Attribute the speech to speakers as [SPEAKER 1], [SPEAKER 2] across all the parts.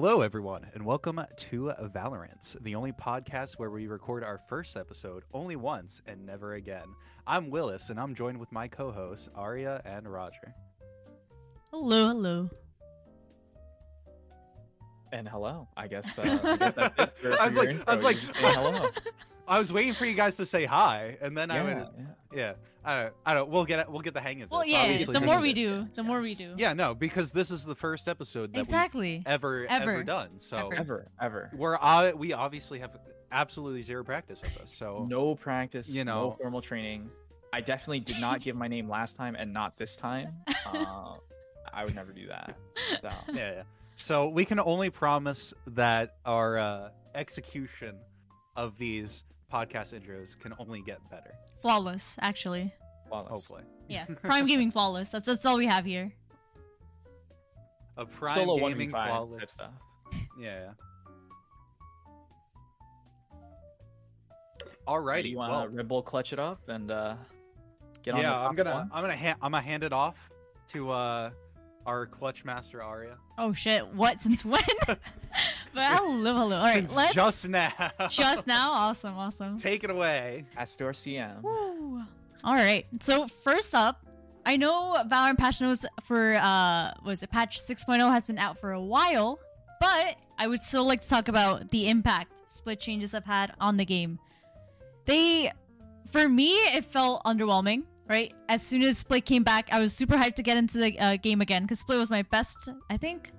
[SPEAKER 1] Hello, everyone, and welcome to Valorant, the only podcast where we record our first episode only once and never again. I'm Willis, and I'm joined with my co hosts, Aria and Roger.
[SPEAKER 2] Hello, hello.
[SPEAKER 3] And hello, I guess. Uh, I, guess that's it for-
[SPEAKER 1] I was
[SPEAKER 3] for
[SPEAKER 1] like-
[SPEAKER 3] your
[SPEAKER 1] I was
[SPEAKER 3] intro.
[SPEAKER 1] like,
[SPEAKER 3] You just say hello.
[SPEAKER 1] I was waiting for you guys to say hi, and then I
[SPEAKER 3] Yeah,
[SPEAKER 1] would, yeah, I don't, I don't, we'll get, we'll get the hang of this.
[SPEAKER 2] Well, yeah,
[SPEAKER 1] obviously,
[SPEAKER 2] the
[SPEAKER 1] this
[SPEAKER 2] more
[SPEAKER 1] is-
[SPEAKER 2] we
[SPEAKER 3] yes,
[SPEAKER 2] do,
[SPEAKER 3] yes,
[SPEAKER 2] the more we
[SPEAKER 3] yes.
[SPEAKER 2] do.
[SPEAKER 1] yeah, no, because this is the first episode that
[SPEAKER 2] exactly.
[SPEAKER 1] we've ever, ever,
[SPEAKER 2] Ever.
[SPEAKER 1] done. So
[SPEAKER 2] Ever.
[SPEAKER 3] yeah. Ever, ever.
[SPEAKER 1] we're, uh, we obviously have absolutely zero practice of this. So
[SPEAKER 3] No practice.
[SPEAKER 1] You
[SPEAKER 3] no
[SPEAKER 1] know.
[SPEAKER 3] formal training. I definitely did not give my name last time, and not this time. Uh, I would never do that. So,
[SPEAKER 1] yeah, yeah. So we can only promise that our uh, execution of these podcast intros can only get better.
[SPEAKER 2] Flawless, actually.
[SPEAKER 3] flawless.
[SPEAKER 1] Hopefully,
[SPEAKER 2] Yeah. Prime gaming flawless. That's that's all we have here.
[SPEAKER 1] a prime
[SPEAKER 3] Still a one
[SPEAKER 1] gaming
[SPEAKER 3] five
[SPEAKER 1] flawless.
[SPEAKER 3] type stuff.
[SPEAKER 1] Yeah. yeah.
[SPEAKER 3] Alrighty,
[SPEAKER 1] Alrighty.
[SPEAKER 3] you
[SPEAKER 1] Well,
[SPEAKER 3] want to Red Bull clutch it up and uh, get on. the
[SPEAKER 1] yeah, I'm
[SPEAKER 3] topic
[SPEAKER 1] gonna,
[SPEAKER 3] one?
[SPEAKER 1] I'm gonna, ha- I'm gonna hand it off to uh, our clutch master Arya.
[SPEAKER 2] Oh shit! What since when? but hello, hello. All right,
[SPEAKER 1] Since
[SPEAKER 2] let's
[SPEAKER 1] just now.
[SPEAKER 2] just now. Awesome, awesome.
[SPEAKER 1] Take it away.
[SPEAKER 3] Astor CM.
[SPEAKER 2] Woo. All right. So first up, I know Valorant patch notes for uh was it patch 6.0 has been out for a while, but I would still like to talk about the impact split changes have had on the game. They for me it felt underwhelming, right? As soon as split came back, I was super hyped to get into the uh, game again cuz split was my best, I think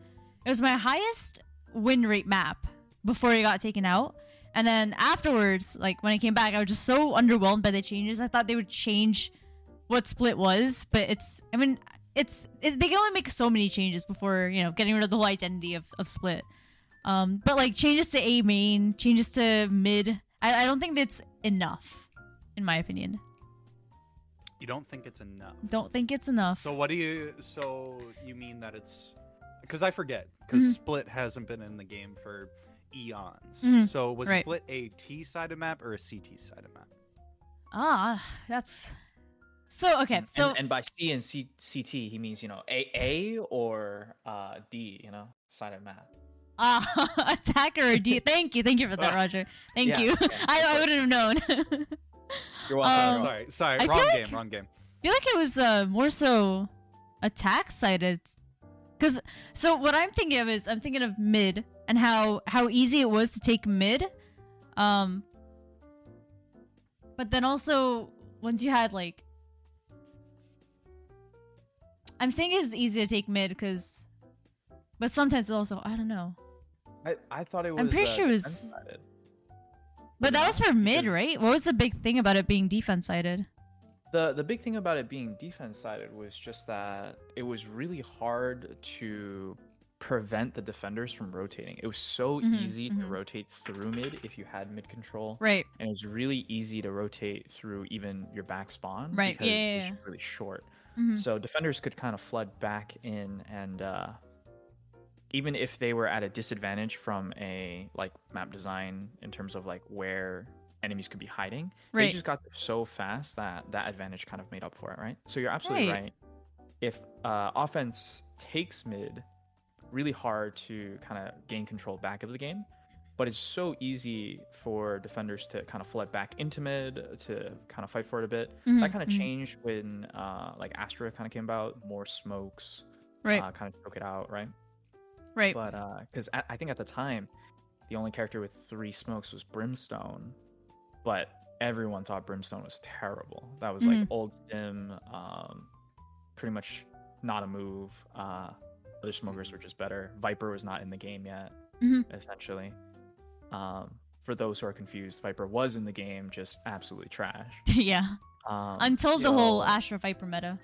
[SPEAKER 2] it was my highest win rate map before it got taken out. And then afterwards, like when I came back, I was just so underwhelmed by the changes. I thought they would change what split was, but it's I mean it's it, they can only make so many changes before you know getting rid of the whole identity of, of split. Um, but like changes to A main, changes to mid, I, I don't think that's enough, in my opinion.
[SPEAKER 1] You don't think it's enough?
[SPEAKER 2] Don't think it's enough.
[SPEAKER 1] So what do you? So you mean that it's? Because I forget. Because
[SPEAKER 2] Mhm.
[SPEAKER 1] Split hasn't been in the game for eons.
[SPEAKER 2] Mhm,
[SPEAKER 1] So was
[SPEAKER 2] right.
[SPEAKER 1] Split a T sided map or a CT sided map?
[SPEAKER 2] Ah, that's so okay.
[SPEAKER 3] And-
[SPEAKER 2] So
[SPEAKER 3] and, by C and C- CT, he means you know A A or uh, D, you know, side of math.
[SPEAKER 2] Ah, attacker or D. Thank you, thank you for that, Roger. Thank
[SPEAKER 3] Yeah,
[SPEAKER 2] you.
[SPEAKER 3] yeah,
[SPEAKER 2] I, I
[SPEAKER 3] okay.
[SPEAKER 2] wouldn't have known. I
[SPEAKER 3] You're welcome.
[SPEAKER 2] Um,
[SPEAKER 3] you're
[SPEAKER 1] sorry, sorry,
[SPEAKER 2] I
[SPEAKER 1] wrong
[SPEAKER 2] feel
[SPEAKER 1] game,
[SPEAKER 2] like-
[SPEAKER 1] wrong game.
[SPEAKER 2] feel like it was uh, more so attack sided, because so what I'm thinking of is I'm thinking of mid and how how easy it was to take mid, um, but then also once you had like, I'm saying it's easy to take mid because, but sometimes it also I don't know.
[SPEAKER 3] welcome. I, I thought it was.
[SPEAKER 2] I'm pretty
[SPEAKER 3] uh,
[SPEAKER 2] sure it was-
[SPEAKER 3] defense-sided.
[SPEAKER 2] But that was for mid,
[SPEAKER 3] Because-
[SPEAKER 2] right? What was the big thing about it being defense sided?
[SPEAKER 3] The the big thing about it being defense sided was just that it was really hard to prevent the defenders from rotating. It was so
[SPEAKER 2] Mhm,
[SPEAKER 3] easy to
[SPEAKER 2] mhm.
[SPEAKER 3] rotate through mid if you had mid control.
[SPEAKER 2] Right.
[SPEAKER 3] and it was really easy to rotate through even your back spawn
[SPEAKER 2] Right,
[SPEAKER 3] because
[SPEAKER 2] yeah,
[SPEAKER 3] it
[SPEAKER 2] yeah,
[SPEAKER 3] was
[SPEAKER 2] yeah.
[SPEAKER 3] really short
[SPEAKER 2] Mhm.
[SPEAKER 3] so defenders could kind of flood back in and uh even if they were at a disadvantage from a like map design in terms of like where enemies could be hiding
[SPEAKER 2] Right.
[SPEAKER 3] they just got there so fast that that advantage kind of made up for it right so you're absolutely
[SPEAKER 2] Right.
[SPEAKER 3] right, if uh, offense takes mid really hard to kind of gain control back of the game but it's so easy for defenders to kind of flood back into mid to kind of fight for it a bit.
[SPEAKER 2] Mhm,
[SPEAKER 3] That kind of
[SPEAKER 2] mhm.
[SPEAKER 3] changed when uh, like Astra kind of came about, more smokes,
[SPEAKER 2] Right.
[SPEAKER 3] uh, kind of took it out, right?
[SPEAKER 2] right.
[SPEAKER 3] But because I think at the time, the only character with three smokes was Brimstone, but everyone thought Brimstone was terrible. That was
[SPEAKER 2] Mhm.
[SPEAKER 3] like old sim, um, pretty much not a move. Uh, other smokers were just better. Viper was not in the game yet,
[SPEAKER 2] Mhm.
[SPEAKER 3] essentially. Um, for those who are confused, Viper was in the game, just absolutely trash.
[SPEAKER 2] yeah.
[SPEAKER 3] Um,
[SPEAKER 2] Until the whole
[SPEAKER 3] so-
[SPEAKER 2] Astra Viper meta.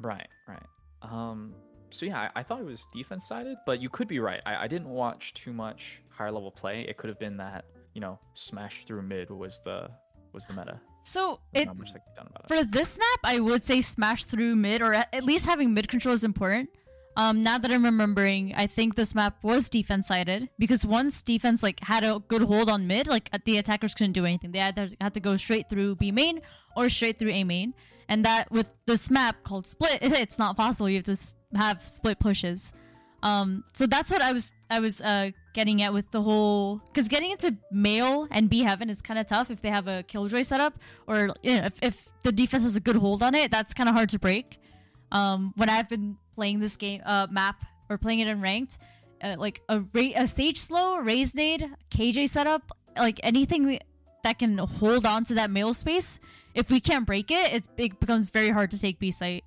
[SPEAKER 3] Right, right. Um, so yeah, I, I thought it was defense sided, but you could be right. I, I didn't watch too much higher level play. It could have been that you know smash through mid was the was the meta.
[SPEAKER 2] So
[SPEAKER 3] There's
[SPEAKER 2] it
[SPEAKER 3] not much they could have done about it.
[SPEAKER 2] for this map, I would say smash through mid, or at at least having mid control is important. Um, now that I'm remembering, I think this map was defense sided because once defense like had a good hold on mid, like at- the attackers couldn't do anything. They had to, had to go straight through B main or straight through A main, and that with this map called split, it's not possible. You have to s- have split pushes. Um, so that's what I was I was uh getting at with the whole because getting into male and B heaven is kind of tough if they have a killjoy setup or you know, if if the defense has a good hold on it, that's kind of hard to break. Um, when I've been playing this game uh map or playing it in ranked, uh, like a ra- a sage slow, a raise nade, KJ setup, like anything that can hold on to that male space. If we can't break it, it's, it becomes very hard to take B site.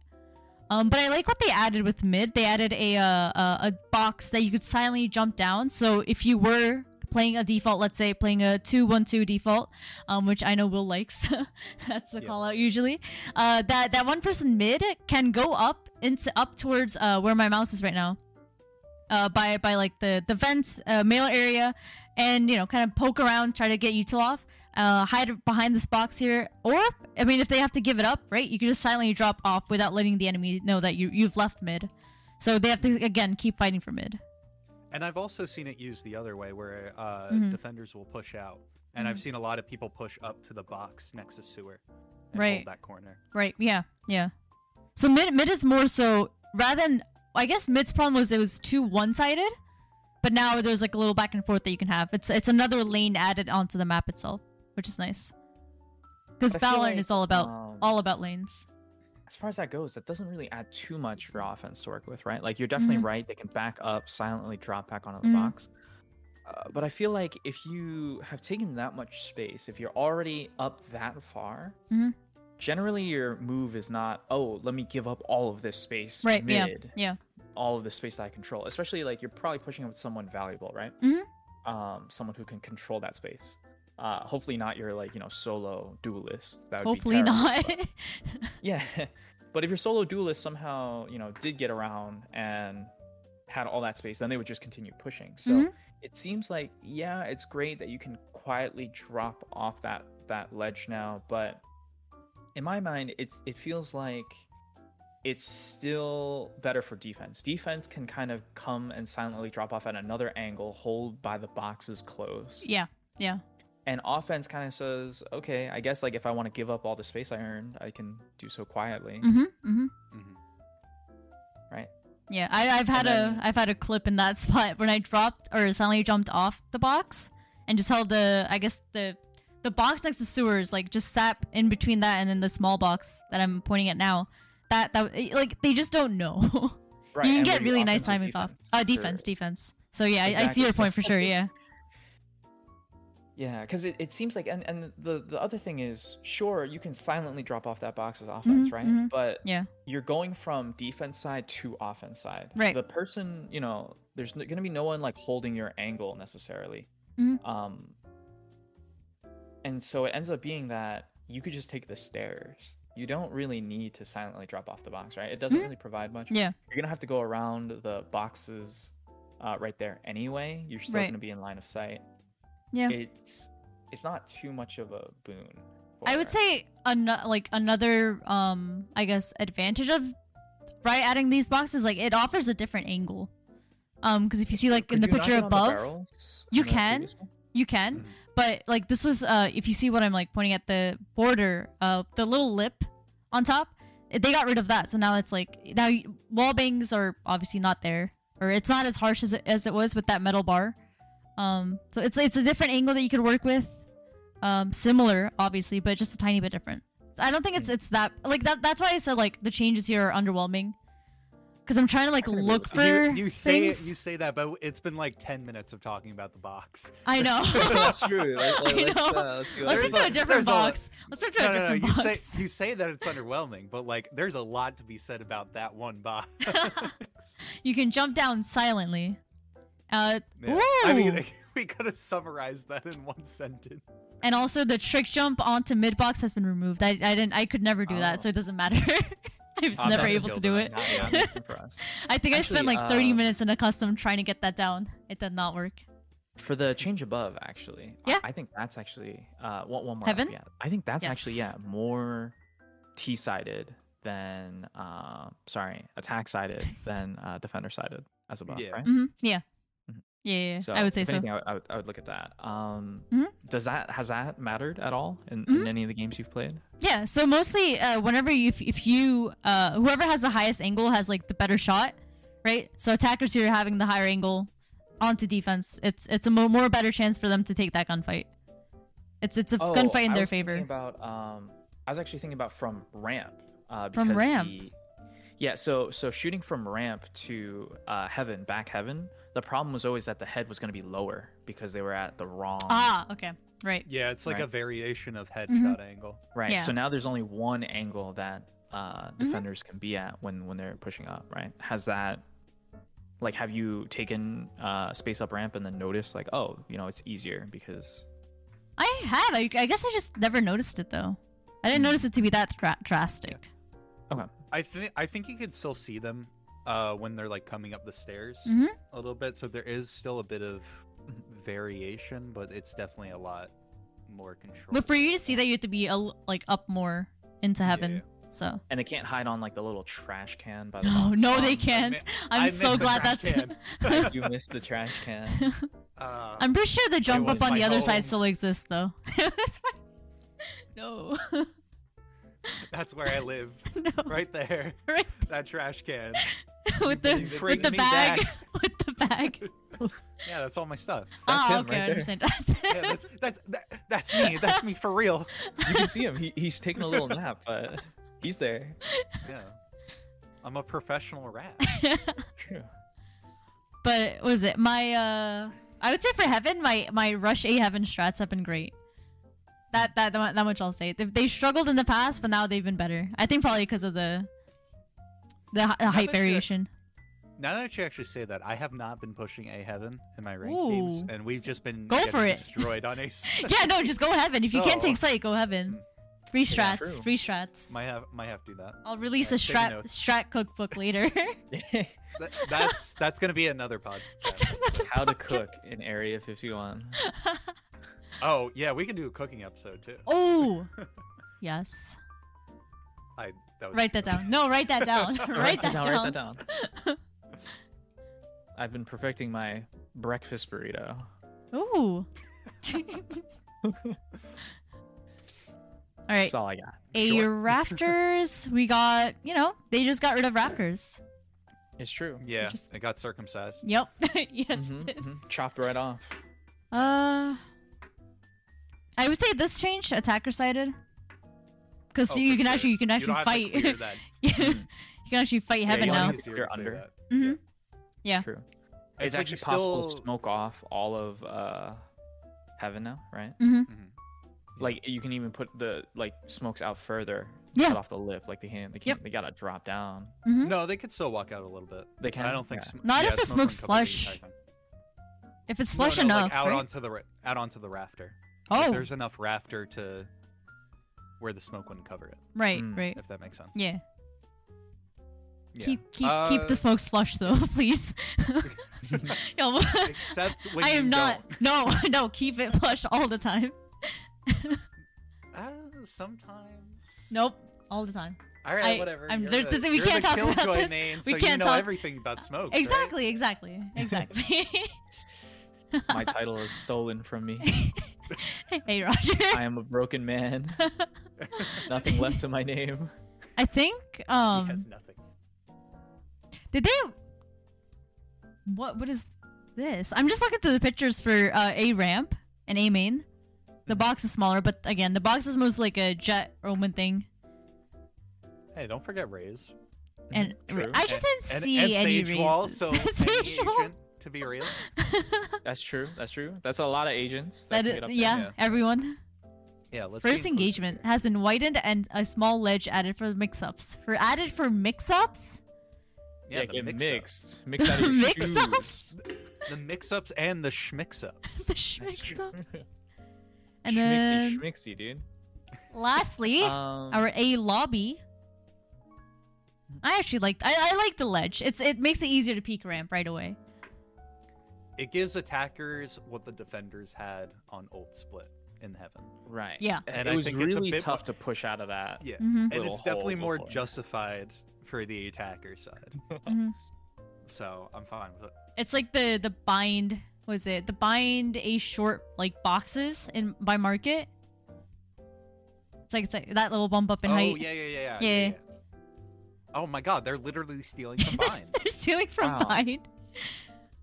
[SPEAKER 2] Um, but I like what they added with mid. They added a, uh, a a box that you could silently jump down. So if you were playing a default, let's say playing a two one two default, um, which I know Will likes, that's the
[SPEAKER 1] Yeah.
[SPEAKER 2] call out usually. Uh, that that one person mid can go up into up towards uh, where my mouse is right now. Uh, by by like the the vents uh, mail area, and you know kind of poke around, try to get util off. Uh, hide behind this box here, or I mean, if they have to give it up, right? You can just silently drop off without letting the enemy know that you you've left mid. So they have to again keep fighting for mid.
[SPEAKER 1] And I've also seen it used the other way, where uh,
[SPEAKER 2] Mhm.
[SPEAKER 1] defenders will push out, and
[SPEAKER 2] Mm-hmm.
[SPEAKER 1] I've seen a lot of people push up to the box next to sewer, and
[SPEAKER 2] Right.
[SPEAKER 1] hold that corner.
[SPEAKER 2] Right. Yeah. Yeah. So mid mid is more so rather than I guess mid's problem was it was too one sided, but now there's like a little back and forth that you can have. It's it's another lane added onto the map itself, which is nice. Because
[SPEAKER 3] I feel
[SPEAKER 2] Valorant
[SPEAKER 3] like,
[SPEAKER 2] is all about
[SPEAKER 3] um,
[SPEAKER 2] all about lanes.
[SPEAKER 3] as far as that goes, that doesn't really add too much for offense to work with, right? Like you're definitely
[SPEAKER 2] Mhm.
[SPEAKER 3] right; they can back up, silently drop back onto the
[SPEAKER 2] Mhm.
[SPEAKER 3] box. Uh, but I feel like if you have taken that much space, if you're already up that far,
[SPEAKER 2] Mhm.
[SPEAKER 3] generally your move is not, oh, let me give up all of this space
[SPEAKER 2] Right.
[SPEAKER 3] mid,
[SPEAKER 2] Yeah.
[SPEAKER 3] all of the space that I control. Especially like you're probably pushing with someone valuable, right?
[SPEAKER 2] Mhm.
[SPEAKER 3] Um, someone who can control that space. Uh, hopefully not your like you know solo duelist. That
[SPEAKER 2] Yeah.
[SPEAKER 3] would
[SPEAKER 2] Hopefully
[SPEAKER 3] be terrible,
[SPEAKER 2] not.
[SPEAKER 3] but- yeah. But if your solo duelist somehow, you know, did get around and had all that space, then they would just continue pushing. So
[SPEAKER 2] Mhm.
[SPEAKER 3] it seems like, yeah, it's great that you can quietly drop off that that ledge now, but in my mind, it's it feels like it's still better for defense. Defense can kind of come and silently drop off at another angle, hold by the boxes closed
[SPEAKER 2] yeah. Yeah.
[SPEAKER 3] and offense kind of says, okay, I guess like if I want to give up all the space I earned, I can do so quietly,
[SPEAKER 2] Mhm. Mhm.
[SPEAKER 1] Mhm.
[SPEAKER 3] right?
[SPEAKER 2] Yeah, I, I've had
[SPEAKER 3] And then-
[SPEAKER 2] a I've had a clip in that spot when I dropped or suddenly jumped off the box and just held the I guess the the box next to sewers like just sat in between that and then the small box that I'm pointing at now. That that eh, like they just don't know.
[SPEAKER 3] Right.
[SPEAKER 2] you can
[SPEAKER 3] and
[SPEAKER 2] get
[SPEAKER 3] whether
[SPEAKER 2] really nice
[SPEAKER 3] offense or
[SPEAKER 2] timings off.
[SPEAKER 3] defense,
[SPEAKER 2] Uh,
[SPEAKER 3] for-
[SPEAKER 2] defense, defense. So yeah, I, I see
[SPEAKER 3] Exactly,
[SPEAKER 2] your
[SPEAKER 3] so-
[SPEAKER 2] point for sure. Yeah.
[SPEAKER 3] Yeah, because it, it seems like, and, and the, the other thing is, sure, you can silently drop off that box as offense,
[SPEAKER 2] Mhm,
[SPEAKER 3] right?
[SPEAKER 2] mhm.
[SPEAKER 3] But
[SPEAKER 2] Yeah.
[SPEAKER 3] you're going from defense side to offense side.
[SPEAKER 2] Right.
[SPEAKER 3] The person, you know, there's going to be no one like holding your angle necessarily.
[SPEAKER 2] Mhm.
[SPEAKER 3] Um, and so it ends up being that you could just take the stairs. You don't really need to silently drop off the box, right? It doesn't
[SPEAKER 2] Mhm.
[SPEAKER 3] really provide much.
[SPEAKER 2] Yeah.
[SPEAKER 3] You're going to have to go around the boxes uh, right there anyway. You're still
[SPEAKER 2] Right.
[SPEAKER 3] going to be in line of sight.
[SPEAKER 2] Yeah.
[SPEAKER 3] It's it's not too much of a boon.
[SPEAKER 2] I would
[SPEAKER 3] for-
[SPEAKER 2] say an- like another um I guess advantage of right adding these boxes like it offers a different angle. Um cuz if you see like in
[SPEAKER 3] Could
[SPEAKER 2] the
[SPEAKER 3] you knock
[SPEAKER 2] picture
[SPEAKER 3] it on the
[SPEAKER 2] above
[SPEAKER 3] barrels
[SPEAKER 2] you
[SPEAKER 3] in the
[SPEAKER 2] can.
[SPEAKER 3] previous one?
[SPEAKER 2] You can,
[SPEAKER 1] Mhm.
[SPEAKER 2] but like this was uh if you see what I'm like pointing at the border, uh the little lip on top, they got rid of that. So now it's like now you- wall bangs are obviously not there or it's not as harsh as it, as it was with that metal bar. Um so it's it's a different angle that you could work with. Um similar obviously, but just a tiny bit different. So I don't think it's
[SPEAKER 1] Mm.
[SPEAKER 2] it's that like that that's why I said like the changes here are underwhelming. Cuz I'm trying to like
[SPEAKER 3] can agree
[SPEAKER 2] look
[SPEAKER 3] with
[SPEAKER 2] for
[SPEAKER 1] you, you say it-
[SPEAKER 2] things.
[SPEAKER 1] you say that, but it's been like ten minutes of talking about the box.
[SPEAKER 2] I know.
[SPEAKER 3] That's true. Like, like,
[SPEAKER 2] I
[SPEAKER 3] let's,
[SPEAKER 2] know.
[SPEAKER 3] uh, let's, do
[SPEAKER 1] There's
[SPEAKER 2] Let's
[SPEAKER 3] that.
[SPEAKER 2] switch to
[SPEAKER 1] a-
[SPEAKER 2] a different
[SPEAKER 1] there's a-
[SPEAKER 2] box. Let's switch to a
[SPEAKER 1] no, no,
[SPEAKER 2] different
[SPEAKER 1] no. You
[SPEAKER 2] box.
[SPEAKER 1] say you say that it's underwhelming, but like there's a lot to be said about that one box.
[SPEAKER 2] You can jump down silently. Uh,
[SPEAKER 1] Yeah. I
[SPEAKER 2] Ooh.
[SPEAKER 1] mean, we could have summarized that in one sentence.
[SPEAKER 2] and also the trick jump onto mid box has been removed. I, I didn't. I could never do that,
[SPEAKER 3] Oh.
[SPEAKER 2] so it doesn't matter. I was
[SPEAKER 3] Oh,
[SPEAKER 2] never
[SPEAKER 3] that's
[SPEAKER 2] able to
[SPEAKER 1] killed
[SPEAKER 2] do
[SPEAKER 1] them.
[SPEAKER 2] it.
[SPEAKER 3] Not- not working for us.
[SPEAKER 2] I think I spent
[SPEAKER 3] Actually,
[SPEAKER 2] like 30
[SPEAKER 3] um,
[SPEAKER 2] minutes in a custom trying to get that down. It did not work.
[SPEAKER 3] For the change above, actually, I-
[SPEAKER 2] Yeah.
[SPEAKER 3] I, think that's actually uh, one, one more. up,
[SPEAKER 2] Heaven?
[SPEAKER 3] yeah, I think that's actually yeah
[SPEAKER 2] Yes.
[SPEAKER 3] more T sided than uh, sorry attack sided than uh, defender sided as a buff,
[SPEAKER 1] Yeah.
[SPEAKER 3] right?
[SPEAKER 2] hmm Yeah.
[SPEAKER 3] Mhm.
[SPEAKER 2] Yeah, yeah, yeah. I would say
[SPEAKER 3] if
[SPEAKER 2] so.
[SPEAKER 3] Anything, I, would- I would, I would look at that. Um,
[SPEAKER 2] Mhm.
[SPEAKER 3] Does that has that mattered at all in,
[SPEAKER 2] Mm-hmm.
[SPEAKER 3] in any of the games you've played?
[SPEAKER 2] Yeah, so mostly uh, whenever you, if, if you, uh, whoever has the highest angle has like the better shot, right? So attackers who are having the higher angle onto defense, it's it's a mo- more better chance for them to take that gunfight. It's it's a
[SPEAKER 3] Oh,
[SPEAKER 2] gunfight in
[SPEAKER 3] I
[SPEAKER 2] their
[SPEAKER 3] was thinking
[SPEAKER 2] favor.
[SPEAKER 3] About um, I was actually thinking about from ramp. Uh,
[SPEAKER 2] From
[SPEAKER 3] because
[SPEAKER 2] ramp?
[SPEAKER 3] the- yeah, so so shooting from ramp to uh, heaven, back heaven. The problem was always that the head was going to be lower because they were at the wrong
[SPEAKER 2] ah, okay, right.
[SPEAKER 1] Yeah, it's like a
[SPEAKER 3] Right.
[SPEAKER 1] variation of headshot
[SPEAKER 2] Mm-hmm.
[SPEAKER 1] angle.
[SPEAKER 3] right.
[SPEAKER 2] yeah. Mm-hmm.
[SPEAKER 3] So now there's only one angle that uh, defenders can be at when when they're pushing up. Right? Has that like have you taken uh, space up ramp and then noticed like oh you know it's easier because
[SPEAKER 2] I have. I, I guess I just never noticed it though. I didn't
[SPEAKER 1] Hmm.
[SPEAKER 2] notice it to be that dra- drastic.
[SPEAKER 3] okay
[SPEAKER 1] I think I think you can still see them uh, when they're like coming up the stairs
[SPEAKER 2] Mhm.
[SPEAKER 1] a little bit. So there is still a bit of variation, but it's definitely a lot more controlled.
[SPEAKER 2] But for you to see that, you have to be a l like up more into heaven.
[SPEAKER 1] yeah.
[SPEAKER 2] So
[SPEAKER 3] and they can't hide on like the little trash can by the
[SPEAKER 2] no, no,
[SPEAKER 1] Um, I
[SPEAKER 2] they
[SPEAKER 1] mi-
[SPEAKER 2] can't.
[SPEAKER 1] I
[SPEAKER 2] I'm
[SPEAKER 1] missed
[SPEAKER 2] so
[SPEAKER 1] the
[SPEAKER 2] glad
[SPEAKER 1] trash
[SPEAKER 2] that's.
[SPEAKER 1] can.
[SPEAKER 3] you missed the trash can.
[SPEAKER 1] Uh,
[SPEAKER 2] I'm pretty sure the jump
[SPEAKER 1] was
[SPEAKER 2] up on
[SPEAKER 1] my
[SPEAKER 2] the other side
[SPEAKER 1] home.
[SPEAKER 2] still exists though. It's fine. no,
[SPEAKER 1] that's where I live,
[SPEAKER 2] no,
[SPEAKER 1] right there.
[SPEAKER 2] right
[SPEAKER 1] That trash can.
[SPEAKER 2] with the
[SPEAKER 1] They bring
[SPEAKER 2] with the
[SPEAKER 1] me
[SPEAKER 2] bag,
[SPEAKER 1] back.
[SPEAKER 2] with the bag.
[SPEAKER 1] Yeah, that's all my stuff. That's
[SPEAKER 2] Ah,
[SPEAKER 1] him
[SPEAKER 2] okay, I
[SPEAKER 1] right there.
[SPEAKER 2] understand. That's
[SPEAKER 1] Yeah, that's that's that, that's me. That's me for real.
[SPEAKER 3] You can see him. He, he's taking a little nap, but he's there.
[SPEAKER 1] Yeah, I'm a professional rat.
[SPEAKER 3] It's true.
[SPEAKER 2] but what was it my uh i would say for heaven my my rush a heaven strats have been great that that that much i'll say they, they struggled in the past but now they've been better i think probably because of the the, hi- the
[SPEAKER 1] Now
[SPEAKER 2] height
[SPEAKER 1] that you're-
[SPEAKER 2] variation
[SPEAKER 1] Now that you actually say that, I have not been pushing a heaven in my ranked teams,
[SPEAKER 2] Ooh.
[SPEAKER 1] and we've just been
[SPEAKER 2] Go
[SPEAKER 1] getting
[SPEAKER 2] for it.
[SPEAKER 1] destroyed on ace.
[SPEAKER 2] yeah no just go heaven if you can't
[SPEAKER 1] So-
[SPEAKER 2] take sight go heaven free
[SPEAKER 3] Yeah,
[SPEAKER 2] strats
[SPEAKER 3] true.
[SPEAKER 2] free strats
[SPEAKER 1] might have might have to do that.
[SPEAKER 2] i'll release a
[SPEAKER 1] Alright, take
[SPEAKER 2] strat
[SPEAKER 1] notes.
[SPEAKER 2] strat cookbook later
[SPEAKER 1] That- that's that's gonna be another podcast.
[SPEAKER 3] How to cook in Area 51.
[SPEAKER 1] Oh yeah, we can do a cooking episode too.
[SPEAKER 2] oh yes
[SPEAKER 1] I that was
[SPEAKER 2] write that down no write that down write that
[SPEAKER 3] Write that
[SPEAKER 2] down
[SPEAKER 3] down. I've been perfecting my breakfast burrito.
[SPEAKER 2] ooh all right
[SPEAKER 3] That's all I got.
[SPEAKER 2] a
[SPEAKER 1] Sure.
[SPEAKER 2] raptors we got you know they just got rid of raptors
[SPEAKER 3] It's true.
[SPEAKER 1] Yeah,
[SPEAKER 2] Just-
[SPEAKER 1] it got circumcised.
[SPEAKER 2] yep yes
[SPEAKER 3] hmm Chopped right off.
[SPEAKER 2] uh i would say this change attacker sided because
[SPEAKER 1] Oh,
[SPEAKER 2] you
[SPEAKER 1] for
[SPEAKER 2] can
[SPEAKER 1] sure.
[SPEAKER 2] actually you can
[SPEAKER 1] You
[SPEAKER 2] actually
[SPEAKER 1] don't have to
[SPEAKER 2] fight
[SPEAKER 1] clear
[SPEAKER 2] you
[SPEAKER 1] that.
[SPEAKER 2] can actually fight
[SPEAKER 1] Yeah,
[SPEAKER 2] heaven
[SPEAKER 1] you
[SPEAKER 3] don't
[SPEAKER 2] now
[SPEAKER 3] have
[SPEAKER 1] it's easier
[SPEAKER 3] You're
[SPEAKER 1] to clear
[SPEAKER 3] under.
[SPEAKER 1] that.
[SPEAKER 2] hmm Yeah.
[SPEAKER 3] True.
[SPEAKER 1] It's,
[SPEAKER 3] It's,
[SPEAKER 1] like
[SPEAKER 3] actually
[SPEAKER 1] you still-
[SPEAKER 3] possible to smoke off all of uh, heaven now, right?
[SPEAKER 2] hmm
[SPEAKER 1] Yeah.
[SPEAKER 3] Like you can even put the like smokes out further,
[SPEAKER 2] Yeah.
[SPEAKER 3] cut off the lip. Like they can't, they can't, they gotta drop down.
[SPEAKER 2] hmm
[SPEAKER 1] No, they could still walk out a little bit.
[SPEAKER 3] They
[SPEAKER 1] I
[SPEAKER 3] can.
[SPEAKER 1] don't think.
[SPEAKER 3] Yeah.
[SPEAKER 1] sm-
[SPEAKER 2] Not if
[SPEAKER 1] yeah,
[SPEAKER 2] the
[SPEAKER 1] smoke
[SPEAKER 2] smoke's
[SPEAKER 1] from company,
[SPEAKER 2] flush.
[SPEAKER 1] I think.
[SPEAKER 2] if it's
[SPEAKER 1] No,
[SPEAKER 2] flush
[SPEAKER 1] no,
[SPEAKER 2] enough
[SPEAKER 1] Like out
[SPEAKER 2] right?
[SPEAKER 1] onto the ra- out onto the rafter. Like,
[SPEAKER 2] oh
[SPEAKER 1] there's enough rafter to where the smoke wouldn't cover it.
[SPEAKER 2] right
[SPEAKER 3] Mm.
[SPEAKER 2] right
[SPEAKER 1] If that makes sense.
[SPEAKER 2] yeah
[SPEAKER 1] Yeah.
[SPEAKER 2] keep keep keep the
[SPEAKER 1] Uh,
[SPEAKER 2] smokes flush though please Yo,
[SPEAKER 1] Except when
[SPEAKER 2] i
[SPEAKER 1] you
[SPEAKER 2] am not no no keep it flush all the time
[SPEAKER 1] don't. Uh, sometimes.
[SPEAKER 2] nope all the time
[SPEAKER 1] All right,
[SPEAKER 2] I-
[SPEAKER 1] whatever.
[SPEAKER 2] I'm-
[SPEAKER 1] you're
[SPEAKER 2] there's-
[SPEAKER 1] the-
[SPEAKER 2] this- we
[SPEAKER 1] you're the
[SPEAKER 2] can't talk about
[SPEAKER 1] killjoy
[SPEAKER 2] this.
[SPEAKER 1] main,
[SPEAKER 2] We
[SPEAKER 1] so you
[SPEAKER 2] can't
[SPEAKER 1] know
[SPEAKER 2] talk-
[SPEAKER 1] everything about smoke. right?
[SPEAKER 2] Exactly, exactly, exactly.
[SPEAKER 3] My title is stolen from me.
[SPEAKER 2] hey, Roger.
[SPEAKER 3] I am a broken man. Nothing left to my name.
[SPEAKER 2] I think.
[SPEAKER 1] He
[SPEAKER 2] Um,
[SPEAKER 1] has nothing.
[SPEAKER 2] did they? What? What is this? I'm just looking through the pictures for uh, a ramp and a main.
[SPEAKER 1] Mm-hmm.
[SPEAKER 2] The box is smaller, but again, the box is mostly like a jet Roman thing.
[SPEAKER 1] Hey, don't forget Rays.
[SPEAKER 2] And
[SPEAKER 3] True.
[SPEAKER 2] I just didn't
[SPEAKER 1] Mm, And,
[SPEAKER 2] see
[SPEAKER 1] and
[SPEAKER 2] any
[SPEAKER 1] Sage Wall,
[SPEAKER 2] reasons.
[SPEAKER 1] so any
[SPEAKER 2] Sage Wall.
[SPEAKER 1] agent, to be real.
[SPEAKER 3] That's true. That's true. That's a lot of agents.
[SPEAKER 2] That
[SPEAKER 3] can
[SPEAKER 2] is,
[SPEAKER 3] get up there.
[SPEAKER 2] yeah,
[SPEAKER 1] yeah.
[SPEAKER 2] everyone.
[SPEAKER 1] Yeah, let's be
[SPEAKER 2] First
[SPEAKER 1] inclusive
[SPEAKER 2] engagement
[SPEAKER 1] here.
[SPEAKER 2] has been widened and a small ledge added for mix-ups. For added for mix-ups.
[SPEAKER 3] Yeah,
[SPEAKER 1] the
[SPEAKER 3] get
[SPEAKER 1] mix-up.
[SPEAKER 3] mixed. Mixed out of your
[SPEAKER 2] Mix ups.
[SPEAKER 3] shoes.
[SPEAKER 1] The mix-ups and the schmix-ups.
[SPEAKER 2] The sh-
[SPEAKER 3] That's
[SPEAKER 2] mix
[SPEAKER 3] true.
[SPEAKER 2] up. And
[SPEAKER 3] Schmixy,
[SPEAKER 2] then
[SPEAKER 3] schmixy, dude.
[SPEAKER 2] lastly,
[SPEAKER 3] Um,
[SPEAKER 2] our A lobby. I actually like I, I like the ledge. It's it makes it easier to peek ramp right away.
[SPEAKER 1] It gives attackers what the defenders had on Old Split in Heaven.
[SPEAKER 3] right.
[SPEAKER 2] Yeah.
[SPEAKER 1] And
[SPEAKER 3] it
[SPEAKER 1] I
[SPEAKER 3] was
[SPEAKER 1] think it's a
[SPEAKER 3] really
[SPEAKER 1] bit
[SPEAKER 3] tough
[SPEAKER 1] more-
[SPEAKER 3] to push out of that.
[SPEAKER 1] Yeah,
[SPEAKER 2] Mhm.
[SPEAKER 1] and
[SPEAKER 3] Little
[SPEAKER 1] it's definitely
[SPEAKER 3] hole
[SPEAKER 1] more
[SPEAKER 3] before.
[SPEAKER 1] justified for the attacker side.
[SPEAKER 2] Mhm.
[SPEAKER 1] So I'm fine with it.
[SPEAKER 2] It's like the the bind was it the bind A short like boxes in by market. It's like it's like that little bump up in
[SPEAKER 1] oh
[SPEAKER 2] height.
[SPEAKER 1] yeah, yeah, yeah, yeah,
[SPEAKER 2] Yeah.
[SPEAKER 1] yeah, yeah. Oh my God, they're literally stealing from Vine.
[SPEAKER 2] They're stealing from
[SPEAKER 3] Wow.
[SPEAKER 2] Bind.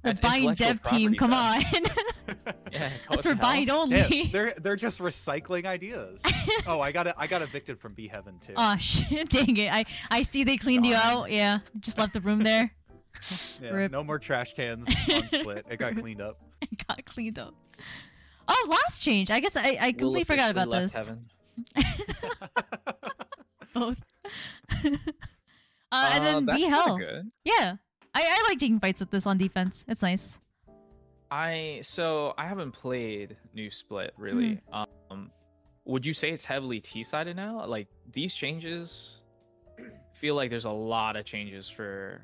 [SPEAKER 2] The
[SPEAKER 3] That's
[SPEAKER 2] Bind
[SPEAKER 3] intellectual
[SPEAKER 2] dev team,
[SPEAKER 3] property,
[SPEAKER 2] come on.
[SPEAKER 3] guys. Yeah,
[SPEAKER 2] That's for
[SPEAKER 3] Bind.
[SPEAKER 2] Bind only.
[SPEAKER 1] Yeah, they're they're just recycling ideas. oh, I got a, I got evicted from Bee Heaven too.
[SPEAKER 2] Oh shit! Dang it! I I see they cleaned you
[SPEAKER 1] Darn.
[SPEAKER 2] out. Yeah, just left the room there.
[SPEAKER 1] Yeah,
[SPEAKER 2] rip.
[SPEAKER 1] no more trash cans on Split. It got cleaned up.
[SPEAKER 2] It got cleaned up. Oh, last change. I guess I, I
[SPEAKER 3] Will
[SPEAKER 2] completely forgot
[SPEAKER 3] officially
[SPEAKER 2] about
[SPEAKER 3] left
[SPEAKER 2] this.
[SPEAKER 3] heaven.
[SPEAKER 2] Both. uh, and then
[SPEAKER 3] Uh, that's
[SPEAKER 2] B
[SPEAKER 3] kinda
[SPEAKER 2] hell.
[SPEAKER 3] good.
[SPEAKER 2] Yeah, I I like taking fights with this on defense. It's nice.
[SPEAKER 3] I so I haven't played New Split really.
[SPEAKER 2] Mm.
[SPEAKER 3] Um, would you say it's heavily T sided now? Like these changes feel like there's a lot of changes for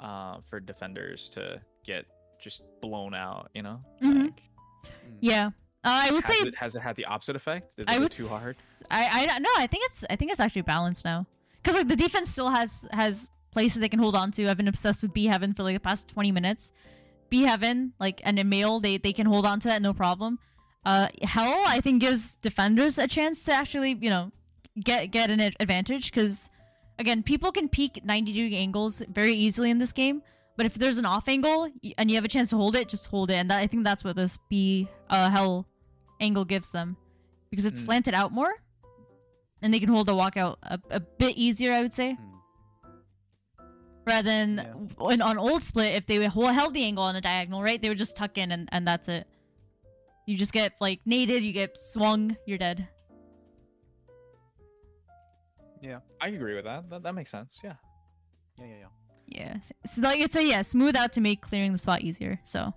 [SPEAKER 3] uh for defenders to get just blown out, you know?
[SPEAKER 2] Mhm.
[SPEAKER 3] Like,
[SPEAKER 2] Yeah. Uh, I would
[SPEAKER 3] has,
[SPEAKER 2] say
[SPEAKER 3] it, has it had the opposite effect? Did it
[SPEAKER 2] I
[SPEAKER 3] go
[SPEAKER 2] would
[SPEAKER 3] too hard?
[SPEAKER 2] s- I I don't know. I think it's I think it's actually balanced now because like the defense still has has places they can hold on to. I've been obsessed with B Heaven for like the past twenty minutes. B Heaven like and Emil they they can hold on to that no problem. Uh, Hell I think gives defenders a chance to actually you know get get an ad- advantage because again people can peak ninety degree angles very easily in this game. But if there's an off angle y- and you have a chance to hold it, just hold it. And that, I think that's what this B uh, Hell angle gives them because it's
[SPEAKER 3] Mm.
[SPEAKER 2] slanted out more, and they can hold the walkout a, a bit easier, I would say,
[SPEAKER 1] Mm.
[SPEAKER 2] rather than
[SPEAKER 1] Yeah.
[SPEAKER 2] when on old split if they would hold, held the angle on a diagonal, right? They would just tuck in and, and that's it. You just get like nated, you get swung, you're dead.
[SPEAKER 3] I agree with that. that. That makes sense. Yeah.
[SPEAKER 1] Yeah, yeah, yeah.
[SPEAKER 2] Yeah, s- so like it's a yeah, smooth out to make clearing the spot easier. So,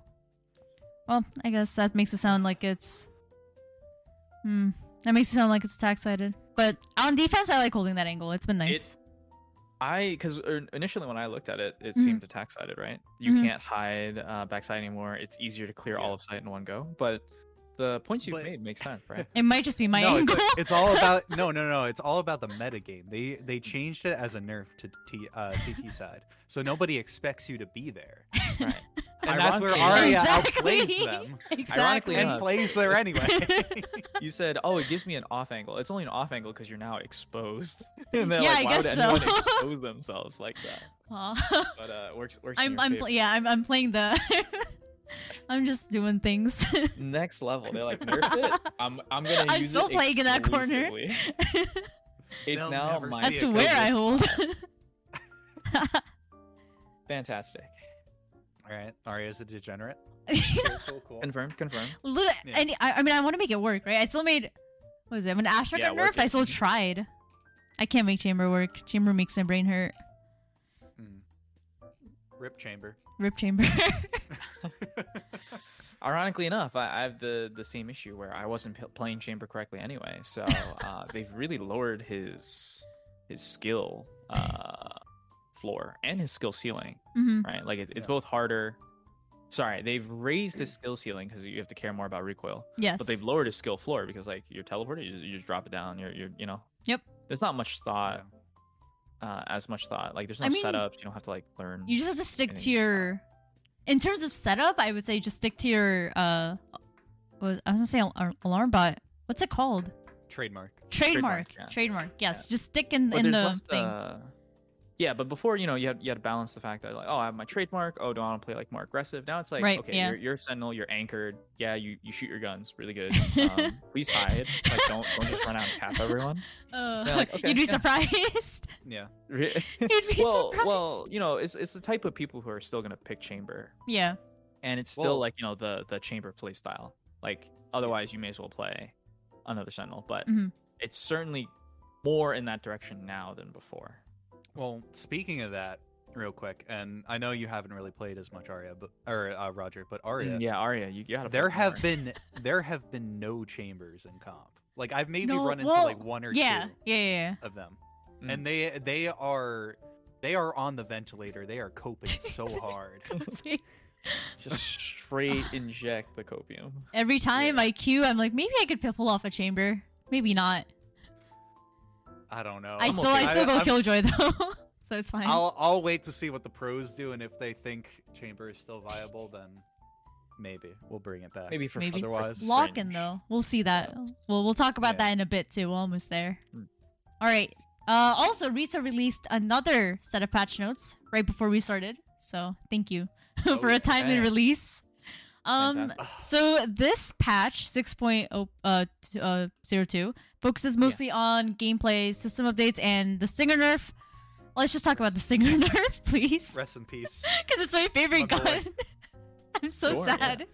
[SPEAKER 2] well, I guess that makes it sound like it's, hmm, that makes it sound like it's attack sided. But on defense, I like holding that angle. It's been nice.
[SPEAKER 3] I because initially when I looked at it, it
[SPEAKER 2] Mhm.
[SPEAKER 3] seemed attack sided, right? You
[SPEAKER 2] Mhm.
[SPEAKER 3] can't hide uh, backside anymore. It's easier to clear all
[SPEAKER 1] Yeah.
[SPEAKER 3] of sight in one go. But the points you've
[SPEAKER 1] But-
[SPEAKER 3] made make sense, right?
[SPEAKER 2] It might just be my
[SPEAKER 1] no,
[SPEAKER 2] angle.
[SPEAKER 1] It's, it's all about no, no, no. It's all about the meta game. They they changed it as a nerf to T, uh, CT side, so nobody expects you to be there,
[SPEAKER 3] right.
[SPEAKER 1] and that's where Arya
[SPEAKER 3] Ironically
[SPEAKER 2] enough.
[SPEAKER 1] outplays
[SPEAKER 2] Exactly.
[SPEAKER 1] them
[SPEAKER 2] exactly.
[SPEAKER 1] and
[SPEAKER 3] enough.
[SPEAKER 1] plays there anyway.
[SPEAKER 3] You said, "Oh, it gives me an off angle." It's only an off angle because you're now exposed. and they're
[SPEAKER 2] Yeah,
[SPEAKER 3] like,
[SPEAKER 2] I
[SPEAKER 3] why would
[SPEAKER 2] guess so."
[SPEAKER 3] anyone expose themselves like that?
[SPEAKER 2] Aw.
[SPEAKER 3] But uh, it works. Works. in
[SPEAKER 2] I'm
[SPEAKER 3] your
[SPEAKER 2] I'm
[SPEAKER 3] favor.
[SPEAKER 2] pl- yeah I'm I'm playing the. I'm just doing things.
[SPEAKER 3] next level. They're like, nerfed it. I'm I'm gonna.
[SPEAKER 2] I'm
[SPEAKER 3] use
[SPEAKER 2] still
[SPEAKER 3] it
[SPEAKER 2] playing in that corner.
[SPEAKER 3] exclusively." It's
[SPEAKER 1] They'll
[SPEAKER 3] now
[SPEAKER 1] never see
[SPEAKER 3] my.
[SPEAKER 1] it
[SPEAKER 2] That's
[SPEAKER 1] go
[SPEAKER 2] where I
[SPEAKER 1] this
[SPEAKER 2] hold.
[SPEAKER 3] Fantastic.
[SPEAKER 1] All right, Arya's a degenerate. Cool, cool, cool.
[SPEAKER 3] Confirmed. Confirmed.
[SPEAKER 2] Little,
[SPEAKER 1] Yeah.
[SPEAKER 2] and I, I mean I want to make it work, right? I still made. What was it? When Ashra
[SPEAKER 3] Yeah,
[SPEAKER 2] got
[SPEAKER 3] work
[SPEAKER 2] nerfed, I
[SPEAKER 3] it.
[SPEAKER 2] still tried. I can't make chamber work. Chamber makes my brain hurt.
[SPEAKER 1] Mm. Rip chamber.
[SPEAKER 2] Rip chamber.
[SPEAKER 3] Ironically enough, I, I have the the same issue where I wasn't p- playing chamber correctly anyway. So uh, they've really lowered his his skill uh, floor and his skill ceiling.
[SPEAKER 2] hmm
[SPEAKER 3] Right, like it, it's
[SPEAKER 1] Yeah.
[SPEAKER 3] both harder. Sorry, they've raised
[SPEAKER 2] Mm.
[SPEAKER 3] his skill ceiling because you have to care more about recoil,
[SPEAKER 2] Yes.
[SPEAKER 3] but they've lowered his skill floor because like you're teleported, you just, you just drop it down. You're you're you know.
[SPEAKER 2] Yep.
[SPEAKER 3] There's not much thought, uh, as much thought. Like there's no
[SPEAKER 2] I mean,
[SPEAKER 3] setups. You don't have to like learn.
[SPEAKER 2] You just have to stick to
[SPEAKER 3] anything.
[SPEAKER 2] your. In terms of setup, I would say just stick to your. uh was- I was gonna say al- alarm bot. What's it called?
[SPEAKER 1] Trademark.
[SPEAKER 2] Trademark.
[SPEAKER 3] Trademark,
[SPEAKER 2] Trademark.
[SPEAKER 3] yeah.
[SPEAKER 2] Yes. Just stick in,
[SPEAKER 3] but
[SPEAKER 2] in
[SPEAKER 3] there's
[SPEAKER 2] the
[SPEAKER 3] less
[SPEAKER 2] thing.
[SPEAKER 3] uh, yeah, but before you know, you had you had to balance the fact that like, oh, I have my trademark. Oh, do I want to play like more aggressive? Now it's like,
[SPEAKER 2] Right,
[SPEAKER 3] okay,
[SPEAKER 2] yeah.
[SPEAKER 3] you're, you're a sentinel, you're anchored. Yeah, you, you shoot your guns, really good. Um, please hide. Like, don't don't just run out and cap everyone.
[SPEAKER 2] Uh,
[SPEAKER 3] Yeah, like, okay,
[SPEAKER 2] you'd be
[SPEAKER 3] yeah.
[SPEAKER 2] surprised.
[SPEAKER 1] Yeah.
[SPEAKER 3] Re-
[SPEAKER 2] you'd be
[SPEAKER 3] well,
[SPEAKER 2] surprised.
[SPEAKER 3] well, you know, it's it's the type of people who are still gonna pick chamber,
[SPEAKER 2] yeah.
[SPEAKER 3] and it's still
[SPEAKER 1] Well-
[SPEAKER 3] like you know the the chamber play style. Like otherwise, you may as well play another sentinel, but
[SPEAKER 2] Mhm.
[SPEAKER 3] it's certainly more in that direction now than before.
[SPEAKER 1] Well, speaking of that, real quick, and I know you haven't really played as much Arya, but or uh, Roger, but Arya.
[SPEAKER 3] Mm, Yeah, Arya, you gotta. play
[SPEAKER 1] There
[SPEAKER 3] more.
[SPEAKER 1] have been there have been no chambers in comp. Like I've maybe
[SPEAKER 2] No,
[SPEAKER 1] run into
[SPEAKER 2] well,
[SPEAKER 1] like one or
[SPEAKER 2] Yeah.
[SPEAKER 1] two
[SPEAKER 2] Yeah. Yeah.
[SPEAKER 1] of them,
[SPEAKER 3] Mm.
[SPEAKER 1] and they they are they are on the ventilator. They are coping so hard.
[SPEAKER 2] yeah.
[SPEAKER 3] Just straight inject the copium.
[SPEAKER 2] Every time
[SPEAKER 1] Yeah.
[SPEAKER 2] I queue, I'm like, maybe I could pull off a chamber. Maybe not.
[SPEAKER 1] I don't know.
[SPEAKER 2] I
[SPEAKER 3] I'm
[SPEAKER 2] still,
[SPEAKER 3] okay.
[SPEAKER 2] I still go
[SPEAKER 1] Oh, I'm-
[SPEAKER 2] killjoy though, so it's fine.
[SPEAKER 1] I'll I'll wait to see what the pros do, and if they think chamber is still viable, then maybe we'll bring it back.
[SPEAKER 3] Maybe for
[SPEAKER 2] Maybe.
[SPEAKER 1] Otherwise-
[SPEAKER 3] for
[SPEAKER 2] Lock in
[SPEAKER 3] fringe.
[SPEAKER 2] though. We'll see that. We'll we'll talk about
[SPEAKER 1] Yeah. Hmm.
[SPEAKER 2] that in a bit too. We're almost there.
[SPEAKER 3] Mm.
[SPEAKER 2] All right. Uh, also, Rita released another set of patch notes right before we started. So thank you for
[SPEAKER 3] Oh,
[SPEAKER 2] a timely
[SPEAKER 3] yeah.
[SPEAKER 2] release. Um,
[SPEAKER 3] Fantastic.
[SPEAKER 2] so this patch 6.0 uh, t- uh, 02 focuses mostly on gameplay, system updates, and the Stinger nerf. Let's just talk about the Stinger nerf, please,
[SPEAKER 1] Rest in peace.
[SPEAKER 2] because it's my favorite
[SPEAKER 1] My Oh, boy.
[SPEAKER 2] gun. I'm so
[SPEAKER 3] Sure, yeah.
[SPEAKER 2] sad.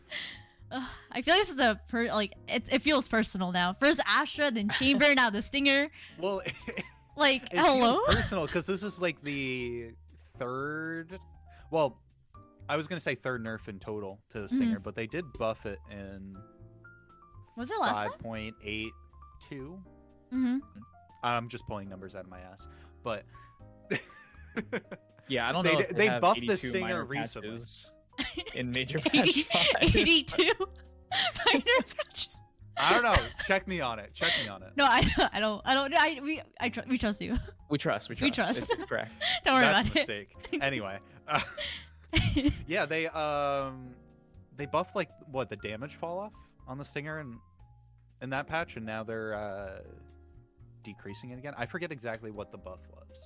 [SPEAKER 2] Ugh, I feel like this is a per- like it, it feels personal now. First Astra, then Chamber, now the Stinger.
[SPEAKER 1] Well, it
[SPEAKER 2] Like hello.
[SPEAKER 1] feels personal because this is like the third. Well, I was gonna say third nerf in total to the
[SPEAKER 2] Mm-hmm.
[SPEAKER 1] Stinger, but they did buff it in
[SPEAKER 2] Was it last time?
[SPEAKER 1] five point eight two.
[SPEAKER 2] Mm-hmm.
[SPEAKER 1] I'm just pulling numbers out of my ass, but
[SPEAKER 3] Yeah, I don't
[SPEAKER 1] They
[SPEAKER 3] know.
[SPEAKER 1] d-
[SPEAKER 3] if
[SPEAKER 1] they
[SPEAKER 3] have
[SPEAKER 1] buffed the
[SPEAKER 3] 82
[SPEAKER 1] singer
[SPEAKER 3] minor
[SPEAKER 1] recently.
[SPEAKER 3] patches In major patch
[SPEAKER 2] Mm-hmm.
[SPEAKER 3] five.
[SPEAKER 2] 82 minor patches.
[SPEAKER 1] I don't know. Check me on it. Check me on it.
[SPEAKER 2] No, I, I don't, I don't, I, we, I tr- we trust you.
[SPEAKER 3] We trust. We trust.
[SPEAKER 2] We
[SPEAKER 3] It's,
[SPEAKER 2] trust.
[SPEAKER 3] it's correct.
[SPEAKER 2] Don't worry
[SPEAKER 1] That's
[SPEAKER 2] about
[SPEAKER 1] a
[SPEAKER 2] it.
[SPEAKER 1] mistake. anyway, uh, yeah, they um they buff like what the damage fall off on the stinger and in that patch, and now they're uh decreasing it again. I forget exactly what the buff was.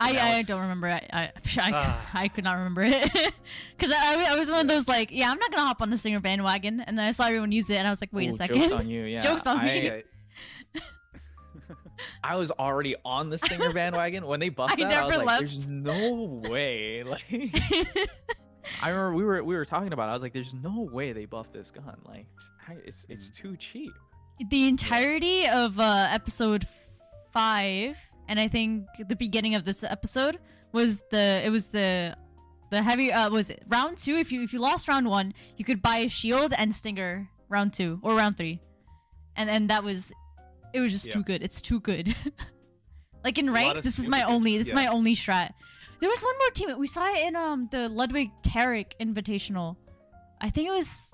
[SPEAKER 2] I,
[SPEAKER 1] Now
[SPEAKER 2] I
[SPEAKER 1] it's-
[SPEAKER 2] don't remember. I, I, I,
[SPEAKER 1] Ah.
[SPEAKER 2] I could not remember it because I, I was one of
[SPEAKER 1] Yeah.
[SPEAKER 2] those like, yeah, I'm not gonna hop on the singer bandwagon, and then I saw everyone use it, and I was like, wait
[SPEAKER 3] Ooh,
[SPEAKER 2] a second.
[SPEAKER 3] Jokes on you. Yeah.
[SPEAKER 2] Jokes on
[SPEAKER 3] I,
[SPEAKER 2] me.
[SPEAKER 1] Yeah,
[SPEAKER 3] I was already on the Stinger bandwagon when they buffed
[SPEAKER 2] I
[SPEAKER 3] that. I was
[SPEAKER 2] never
[SPEAKER 3] like, "There's no way!" Like, I remember we were we were talking about. It. I was like, "There's no way they buffed this gun. Like, I- it's it's too cheap."
[SPEAKER 2] the entirety of uh, episode five, and I think the beginning of this episode was the it was the the heavy uh, was it round two. If you if you lost round one, you could buy a shield and stinger round two or round three, and and that was it was just
[SPEAKER 1] Yeah.
[SPEAKER 2] too good. It's too good. like in
[SPEAKER 1] lot
[SPEAKER 2] rank,
[SPEAKER 1] of
[SPEAKER 2] this is
[SPEAKER 1] super
[SPEAKER 2] my
[SPEAKER 1] good-
[SPEAKER 2] only this is my
[SPEAKER 1] yeah.
[SPEAKER 2] only strat. There was one more team. We saw it in um the Ludwig Tarek Invitational. I think it was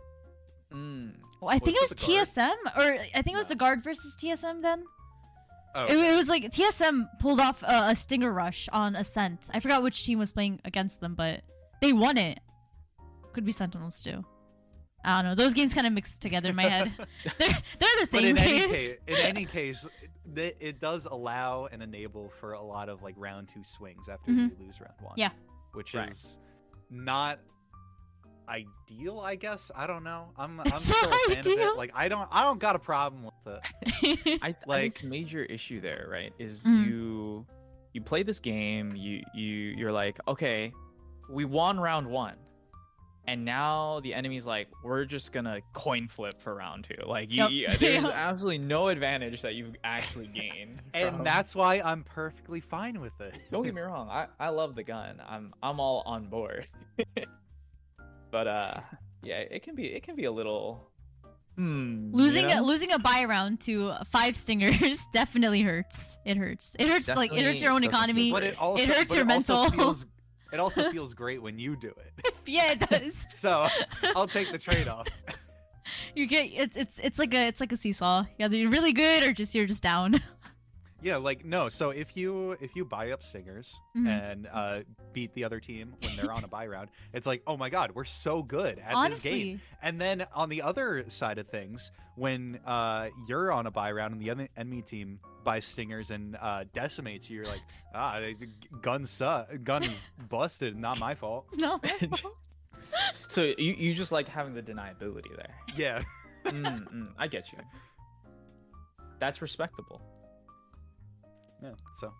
[SPEAKER 3] Mm.
[SPEAKER 2] well, I
[SPEAKER 1] Was
[SPEAKER 2] think
[SPEAKER 1] it
[SPEAKER 2] it was
[SPEAKER 1] the guard?
[SPEAKER 2] TSM, or I think it was
[SPEAKER 1] No.
[SPEAKER 2] the guard versus TSM. Then
[SPEAKER 1] Oh,
[SPEAKER 2] it, it was like TSM pulled off a, a stinger rush on Ascent. I forgot which team was playing against them, but they won it. Could be Sentinels too. I don't know. Those games kind of mixed together in my head. they're they're the
[SPEAKER 1] but
[SPEAKER 2] same
[SPEAKER 1] in any
[SPEAKER 2] games.
[SPEAKER 1] case, in any case, it, it does allow and enable for a lot of like round two swings after
[SPEAKER 2] Mhm.
[SPEAKER 1] you lose round one.
[SPEAKER 2] Yeah.
[SPEAKER 1] which
[SPEAKER 3] Right.
[SPEAKER 1] is not ideal, I guess. I don't know. I'm I'm
[SPEAKER 2] It's
[SPEAKER 1] still
[SPEAKER 2] not
[SPEAKER 1] a fan of
[SPEAKER 2] ideal.
[SPEAKER 1] it. Like I don't I don't got a problem with it.
[SPEAKER 3] I, I think
[SPEAKER 1] Like- Mm-hmm.
[SPEAKER 3] the major issue there, right, is
[SPEAKER 2] Mm.
[SPEAKER 3] you you play this game, you you you're like, okay, we won round one, and now the enemy's like, we're just gonna coin flip for round two. Like, you,
[SPEAKER 2] Yep.
[SPEAKER 3] you- there's
[SPEAKER 2] Yep.
[SPEAKER 3] absolutely no advantage that you've actually gained.
[SPEAKER 1] And
[SPEAKER 3] from-
[SPEAKER 1] that's why I'm perfectly fine with it.
[SPEAKER 3] Um, don't get me wrong, I I love the gun. I'm I'm all on board. but uh, yeah, it can be it can be a little. Hmm, you
[SPEAKER 2] losing
[SPEAKER 3] know?
[SPEAKER 2] a, losing a buy round to five stingers definitely hurts. It hurts. It hurts like it hurts
[SPEAKER 3] Definitely
[SPEAKER 2] your own
[SPEAKER 3] doesn't feel
[SPEAKER 2] economy.
[SPEAKER 1] but it also
[SPEAKER 2] hurts
[SPEAKER 1] but
[SPEAKER 2] your
[SPEAKER 1] it also
[SPEAKER 2] mental.
[SPEAKER 1] feels- it also feels great when you do it.
[SPEAKER 2] yeah, it does.
[SPEAKER 1] So I'll take the trade off.
[SPEAKER 2] You get it's it's it's like a it's like a seesaw. Yeah, you're really good or just you're just down.
[SPEAKER 1] Yeah, like no. So if you if you buy up stingers
[SPEAKER 2] Mhm.
[SPEAKER 1] and uh, beat the other team when they're on a buy round, it's like, oh my god, we're so good at this game.
[SPEAKER 2] Honestly,
[SPEAKER 1] And then on the other side of things, when uh, you're on a buy round and the other enemy team buys stingers and uh, decimates you, you're like, ah, the g- gun su- gun is busted, not my fault.
[SPEAKER 2] no.
[SPEAKER 3] so you you just like having the deniability there.
[SPEAKER 1] Yeah,
[SPEAKER 3] mm, mm, I get you. That's respectable.
[SPEAKER 1] yeah. So,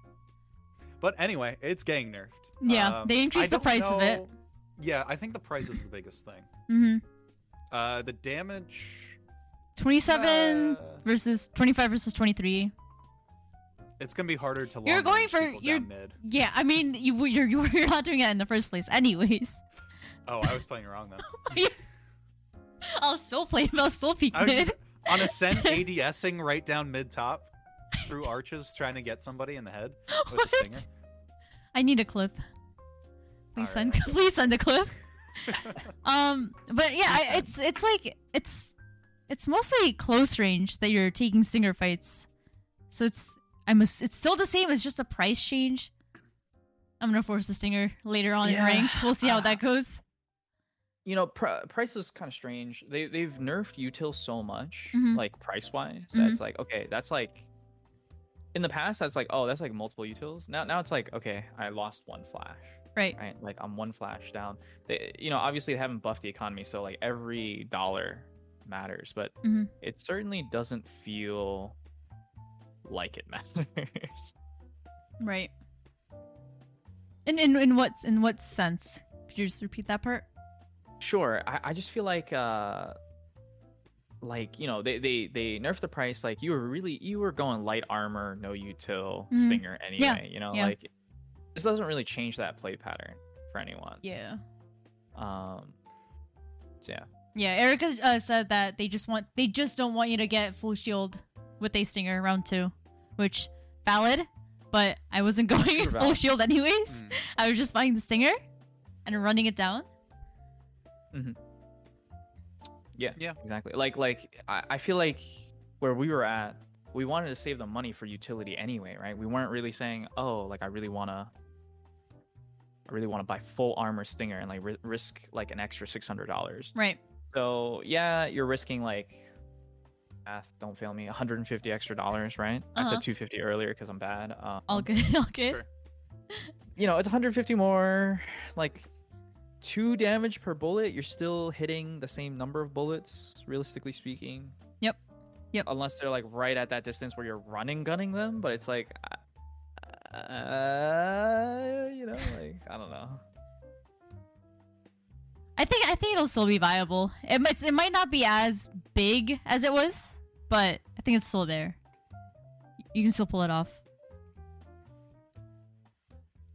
[SPEAKER 1] but anyway, it's gang nerfed. Um,
[SPEAKER 2] Yeah, they
[SPEAKER 1] I
[SPEAKER 2] increased the
[SPEAKER 1] don't
[SPEAKER 2] price of it.
[SPEAKER 1] know- Yeah, I think the price is the biggest thing.
[SPEAKER 2] Mm-hmm.
[SPEAKER 1] Uh, the damage,
[SPEAKER 2] Twenty-seven
[SPEAKER 1] Uh,
[SPEAKER 2] versus twenty-five versus twenty-three.
[SPEAKER 1] it's gonna be harder to.
[SPEAKER 2] You're
[SPEAKER 1] long
[SPEAKER 2] going
[SPEAKER 1] range
[SPEAKER 2] for-
[SPEAKER 1] people
[SPEAKER 2] you're-
[SPEAKER 1] down mid.
[SPEAKER 2] Yeah, I mean you you're you're you're not doing it in the first place, anyways.
[SPEAKER 1] Oh, I was playing wrong then.
[SPEAKER 2] I'll still play. him, I'll still be
[SPEAKER 1] I was
[SPEAKER 2] good.
[SPEAKER 1] just on ascent ADSing right down mid top through arches trying to get somebody in the head with a stinger.
[SPEAKER 2] What? I need a clip. Please
[SPEAKER 1] All right,
[SPEAKER 2] send please send the clip. um but yeah, I, it's it's like it's it's mostly close range that you're taking stinger fights. So it's I'm ass- it's still the same, it's just a price change. I'm gonna force the stinger later on in
[SPEAKER 3] Yeah.
[SPEAKER 2] ranked. We'll see how that goes.
[SPEAKER 3] You know, pr- price is kind of strange. They they've nerfed util so much,
[SPEAKER 2] Mhm.
[SPEAKER 3] like price wise.
[SPEAKER 2] Mhm.
[SPEAKER 3] That's like okay, that's like in the past that's like oh that's like multiple utils now now it's like okay i lost one flash
[SPEAKER 2] Right.
[SPEAKER 3] right like i'm one flash down they, you know obviously they haven't buffed the economy so like every dollar matters but
[SPEAKER 2] Mhm.
[SPEAKER 3] it certainly doesn't feel like it matters
[SPEAKER 2] Right. In in in what in what sense? Could you just repeat that part?
[SPEAKER 3] sure I, I just feel like uh like you know they they they nerfed the price like you were really you were going light armor no util
[SPEAKER 2] Mhm.
[SPEAKER 3] stinger anyway
[SPEAKER 2] Yeah,
[SPEAKER 3] you know
[SPEAKER 2] yeah.
[SPEAKER 3] like this doesn't really change that play pattern for anyone
[SPEAKER 2] Yeah.
[SPEAKER 3] um so yeah
[SPEAKER 2] Yeah. Erica uh, said that they just want they just don't want you to get full shield with a stinger round two, which valid. But I wasn't going
[SPEAKER 3] Super
[SPEAKER 2] full
[SPEAKER 3] valid.
[SPEAKER 2] shield anyways.
[SPEAKER 1] Mm.
[SPEAKER 2] I was just buying the stinger and running it down.
[SPEAKER 3] exactly like like I, I feel like where we were at we wanted to save the money for utility anyway right we weren't really saying oh like i really want to i really want to buy full armor stinger and like ri- risk like an extra $600
[SPEAKER 2] Right.
[SPEAKER 3] so yeah you're risking like math don't fail me 150 extra dollars right i
[SPEAKER 2] Uh-huh.
[SPEAKER 3] said 250 earlier because i'm bad um,
[SPEAKER 2] All good. All good.
[SPEAKER 1] Sure.
[SPEAKER 3] you know it's 150 more like two damage per bullet you're still hitting the same number of bullets realistically speaking
[SPEAKER 2] Yep. Yep.
[SPEAKER 3] unless they're like right at that distance where you're running gunning them but it's like uh, you know like i don't know
[SPEAKER 2] I think I think it'll still be viable. It might it might not be as big as it was, but I think it's still there. You can still pull it off.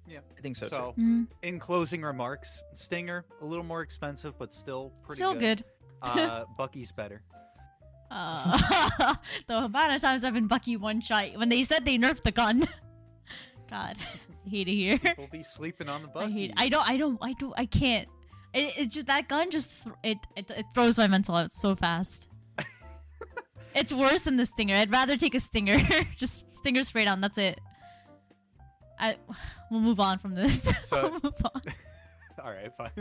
[SPEAKER 3] i think so,
[SPEAKER 1] So,
[SPEAKER 3] too.
[SPEAKER 2] Mhm.
[SPEAKER 1] in closing remarks, Stinger a little more expensive, but still pretty
[SPEAKER 2] Still good.
[SPEAKER 1] uh, Bucky's better.
[SPEAKER 2] Uh, the amount of times I've been Bucky one shot when they said they nerfed the gun. God, I hate it here.
[SPEAKER 1] People be sleeping on the
[SPEAKER 2] I
[SPEAKER 1] Bucky.
[SPEAKER 2] hate. I don't. I don't. I don't. I can't. It, it's just that gun just th- it, it it throws my mental out so fast. it's worse than the stinger. I'd rather take a stinger. just stinger straight on. That's it. I we'll move on from this.
[SPEAKER 1] So-
[SPEAKER 2] we'll move on.
[SPEAKER 1] All right, fine.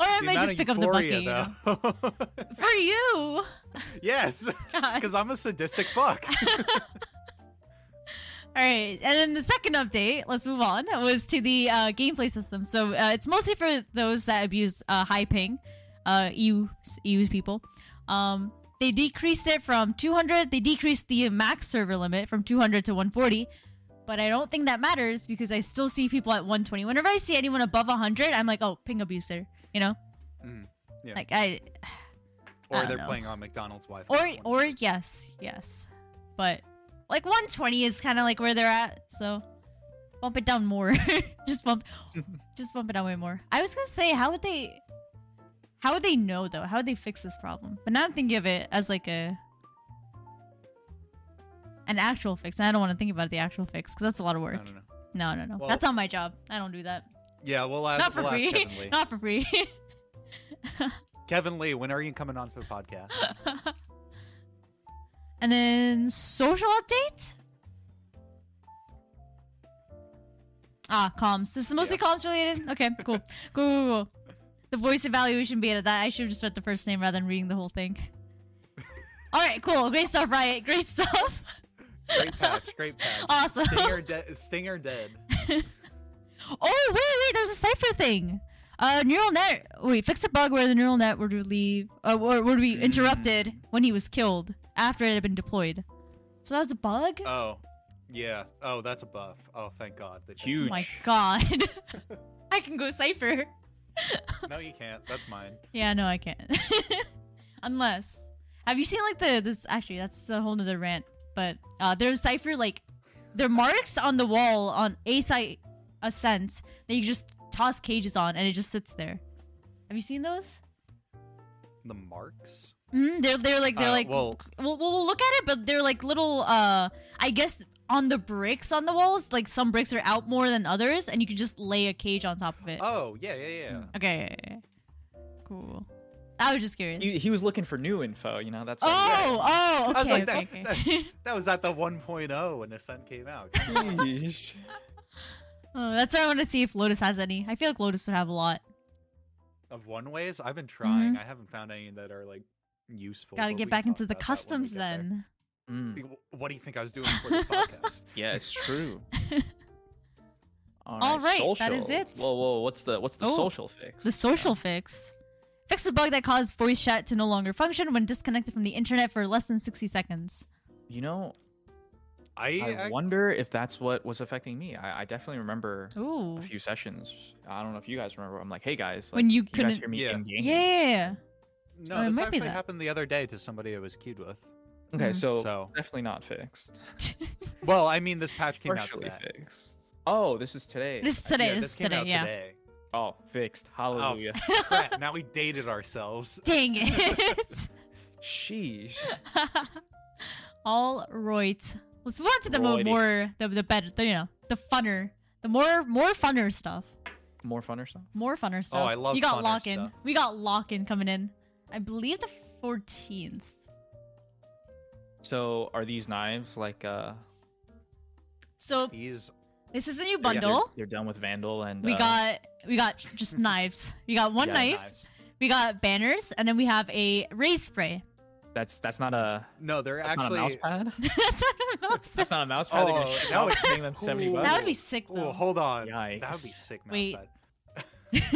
[SPEAKER 2] Or I
[SPEAKER 1] The
[SPEAKER 2] might
[SPEAKER 1] amount
[SPEAKER 2] just
[SPEAKER 1] of
[SPEAKER 2] pick up the bucky.
[SPEAKER 1] euphoria,
[SPEAKER 2] you know?
[SPEAKER 1] though.
[SPEAKER 2] For you.
[SPEAKER 1] yes,
[SPEAKER 2] God.
[SPEAKER 1] because I'm a sadistic fuck.
[SPEAKER 2] All right, and then the second update, let's move on, was to the uh, gameplay system. So uh, it's mostly for those that abuse uh, high ping, uh, EU EU people. Um, they decreased it from 200. They decreased the max server limit from 200 to 140. But I don't think that matters because I still see people at 120. Whenever I see anyone above 100, I'm like, oh, ping abuser, you know?
[SPEAKER 1] Mm, yeah.
[SPEAKER 2] Like I I
[SPEAKER 1] Or
[SPEAKER 2] don't
[SPEAKER 1] they're
[SPEAKER 2] know.
[SPEAKER 1] playing on McDonald's Wi-Fi.
[SPEAKER 2] or or yes, yes, but like 120 is kind of like where they're at. So bump it down more. just bump, just bump it down way more. I was gonna say how would they, how would they know though? How would they fix this problem? But now I'm thinking of it as like a an actual fix. And I don't want to think about the actual fix because that's a lot of
[SPEAKER 1] I
[SPEAKER 2] work.
[SPEAKER 1] don't know.
[SPEAKER 2] No, no, no.
[SPEAKER 1] Well-
[SPEAKER 2] that's not my job. I don't do that.
[SPEAKER 1] Yeah, we'll ask,
[SPEAKER 2] Not for
[SPEAKER 1] we'll ask
[SPEAKER 2] free.
[SPEAKER 1] Kevin Lee.
[SPEAKER 2] Not for free.
[SPEAKER 1] Kevin Lee, when are you coming onto the podcast?
[SPEAKER 2] and then social update. Ah, comms. This is mostly comms related. Okay, cool. cool, cool, cool. The voice evaluation beta. That I should have just read the first name rather than reading the whole thing. All right, cool. Great stuff, Riot. Great stuff.
[SPEAKER 1] Great patch, great patch.
[SPEAKER 2] Awesome.
[SPEAKER 1] Stinger, de- Stinger dead.
[SPEAKER 2] Oh wait, wait, there's a cipher thing. Uh, neural net. Wait, fix a bug where the neural net would leave, uh, or would be interrupted when he was killed after it had been deployed. So that was a bug.
[SPEAKER 1] Oh, yeah. Oh, that's a buff. Oh, thank God. they fixed it.
[SPEAKER 2] oh
[SPEAKER 3] Huge.
[SPEAKER 2] my god, I can go cipher.
[SPEAKER 1] No, you can't. That's mine.
[SPEAKER 2] Yeah, no, I can't. Unless, have you seen like the this? Actually, that's a whole nother rant. But uh, there's cipher like their marks on the wall on a site ascent that you just toss cages on and it just sits there. Have you seen those?
[SPEAKER 1] The marks.
[SPEAKER 2] Mm, they're they're like they're
[SPEAKER 1] Uh,
[SPEAKER 2] like well,
[SPEAKER 1] well-
[SPEAKER 2] we'll we'll look at it, but they're like little uh I guess on the bricks on the walls. Like some bricks are out more than others, and you can just lay a cage on top of it.
[SPEAKER 1] Oh, yeah, yeah, yeah.
[SPEAKER 2] Okay, yeah, yeah, yeah. cool. I was just curious.
[SPEAKER 3] he, he was looking for new info you know that's what
[SPEAKER 2] oh oh okay.
[SPEAKER 1] I was like, that-
[SPEAKER 2] okay,
[SPEAKER 1] that-
[SPEAKER 2] okay.
[SPEAKER 1] That was at the 1.0 when the sun came out.
[SPEAKER 3] Yeesh.
[SPEAKER 2] oh, that's why I want to see if Lotus has any. I feel like Lotus would have a lot.
[SPEAKER 1] of one ways, I've been trying. I haven't found any that are like useful.
[SPEAKER 2] Mm-hmm. Gotta
[SPEAKER 1] but we
[SPEAKER 2] get
[SPEAKER 1] can
[SPEAKER 2] back
[SPEAKER 1] talk
[SPEAKER 2] into the
[SPEAKER 1] about that when we
[SPEAKER 2] customs
[SPEAKER 1] get there.
[SPEAKER 2] then.
[SPEAKER 3] Mm.
[SPEAKER 1] What do you think I was doing for this podcast?
[SPEAKER 3] Yeah, it's true.
[SPEAKER 2] All right, that is
[SPEAKER 3] social.
[SPEAKER 2] it.
[SPEAKER 3] Whoa, whoa, what's the what's the
[SPEAKER 2] Oh,
[SPEAKER 3] social fix?
[SPEAKER 2] The social fix. Fix the bug that caused voice chat to no longer function when disconnected from the internet for less than 60 seconds.
[SPEAKER 3] You know,
[SPEAKER 1] I,
[SPEAKER 3] I
[SPEAKER 1] I
[SPEAKER 3] wonder if that's what was affecting me. I, I definitely remember
[SPEAKER 2] Ooh.
[SPEAKER 3] a few sessions. I don't know if you guys remember. I'm like, hey guys, like,
[SPEAKER 2] When you
[SPEAKER 3] can you
[SPEAKER 2] couldn't-
[SPEAKER 3] guys hear me
[SPEAKER 1] Yeah.
[SPEAKER 3] in game?
[SPEAKER 2] Yeah.
[SPEAKER 1] no,
[SPEAKER 2] Oh, it
[SPEAKER 1] this
[SPEAKER 2] might be
[SPEAKER 1] actually
[SPEAKER 2] that.
[SPEAKER 1] happened the other day to somebody I was queued with.
[SPEAKER 3] Okay,
[SPEAKER 2] Mm.
[SPEAKER 3] so,
[SPEAKER 1] So-
[SPEAKER 3] definitely not fixed.
[SPEAKER 1] Well, I mean, this patch came out
[SPEAKER 3] Partially
[SPEAKER 1] today.
[SPEAKER 3] fixed. Oh, this is today.
[SPEAKER 2] This is today.
[SPEAKER 1] Yeah,
[SPEAKER 2] this
[SPEAKER 1] this
[SPEAKER 2] is
[SPEAKER 1] came
[SPEAKER 2] today.
[SPEAKER 1] out
[SPEAKER 2] Yeah.
[SPEAKER 1] today. Oh,
[SPEAKER 3] Oh, fixed. Hallelujah.
[SPEAKER 1] Crap, now we dated ourselves.
[SPEAKER 2] Dang it.
[SPEAKER 3] Sheesh.
[SPEAKER 2] All right. Let's move on to the mo-
[SPEAKER 3] Righty.
[SPEAKER 2] more, the, the better, the, you know, the funner, the more, more funner stuff.
[SPEAKER 3] More fun or something?
[SPEAKER 2] More funner stuff.
[SPEAKER 1] Oh, I love
[SPEAKER 2] You got
[SPEAKER 1] funner
[SPEAKER 2] lock in.
[SPEAKER 1] stuff.
[SPEAKER 2] We got lock in coming in. I believe the 14th.
[SPEAKER 3] So are these knives like uh
[SPEAKER 2] So
[SPEAKER 1] These
[SPEAKER 2] this is a new
[SPEAKER 1] Yeah, yeah.
[SPEAKER 2] bundle.
[SPEAKER 3] you're done with Vandal and
[SPEAKER 2] We
[SPEAKER 3] uh,
[SPEAKER 2] got we got just knives. We got one
[SPEAKER 3] Yeah,
[SPEAKER 2] knife.
[SPEAKER 1] knives.
[SPEAKER 2] We got banners, and then we have a raise spray.
[SPEAKER 3] that's that's not a
[SPEAKER 1] No, they're
[SPEAKER 3] that's not a
[SPEAKER 1] actually.
[SPEAKER 3] mouse pad?
[SPEAKER 2] That's what I'm
[SPEAKER 3] That's
[SPEAKER 2] supposed-
[SPEAKER 3] not a mouse pad. They're
[SPEAKER 1] Oh,
[SPEAKER 3] gonna
[SPEAKER 1] that
[SPEAKER 3] shop
[SPEAKER 1] would-
[SPEAKER 3] paying them seventy
[SPEAKER 1] Ooh.
[SPEAKER 3] bucks.
[SPEAKER 2] that would be sick
[SPEAKER 1] Ooh,
[SPEAKER 2] though.
[SPEAKER 1] Oh, hold on. That would
[SPEAKER 3] Yikes.
[SPEAKER 1] be sick. Mouse
[SPEAKER 2] Wait.
[SPEAKER 1] pad.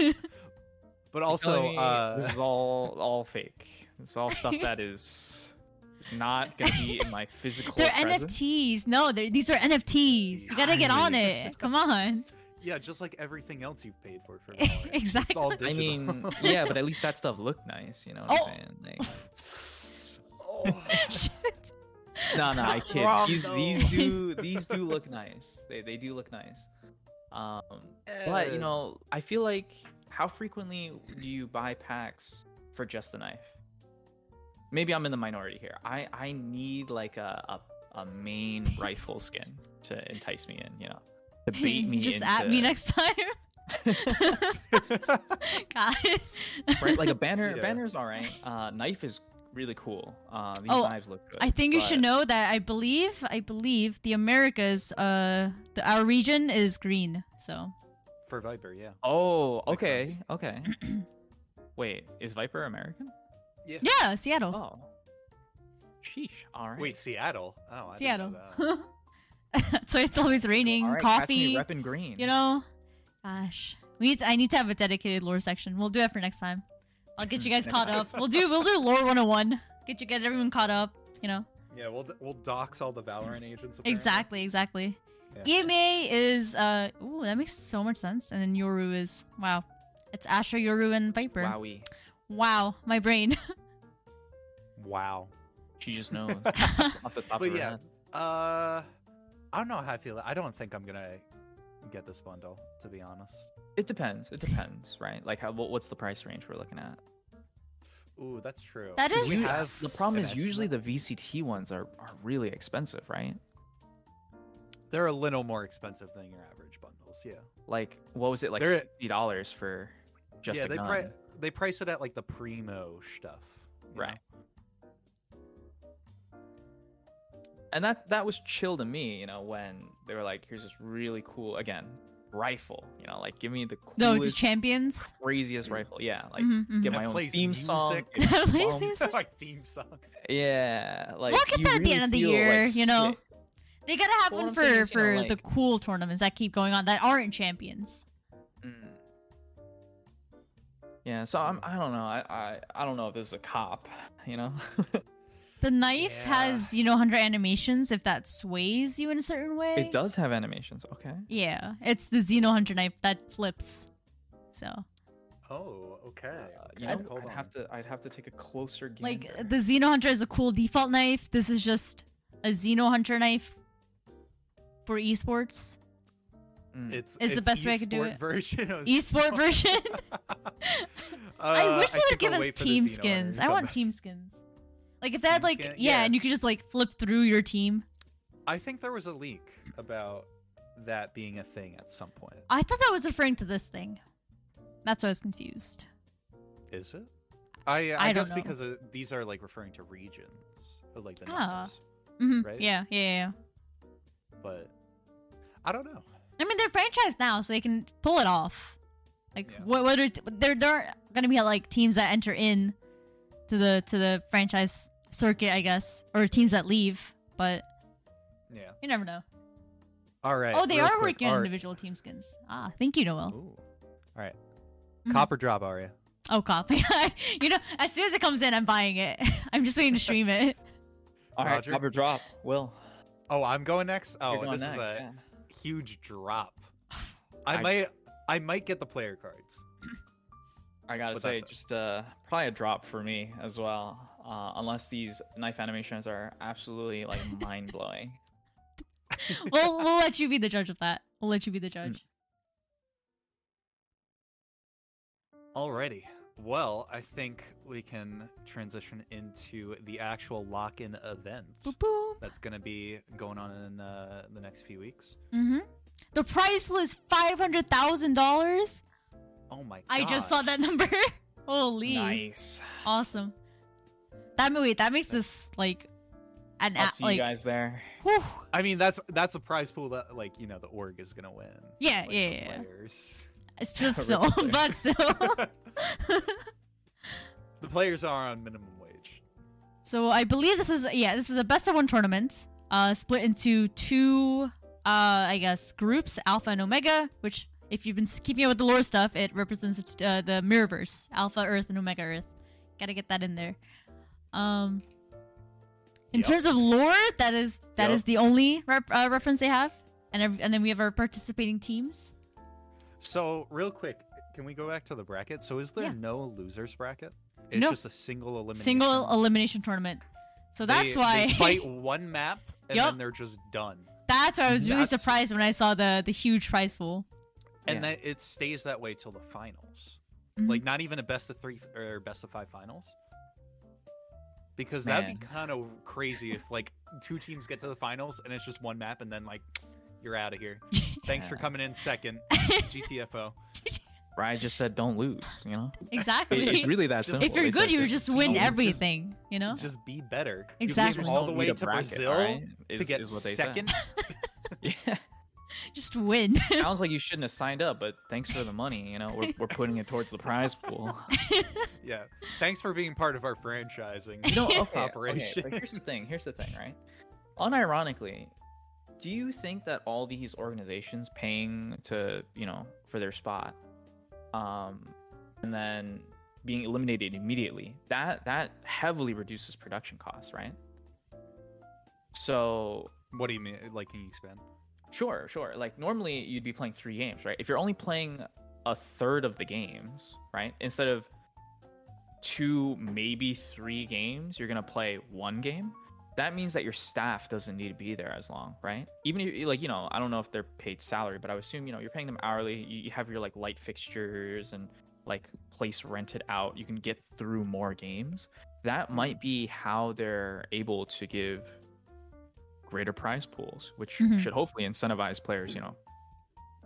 [SPEAKER 1] But also,
[SPEAKER 3] Telling me
[SPEAKER 1] uh,
[SPEAKER 3] this is all all fake. It's all stuff that is is not gonna be in my physical.
[SPEAKER 2] they're
[SPEAKER 3] presence.
[SPEAKER 2] NFTs. No, they're these are NFTs. You gotta get on it. Come on.
[SPEAKER 1] yeah, just like everything else you've paid for for now, right?
[SPEAKER 2] Exactly.
[SPEAKER 1] It's all
[SPEAKER 3] I
[SPEAKER 1] digital.
[SPEAKER 3] mean, yeah, but at least that stuff looked nice. You know what
[SPEAKER 2] Oh.
[SPEAKER 3] I'm saying? Like,
[SPEAKER 1] oh,
[SPEAKER 2] Shit.
[SPEAKER 3] no, no, I
[SPEAKER 1] not
[SPEAKER 3] kid.
[SPEAKER 1] wrong,
[SPEAKER 3] these
[SPEAKER 1] though.
[SPEAKER 3] these do these do look nice. They they do look nice. Um, but
[SPEAKER 1] eh.
[SPEAKER 2] Uh.
[SPEAKER 3] you know, I feel like how frequently do you buy packs for just the knife? Maybe I'm in the minority here. I I need like a a, a main rifle skin to entice me in. You know, to bait me
[SPEAKER 2] Just
[SPEAKER 3] into,
[SPEAKER 2] at me next time. God.
[SPEAKER 3] right? Like a banner.
[SPEAKER 1] Yeah.
[SPEAKER 3] Banner's all right. Uh, knife is really cool. Uh, these
[SPEAKER 2] Oh,
[SPEAKER 3] knives look good.
[SPEAKER 2] I think you should
[SPEAKER 3] but-
[SPEAKER 2] know that I believe I believe the Americas, uh, the, our region is green. So
[SPEAKER 1] for Viper, yeah,
[SPEAKER 3] Oh,
[SPEAKER 1] Makes
[SPEAKER 3] okay,
[SPEAKER 1] sense.
[SPEAKER 3] okay. Wait, is Viper American?
[SPEAKER 2] yeah, Seattle.
[SPEAKER 3] Oh, sheesh. All right.
[SPEAKER 1] Wait, Seattle. Oh, I
[SPEAKER 2] Seattle.
[SPEAKER 1] Didn't know that.
[SPEAKER 2] so it's always raining, coffee.
[SPEAKER 3] Repping green.
[SPEAKER 2] You know, gosh, we need. To, I need to have a dedicated lore section. We'll do it for next time. I'll get you guys caught up. We'll do. We'll do lore 101. Get you get everyone caught up. You know
[SPEAKER 1] Yeah, we'll we'll dox all the Valorant agents. apparently.
[SPEAKER 2] exactly, exactly.
[SPEAKER 1] Yeah.
[SPEAKER 2] EMA is uh. Ooh, that makes so much sense. And then Yoru is wow. It's Asher, Yoru, and Viper. Wow,
[SPEAKER 3] Wowie.
[SPEAKER 2] my brain.
[SPEAKER 1] Wow.
[SPEAKER 3] She just knows off the top
[SPEAKER 1] But
[SPEAKER 3] of her
[SPEAKER 1] yeah.
[SPEAKER 3] head.
[SPEAKER 1] Uh, I don't know how I feel. I don't think I'm gonna get this bundle, to be honest.
[SPEAKER 3] It depends. It depends, right? Like, how, what- what's the price range we're looking at?
[SPEAKER 1] Ooh, that's true.
[SPEAKER 2] That
[SPEAKER 3] 'Cause
[SPEAKER 2] is-
[SPEAKER 1] We
[SPEAKER 3] you-
[SPEAKER 1] have
[SPEAKER 3] the problem
[SPEAKER 1] an
[SPEAKER 3] is usually
[SPEAKER 1] estimate.
[SPEAKER 3] the VCT ones are, are really expensive, right?
[SPEAKER 1] they're a little more expensive than your average bundles. Yeah.
[SPEAKER 3] Like, what was it like
[SPEAKER 1] They're-
[SPEAKER 3] sixty dollars for just
[SPEAKER 1] yeah,
[SPEAKER 3] a
[SPEAKER 1] they
[SPEAKER 3] gun?
[SPEAKER 1] pri- they price it at like the primo stuff. you know?
[SPEAKER 3] Right. and that that was chill to me you know when they were like here's this really cool again rifle you know like give me the coolest
[SPEAKER 2] no, it's champions.
[SPEAKER 3] craziest rifle yeah like
[SPEAKER 2] Mhm, mhm.
[SPEAKER 3] get
[SPEAKER 1] That
[SPEAKER 3] my own
[SPEAKER 1] plays
[SPEAKER 3] theme song
[SPEAKER 1] music.
[SPEAKER 3] get
[SPEAKER 2] That plays
[SPEAKER 3] bumped.
[SPEAKER 2] music.
[SPEAKER 1] It's like theme song.
[SPEAKER 3] yeah like
[SPEAKER 2] Look at
[SPEAKER 3] you
[SPEAKER 2] that at the
[SPEAKER 3] really
[SPEAKER 2] end of the
[SPEAKER 3] feel,
[SPEAKER 2] year,
[SPEAKER 3] like,
[SPEAKER 2] you know?
[SPEAKER 3] sick.
[SPEAKER 2] mm-hmm. They gotta have
[SPEAKER 3] Well,
[SPEAKER 2] one
[SPEAKER 3] I'm
[SPEAKER 2] for
[SPEAKER 3] saying is, you
[SPEAKER 2] for
[SPEAKER 3] know,
[SPEAKER 2] the
[SPEAKER 3] like-
[SPEAKER 2] cool tournaments that keep going on that aren't champions.
[SPEAKER 3] Mm. yeah so i'm i don't know I, I i don't know if this is a cop you know
[SPEAKER 2] The knife
[SPEAKER 1] Yeah.
[SPEAKER 2] has you know 100 animations if that sways you in a certain way.
[SPEAKER 3] it does have animations okay
[SPEAKER 2] Yeah, it's the Xeno Hunter knife that flips. So
[SPEAKER 1] Oh, okay.
[SPEAKER 3] Uh,
[SPEAKER 1] okay,
[SPEAKER 3] you know,
[SPEAKER 1] hold
[SPEAKER 3] I'd
[SPEAKER 1] on.
[SPEAKER 3] have to I'd have to take a closer gander. Mm.
[SPEAKER 2] like the Xeno Hunter is a cool default knife. This is just a Xeno Hunter knife for esports.
[SPEAKER 3] Mm.
[SPEAKER 1] It's
[SPEAKER 2] is the
[SPEAKER 1] it's
[SPEAKER 2] best way I could do
[SPEAKER 1] esport
[SPEAKER 2] it.
[SPEAKER 1] Version Uh, of Uh,
[SPEAKER 2] Esport version. I wish they would give us team skins. I want
[SPEAKER 1] team.
[SPEAKER 2] team skins. Like if they had
[SPEAKER 1] Team
[SPEAKER 2] like
[SPEAKER 1] skin-
[SPEAKER 2] yeah,
[SPEAKER 1] yeah.
[SPEAKER 2] and you could just like flip through your team.
[SPEAKER 1] I think there was a leak about that being a thing at some point.
[SPEAKER 2] I thought that was referring to this thing. That's why I was confused.
[SPEAKER 1] Is it? I
[SPEAKER 2] I
[SPEAKER 1] I,
[SPEAKER 2] don't
[SPEAKER 1] guess
[SPEAKER 2] know.
[SPEAKER 1] because uh these are like referring to regions, or, like the
[SPEAKER 2] Ah.
[SPEAKER 1] numbers,
[SPEAKER 2] Mhm.
[SPEAKER 1] Right?
[SPEAKER 2] Yeah, yeah, yeah.
[SPEAKER 1] but I don't know.
[SPEAKER 2] I mean, they're franchised now, so they can pull it off. Like,
[SPEAKER 1] Yeah.
[SPEAKER 2] what? What are th- there? There aren't going to be like teams that enter in to the to the franchise circuit, I guess, or teams that leave. but
[SPEAKER 1] Yeah.
[SPEAKER 2] you never know.
[SPEAKER 1] All right.
[SPEAKER 2] oh, they
[SPEAKER 1] real
[SPEAKER 2] are
[SPEAKER 1] quick,
[SPEAKER 2] working on
[SPEAKER 1] art.
[SPEAKER 2] individual team skins. Ah, thank you, Noel.
[SPEAKER 3] Ooh.
[SPEAKER 2] Mhm.
[SPEAKER 1] Copper drop, Aria.
[SPEAKER 2] Oh, copy. you know, as soon as it comes in, I'm buying it. I'm just waiting to stream it.
[SPEAKER 3] All right,
[SPEAKER 1] Roger.
[SPEAKER 3] Robert, drop. Will.
[SPEAKER 1] Oh, I'm going next. Oh,
[SPEAKER 3] you're going
[SPEAKER 1] this
[SPEAKER 3] next,
[SPEAKER 1] is a
[SPEAKER 3] yeah.
[SPEAKER 1] huge drop. I,
[SPEAKER 3] I-
[SPEAKER 1] might, I might get the player cards.
[SPEAKER 3] I gotta
[SPEAKER 1] But
[SPEAKER 3] say,
[SPEAKER 1] that's it.
[SPEAKER 3] just uh, probably a drop for me as well. Uh, unless these knife animations are absolutely like mind blowing.
[SPEAKER 2] we'll we'll let you be the judge of that. We'll let you be the judge.
[SPEAKER 1] Alrighty. Well, I think we can transition into the actual lock-in event
[SPEAKER 3] Mm.
[SPEAKER 2] Boop boop.
[SPEAKER 1] that's going to be going on in uh, the next few weeks.
[SPEAKER 2] Mm-hmm. The prize pool is five hundred thousand dollars.
[SPEAKER 1] Oh my!
[SPEAKER 2] I just saw
[SPEAKER 1] gosh.
[SPEAKER 2] that number. Holy,
[SPEAKER 3] Nice.
[SPEAKER 2] awesome! That wait, that makes this like an
[SPEAKER 3] I'll
[SPEAKER 2] app.
[SPEAKER 3] see
[SPEAKER 2] Like,
[SPEAKER 3] you guys there.
[SPEAKER 2] whew.
[SPEAKER 1] I mean, that's that's a prize pool that like you know the org is gonna win.
[SPEAKER 2] Yeah,
[SPEAKER 1] Like,
[SPEAKER 2] yeah,
[SPEAKER 1] the
[SPEAKER 2] yeah, yeah.
[SPEAKER 1] Players.
[SPEAKER 2] It's- but still,
[SPEAKER 3] Respect.
[SPEAKER 2] but still.
[SPEAKER 1] the players are on minimum wage.
[SPEAKER 2] So I believe this is yeah, this is a best of one tournament, uh, split into two, uh, I guess groups, Alpha and Omega. Which, if you've been s- keeping up with the lore stuff, it represents uh, the Mirrorverse, Alpha Earth and Omega Earth. Gotta get that in there. Um, in
[SPEAKER 1] Yep.
[SPEAKER 2] terms of lore, that is that
[SPEAKER 1] Yep.
[SPEAKER 2] is the only rep- uh, reference they have, and ev- and then we have our participating teams.
[SPEAKER 1] So real quick, can we go back to the bracket? So is there
[SPEAKER 2] Yeah.
[SPEAKER 1] no losers bracket? It's
[SPEAKER 2] No.
[SPEAKER 1] just a single elimination.
[SPEAKER 2] Single elimination tournament. So that's
[SPEAKER 1] They-
[SPEAKER 2] why
[SPEAKER 1] they fight one map and
[SPEAKER 2] Yup.
[SPEAKER 1] then they're just done.
[SPEAKER 2] that's why I was really
[SPEAKER 1] That's-
[SPEAKER 2] surprised when I saw the the huge prize pool.
[SPEAKER 1] and
[SPEAKER 3] Yeah. Mm-hmm.
[SPEAKER 1] that it stays that way till the finals.
[SPEAKER 2] Mhm.
[SPEAKER 1] Like not even a best of three or best of five finals. Because that'd be kind of crazy if like two teams get to the finals and it's just one map and then like you're out of here. Thanks for
[SPEAKER 3] Yeah.
[SPEAKER 1] coming in second. GTFO.
[SPEAKER 3] Brian just said, don't lose. You know,
[SPEAKER 2] Exactly.
[SPEAKER 3] It- it's really that
[SPEAKER 1] Just-
[SPEAKER 3] simple.
[SPEAKER 2] if you're
[SPEAKER 3] It's
[SPEAKER 2] good,
[SPEAKER 3] like
[SPEAKER 2] you
[SPEAKER 3] there's
[SPEAKER 2] just win
[SPEAKER 1] no-
[SPEAKER 2] everything, you know?
[SPEAKER 1] Just be better.
[SPEAKER 2] Exactly.
[SPEAKER 1] You
[SPEAKER 3] losers
[SPEAKER 1] came all the
[SPEAKER 3] don't
[SPEAKER 1] way
[SPEAKER 3] need a
[SPEAKER 1] to
[SPEAKER 3] bracket,
[SPEAKER 1] Brazil
[SPEAKER 3] alright? Is-
[SPEAKER 1] to get
[SPEAKER 3] is what they said.
[SPEAKER 1] second.
[SPEAKER 3] Yeah.
[SPEAKER 2] Just win.
[SPEAKER 3] Sounds like you shouldn't have signed up, but thanks for the money. You know, we're, we're putting it towards the prize pool.
[SPEAKER 1] yeah. Thanks for being part of our franchising.
[SPEAKER 3] You know, okay, okay,
[SPEAKER 1] Operation.
[SPEAKER 3] but here's the thing. Here's the thing, right? Unironically, do you think that all these organizations paying to, you know, for their spot, um, and then being eliminated immediately, that that heavily reduces production costs, right? So
[SPEAKER 1] What do you mean? Like, can you expand?
[SPEAKER 3] Sure, sure. Like normally you'd be playing three games, right? If you're only playing a third of the games, right? Instead of two, maybe three games, you're gonna play one game. That means that your staff doesn't need to be there as long, right? Even if, like you know, I don't know if they're paid salary, but I would assume you know you're paying them hourly. You you have your like light fixtures and like place rented out. You can get through more games. That might be how they're able to give greater prize pools, which
[SPEAKER 2] Mhm.
[SPEAKER 3] should hopefully incentivize players, you know,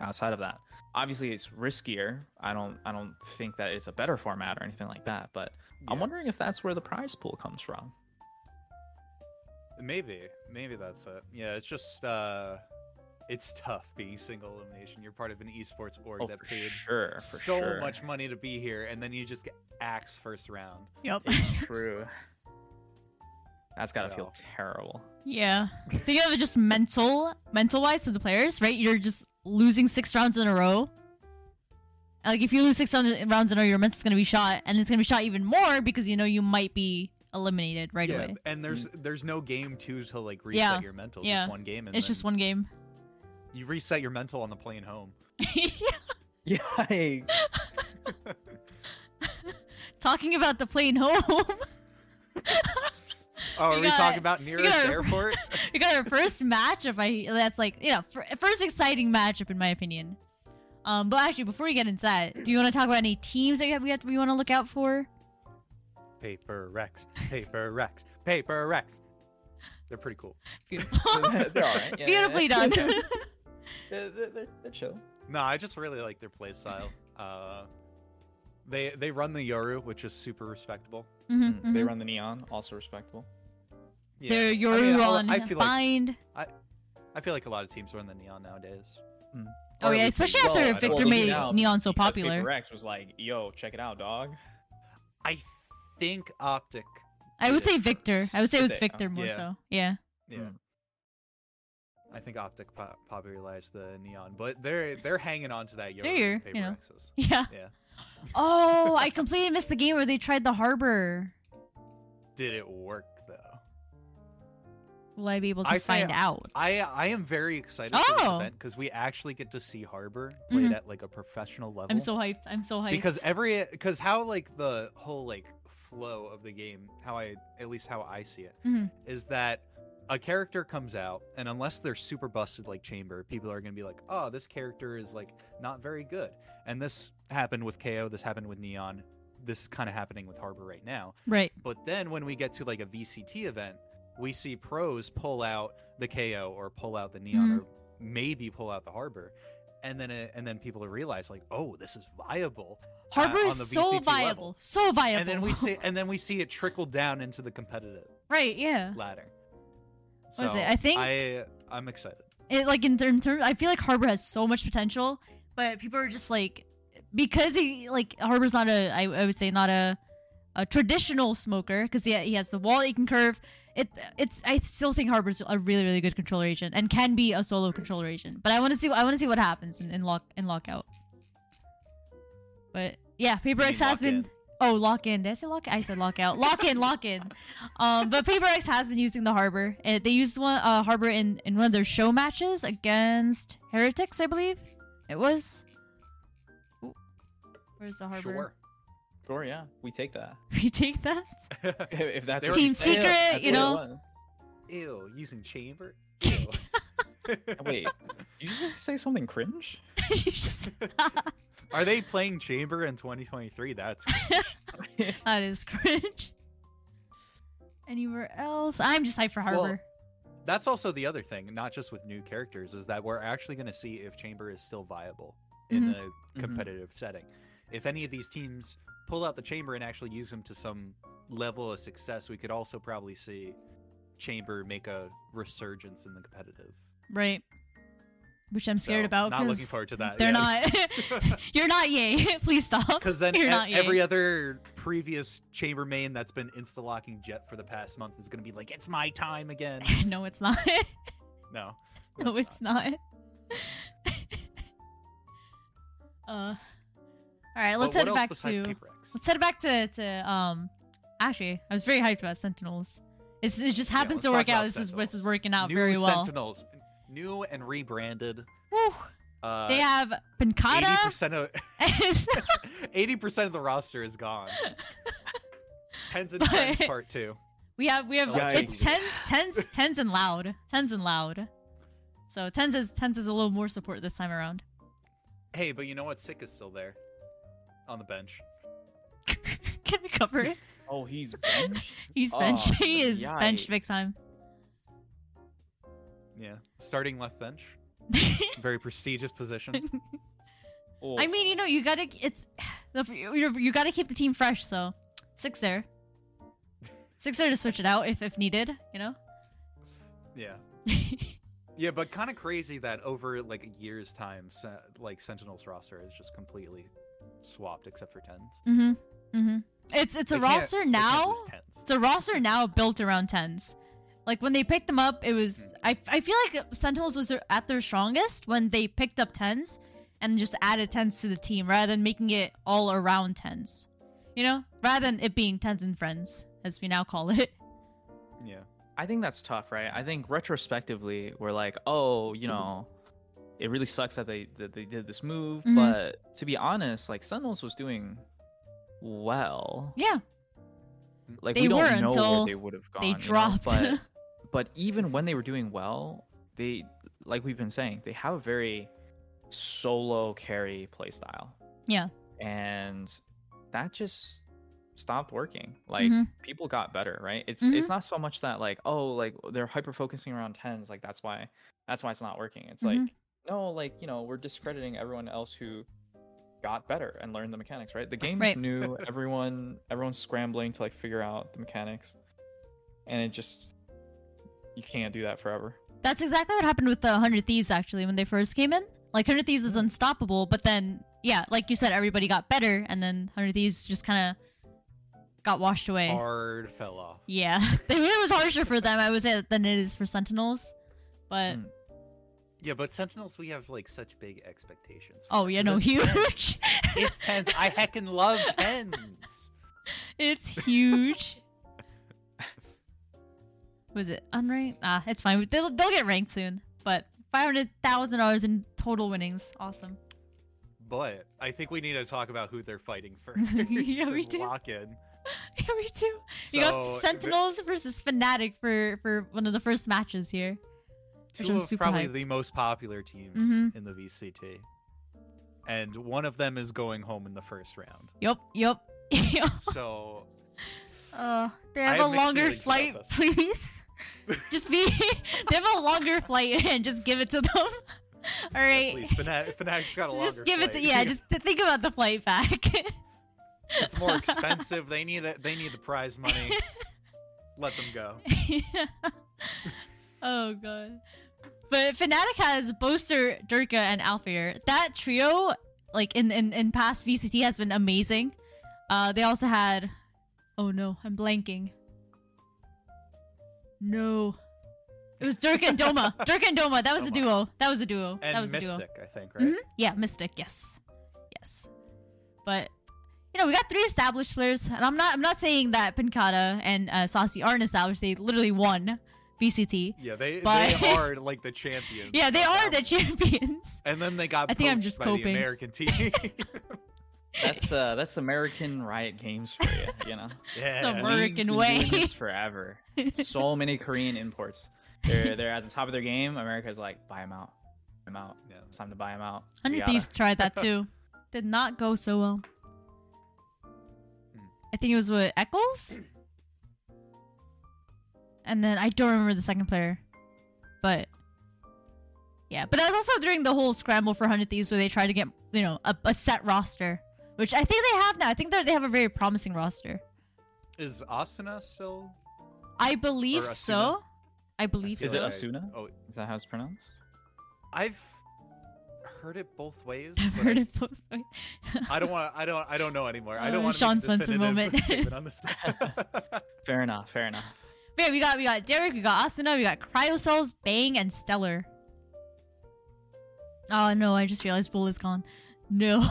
[SPEAKER 3] outside of that. Obviously it's riskier. I don't I don't think that it's a better format or anything like that, but I'm
[SPEAKER 1] Yeah.
[SPEAKER 3] wondering if that's where the prize pool comes from.
[SPEAKER 1] Maybe, maybe that's it. Yeah, it's just uh, it's tough being single elimination. You're part of an esports org
[SPEAKER 3] Oh,
[SPEAKER 1] that
[SPEAKER 3] for
[SPEAKER 1] paid
[SPEAKER 3] sure. For
[SPEAKER 1] so
[SPEAKER 3] sure.
[SPEAKER 1] much money to be here, and then you just get axed first round.
[SPEAKER 2] yep.
[SPEAKER 3] It's true. That's gotta
[SPEAKER 1] So-
[SPEAKER 3] feel terrible.
[SPEAKER 2] Yeah. Think of it just mental mental wise for the players, right? You're just losing six rounds in a row. Like if you lose six round- rounds in a row, your mental's gonna be shot, and it's gonna be shot even more because you know you might be eliminated right
[SPEAKER 1] yeah,
[SPEAKER 2] away.
[SPEAKER 1] and there's
[SPEAKER 3] Mm-hmm.
[SPEAKER 1] there's no game two to like reset
[SPEAKER 2] Yeah,
[SPEAKER 1] your mental.
[SPEAKER 2] yeah.
[SPEAKER 1] Just one game, and
[SPEAKER 2] It's just
[SPEAKER 1] then
[SPEAKER 2] one game.
[SPEAKER 1] You reset your mental on the plane home.
[SPEAKER 3] Yikes.
[SPEAKER 2] Talking about the plane home.
[SPEAKER 1] Oh,
[SPEAKER 2] You
[SPEAKER 1] are we
[SPEAKER 2] got-
[SPEAKER 1] talking about nearest
[SPEAKER 2] gotta-
[SPEAKER 1] airport?
[SPEAKER 2] we got our first matchup. I that's like you know fir- first exciting matchup in my opinion. Um, but actually, before we get into that, do you want to talk about any teams that we have we, have, we want to look out for?
[SPEAKER 1] paper Rex, paper Rex, paper Rex. They're pretty cool.
[SPEAKER 2] Beautiful,
[SPEAKER 3] they're all right. Yeah,
[SPEAKER 2] beautifully
[SPEAKER 3] yeah.
[SPEAKER 2] done.
[SPEAKER 1] Mm-hmm,
[SPEAKER 3] they're, they're, they're- they're chill.
[SPEAKER 1] No, I just really like their playstyle. Uh, they they run the Yoru, which is super respectable.
[SPEAKER 2] Mhm,
[SPEAKER 3] Mm, They
[SPEAKER 2] mhm.
[SPEAKER 3] run the neon, also respectable.
[SPEAKER 1] Yeah.
[SPEAKER 2] They're
[SPEAKER 1] I
[SPEAKER 2] your
[SPEAKER 1] mean, I-
[SPEAKER 2] on
[SPEAKER 1] I feel like
[SPEAKER 2] bind.
[SPEAKER 1] I feel like a lot of teams run the neon nowadays.
[SPEAKER 2] oh
[SPEAKER 3] Or at
[SPEAKER 2] yeah,
[SPEAKER 3] least they
[SPEAKER 2] especially
[SPEAKER 1] well, I
[SPEAKER 2] after
[SPEAKER 1] don't
[SPEAKER 2] Victor
[SPEAKER 1] know.
[SPEAKER 2] made
[SPEAKER 1] Yeah,
[SPEAKER 2] neon so
[SPEAKER 3] because
[SPEAKER 2] popular.
[SPEAKER 3] Paper X was like, "Yo, check it out, dog."
[SPEAKER 1] I think Optic.
[SPEAKER 2] I would
[SPEAKER 1] did it
[SPEAKER 2] say Victor. I would say it
[SPEAKER 3] Did
[SPEAKER 2] was
[SPEAKER 3] they? Oh,
[SPEAKER 2] Victor more
[SPEAKER 1] um, yeah.
[SPEAKER 2] so. Yeah.
[SPEAKER 1] Yeah.
[SPEAKER 3] Mm.
[SPEAKER 1] I think Optic po- popularized the neon, but they're they're hanging on to that Yoru
[SPEAKER 2] here,
[SPEAKER 1] paper
[SPEAKER 2] you know.
[SPEAKER 1] axis.
[SPEAKER 2] Yeah.
[SPEAKER 1] Yeah.
[SPEAKER 2] Oh, I completely missed the game where they tried the harbor.
[SPEAKER 1] Did it work though?
[SPEAKER 2] Will I be able to
[SPEAKER 1] I
[SPEAKER 2] find
[SPEAKER 1] found-
[SPEAKER 2] out?
[SPEAKER 1] I I am very excited for this
[SPEAKER 2] Oh.
[SPEAKER 1] event because we actually get to see Harbor played
[SPEAKER 2] Mhm.
[SPEAKER 1] at like a professional level.
[SPEAKER 2] I'm so hyped. I'm so hyped.
[SPEAKER 1] because every because how like the whole like flow of the game how i at least how i see it is
[SPEAKER 2] Mhm.
[SPEAKER 1] that a character comes out and unless they're super busted like chamber people are going to be like oh this character is like not very good and this happened with ko this happened with neon this is kind of happening with harbor right now
[SPEAKER 2] right.
[SPEAKER 1] but then when we get to like a VCT event, we see pros pull out the KO or pull out the neon
[SPEAKER 2] Mhm.
[SPEAKER 1] or maybe pull out the harbor. And then it, and then people realize like, oh, this is viable. uh,
[SPEAKER 2] Harbor
[SPEAKER 1] on
[SPEAKER 2] is
[SPEAKER 1] the
[SPEAKER 2] so
[SPEAKER 1] VCT
[SPEAKER 2] viable.
[SPEAKER 1] level.
[SPEAKER 2] So viable.
[SPEAKER 1] And then we see and then we see it trickle down into the competitive
[SPEAKER 2] right, yeah.
[SPEAKER 1] ladder. So
[SPEAKER 2] What is it? I think-
[SPEAKER 1] I I'm excited.
[SPEAKER 2] it like in terms term, I feel like Harbor has so much potential, but people are just like because he like Harbor's not a I, I would say not a a traditional smoker because he, he has the wall he can curve. It it's I still think Harbor's a really really good controller agent and can be a solo controller agent. But I want to see I want to see what happens in, in lock in lockout. But yeah, Paper
[SPEAKER 1] You
[SPEAKER 2] X
[SPEAKER 1] mean
[SPEAKER 2] has been.
[SPEAKER 1] lock-in.
[SPEAKER 2] Oh, lock in. Did I say lock? I said lock out. Lock in, lock in. Um, but Paper X has been using the harbor. Uh, they used one uh, harbor in in one of their show matches against Heretics, I believe it was. Ooh. Where's the harbor?
[SPEAKER 1] Sure.
[SPEAKER 3] Sure, yeah, we take that.
[SPEAKER 2] We take that.
[SPEAKER 3] If, if that's
[SPEAKER 1] They
[SPEAKER 3] what
[SPEAKER 1] were-
[SPEAKER 2] Team
[SPEAKER 1] yeah,
[SPEAKER 2] Secret,
[SPEAKER 3] that's
[SPEAKER 2] you
[SPEAKER 3] what it
[SPEAKER 2] know.
[SPEAKER 3] was.
[SPEAKER 1] Ew, using chamber? Ew.
[SPEAKER 3] Wait, you just say something cringe?
[SPEAKER 2] You just-
[SPEAKER 1] Are they playing chamber in 2023? That's
[SPEAKER 2] that is cringe. Anywhere else? I'm just hyped for harbor.
[SPEAKER 1] Well, That's also the other thing, not just with new characters, is that we're actually going to see if Chamber is still viable
[SPEAKER 2] Mm-hmm.
[SPEAKER 1] in a competitive setting. If any of these teams pull out the Chamber and actually use him to some level of success, we could also probably see Chamber make a resurgence in the competitive.
[SPEAKER 2] Right. Which I'm scared
[SPEAKER 1] So,
[SPEAKER 2] about.
[SPEAKER 1] Not looking
[SPEAKER 2] 'cause
[SPEAKER 1] forward to that.
[SPEAKER 2] They're not. You're not yay. Please stop.
[SPEAKER 1] Because then
[SPEAKER 2] You're
[SPEAKER 1] e-
[SPEAKER 2] not yay.
[SPEAKER 1] every other previous Chamber main that's been insta locking Jet for the past month is going to be like, it's my time again.
[SPEAKER 2] no, it's not.
[SPEAKER 1] No.
[SPEAKER 2] no,
[SPEAKER 1] that's
[SPEAKER 2] it's not. uh, all right. Let's
[SPEAKER 1] But
[SPEAKER 2] head
[SPEAKER 1] what else
[SPEAKER 2] back
[SPEAKER 1] besides
[SPEAKER 2] to.
[SPEAKER 1] Paper X?
[SPEAKER 2] Let's head back to to um. Actually, I was very hyped about Sentinels. It's, it just happens
[SPEAKER 1] let's
[SPEAKER 2] to
[SPEAKER 1] talk
[SPEAKER 2] work
[SPEAKER 1] about
[SPEAKER 2] out. This is this
[SPEAKER 1] Sentinels.
[SPEAKER 2] is working out
[SPEAKER 1] new
[SPEAKER 2] very well.
[SPEAKER 1] Sentinels, new and rebranded.
[SPEAKER 2] Whew.
[SPEAKER 1] Uh,
[SPEAKER 2] they have
[SPEAKER 1] eighty
[SPEAKER 2] Pancata.
[SPEAKER 1] percent of eighty percent of the roster is gone. Tens and
[SPEAKER 2] But-
[SPEAKER 1] Friends Part Two.
[SPEAKER 2] We have we have
[SPEAKER 1] Yikes.
[SPEAKER 2] it's tens tens tens and loud tens and loud. So tens is tens is a little more support this time around.
[SPEAKER 1] Hey, but you know what? Sick is still there on the bench.
[SPEAKER 2] Can we cover it?
[SPEAKER 3] Oh, he's benched.
[SPEAKER 2] He's
[SPEAKER 3] Oh,
[SPEAKER 2] benched. he is benched
[SPEAKER 3] yikes.
[SPEAKER 2] big time.
[SPEAKER 1] Yeah, starting left bench, very prestigious position.
[SPEAKER 3] Oh,
[SPEAKER 2] I mean, you know, you gotta it's the- you you gotta keep the team fresh. So six there, six there to switch it out if if needed. You know. Mm-hmm,
[SPEAKER 1] Yeah, yeah, but kind of crazy that over like a year's time, Sen- like Sentinels roster is just completely swapped except for tens.
[SPEAKER 2] mm-hmm. Mm-hmm. It's it's a
[SPEAKER 1] They can't- they
[SPEAKER 2] roster
[SPEAKER 1] can't
[SPEAKER 2] now.
[SPEAKER 1] lose Tens.
[SPEAKER 2] It's a roster now built around tens. Like when they picked them up, it was I, I feel like Sentinels was at their strongest when they picked up tens and just added tens to the team rather than making it all around tens. You know, rather than it being tens and friends as we now call it.
[SPEAKER 1] Yeah,
[SPEAKER 3] I think that's tough, right? I think retrospectively, we're like, oh, you know, it really sucks that they that they did this move.
[SPEAKER 2] Mhm.
[SPEAKER 3] But to be honest, like Sentinels was doing well.
[SPEAKER 2] Yeah,
[SPEAKER 3] Mm-hmm. Like
[SPEAKER 2] They
[SPEAKER 3] we don't
[SPEAKER 2] were
[SPEAKER 3] know
[SPEAKER 2] until
[SPEAKER 3] where they would have gone.
[SPEAKER 2] they
[SPEAKER 3] you know,
[SPEAKER 2] dropped.
[SPEAKER 3] but but even when they were doing well, they like we've been saying, they have a very solo carry playstyle.
[SPEAKER 2] Yeah.
[SPEAKER 3] And that just stopped working. Like
[SPEAKER 2] Mhm.
[SPEAKER 3] people got better, right? It's
[SPEAKER 2] Mm-hmm.
[SPEAKER 3] it's not so much that like, oh, like they're hyper focusing around tens, like that's why that's why it's not working. It's
[SPEAKER 2] Mhm.
[SPEAKER 3] like, no, like, you know, we're discrediting everyone else who got better and learned the mechanics, right? The game's
[SPEAKER 2] Right.
[SPEAKER 3] new, everyone everyone's scrambling to like figure out the mechanics. And it just you can't do that forever.
[SPEAKER 2] That's exactly what happened with the 100 Thieves, actually, when they first came in. Like, 100 Thieves was unstoppable, but then, yeah, like you said, everybody got better, and then 100 Thieves just kind of got washed away.
[SPEAKER 1] hard fell off.
[SPEAKER 2] Yeah. it was harsher for them, I would say, than it is for Sentinels. But
[SPEAKER 3] Mm.
[SPEAKER 1] Yeah, but Sentinels, we have like such big expectations. for
[SPEAKER 2] Oh
[SPEAKER 1] it,
[SPEAKER 2] yeah,
[SPEAKER 1] 'cause
[SPEAKER 2] no,
[SPEAKER 1] it's tens.
[SPEAKER 2] huge.
[SPEAKER 1] It's tens. I heckin' love tens.
[SPEAKER 2] it's huge. Was it unranked? Ah, it's fine. They'll, they'll get ranked soon. But five hundred thousand dollars in total winnings. Awesome.
[SPEAKER 1] But I think we need to talk about who they're fighting first.
[SPEAKER 2] Yeah, we
[SPEAKER 1] and
[SPEAKER 2] do.
[SPEAKER 1] Lock in.
[SPEAKER 2] Yeah, me too. you got
[SPEAKER 1] So,
[SPEAKER 2] Sentinels versus Fnatic for for one of the first matches here.
[SPEAKER 1] the,
[SPEAKER 2] which
[SPEAKER 1] two
[SPEAKER 2] I'm
[SPEAKER 1] of
[SPEAKER 2] super
[SPEAKER 1] probably
[SPEAKER 2] hyped.
[SPEAKER 1] the most popular teams
[SPEAKER 2] Mhm.
[SPEAKER 1] in the VCT, and one of them is going home in the first round.
[SPEAKER 2] Yup, yup. yup.
[SPEAKER 1] So
[SPEAKER 2] Uh, they
[SPEAKER 1] I
[SPEAKER 2] have,
[SPEAKER 1] have
[SPEAKER 2] a
[SPEAKER 1] mixed
[SPEAKER 2] longer
[SPEAKER 1] feelings about
[SPEAKER 2] flight,
[SPEAKER 1] this.
[SPEAKER 2] please. just be. they have a longer flight and just give it to them. All
[SPEAKER 1] yeah,
[SPEAKER 2] right.
[SPEAKER 1] please, Fnatic, Fnatic's got a longer.
[SPEAKER 2] just give it to
[SPEAKER 1] flight.
[SPEAKER 2] yeah. Just th- think about the flight back.
[SPEAKER 1] it's more expensive. They need that. They need the prize money. Let them go.
[SPEAKER 2] oh god. But Fnatic has Boaster, Durka, and Alfier. That trio, like in, in in past VCT, has been amazing. Uh, they also had. Oh no, I'm blanking. No, it was Durka and Doma. Durka and Doma. That was a
[SPEAKER 1] Doma.
[SPEAKER 2] duo. That was a duo.
[SPEAKER 1] And
[SPEAKER 2] that was a duo.
[SPEAKER 1] Mystic, I think, right?
[SPEAKER 2] Mhm. Yeah, Mystic. Yes, yes. But you know, we got three established players, and I'm not. I'm not saying that Pincata and uh, Saucy aren't established. They literally won VCT.
[SPEAKER 1] Yeah, they
[SPEAKER 2] But-
[SPEAKER 1] they are like the champions.
[SPEAKER 2] Yeah, they
[SPEAKER 1] of
[SPEAKER 2] are the
[SPEAKER 1] that.
[SPEAKER 2] champions.
[SPEAKER 1] And then they got.
[SPEAKER 2] I think I'm
[SPEAKER 1] poached
[SPEAKER 2] just
[SPEAKER 1] by The
[SPEAKER 2] coping.
[SPEAKER 1] American team.
[SPEAKER 3] That's uh, that's American Riot Games for you. You know,
[SPEAKER 1] yeah.
[SPEAKER 2] worst. American
[SPEAKER 3] League's been
[SPEAKER 2] way.
[SPEAKER 3] doing this forever. So many Korean imports. They're they're at the top of their game. America's like, buy them out. Buy 'em out.
[SPEAKER 1] Yeah.
[SPEAKER 3] It's time to buy them out. We
[SPEAKER 2] Hundred
[SPEAKER 3] gotta-
[SPEAKER 2] Thieves tried that too. Did not go so well.
[SPEAKER 1] Hmm.
[SPEAKER 2] I think it was with Eccles, and then I don't remember the second player, but yeah. But that was also during the whole scramble for Hundred Thieves, where they tried to get you know a, a set roster, which I think they have now. I think that they have a very promising roster.
[SPEAKER 1] Is Asuna still?
[SPEAKER 2] I believe
[SPEAKER 1] Or Asuna?
[SPEAKER 2] so. I believe
[SPEAKER 3] Is it
[SPEAKER 2] so.
[SPEAKER 1] I-
[SPEAKER 3] Asuna?
[SPEAKER 1] Oh,
[SPEAKER 3] Is that how it's pronounced?
[SPEAKER 1] I've heard it both ways.
[SPEAKER 2] I've
[SPEAKER 1] but
[SPEAKER 2] heard
[SPEAKER 1] I-
[SPEAKER 2] it both ways.
[SPEAKER 1] I don't want. I don't. I don't know anymore. I
[SPEAKER 2] Uh,
[SPEAKER 1] don't want
[SPEAKER 2] Sean
[SPEAKER 1] to make a
[SPEAKER 2] Spencer
[SPEAKER 1] definitive
[SPEAKER 2] moment.
[SPEAKER 1] statement on this.
[SPEAKER 3] Fair enough. Fair enough.
[SPEAKER 2] But yeah, we got we got Derek, we got Asuna, we got Cryocells, Bang, and Stellar. Oh no, I just realized Bull is gone. No.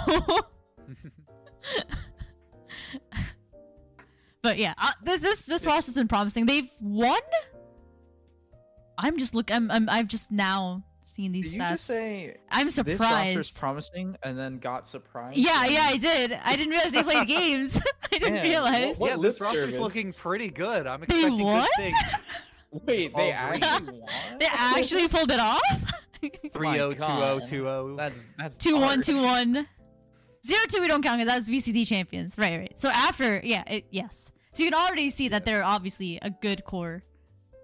[SPEAKER 2] but yeah, uh, this this this roster's been promising. They've won. I'm just look. I'm, I'm I've just now seen these
[SPEAKER 3] Did you
[SPEAKER 2] stats.
[SPEAKER 3] just say
[SPEAKER 2] I'm
[SPEAKER 3] this roster's
[SPEAKER 2] surprised.
[SPEAKER 3] promising and then got surprised?
[SPEAKER 2] yeah,
[SPEAKER 3] I
[SPEAKER 2] yeah, I
[SPEAKER 3] mean,
[SPEAKER 2] did. I didn't realize they played games. I didn't
[SPEAKER 3] Man,
[SPEAKER 2] realize.
[SPEAKER 3] What
[SPEAKER 1] yeah,
[SPEAKER 3] lip
[SPEAKER 1] this roster's
[SPEAKER 3] service?
[SPEAKER 1] looking pretty good. I'm expecting
[SPEAKER 2] won?
[SPEAKER 1] good things.
[SPEAKER 3] Wait, they
[SPEAKER 1] Oh, great.
[SPEAKER 3] actually won?
[SPEAKER 2] They actually pulled it off.
[SPEAKER 1] Three zero two zero two oh. zero.
[SPEAKER 3] That's that's
[SPEAKER 2] Two one
[SPEAKER 3] dark.
[SPEAKER 2] two one. Zero two we don't count because that was VCT champions. Right, right. So after yeah, it, yes. So you can already see that they're obviously a good core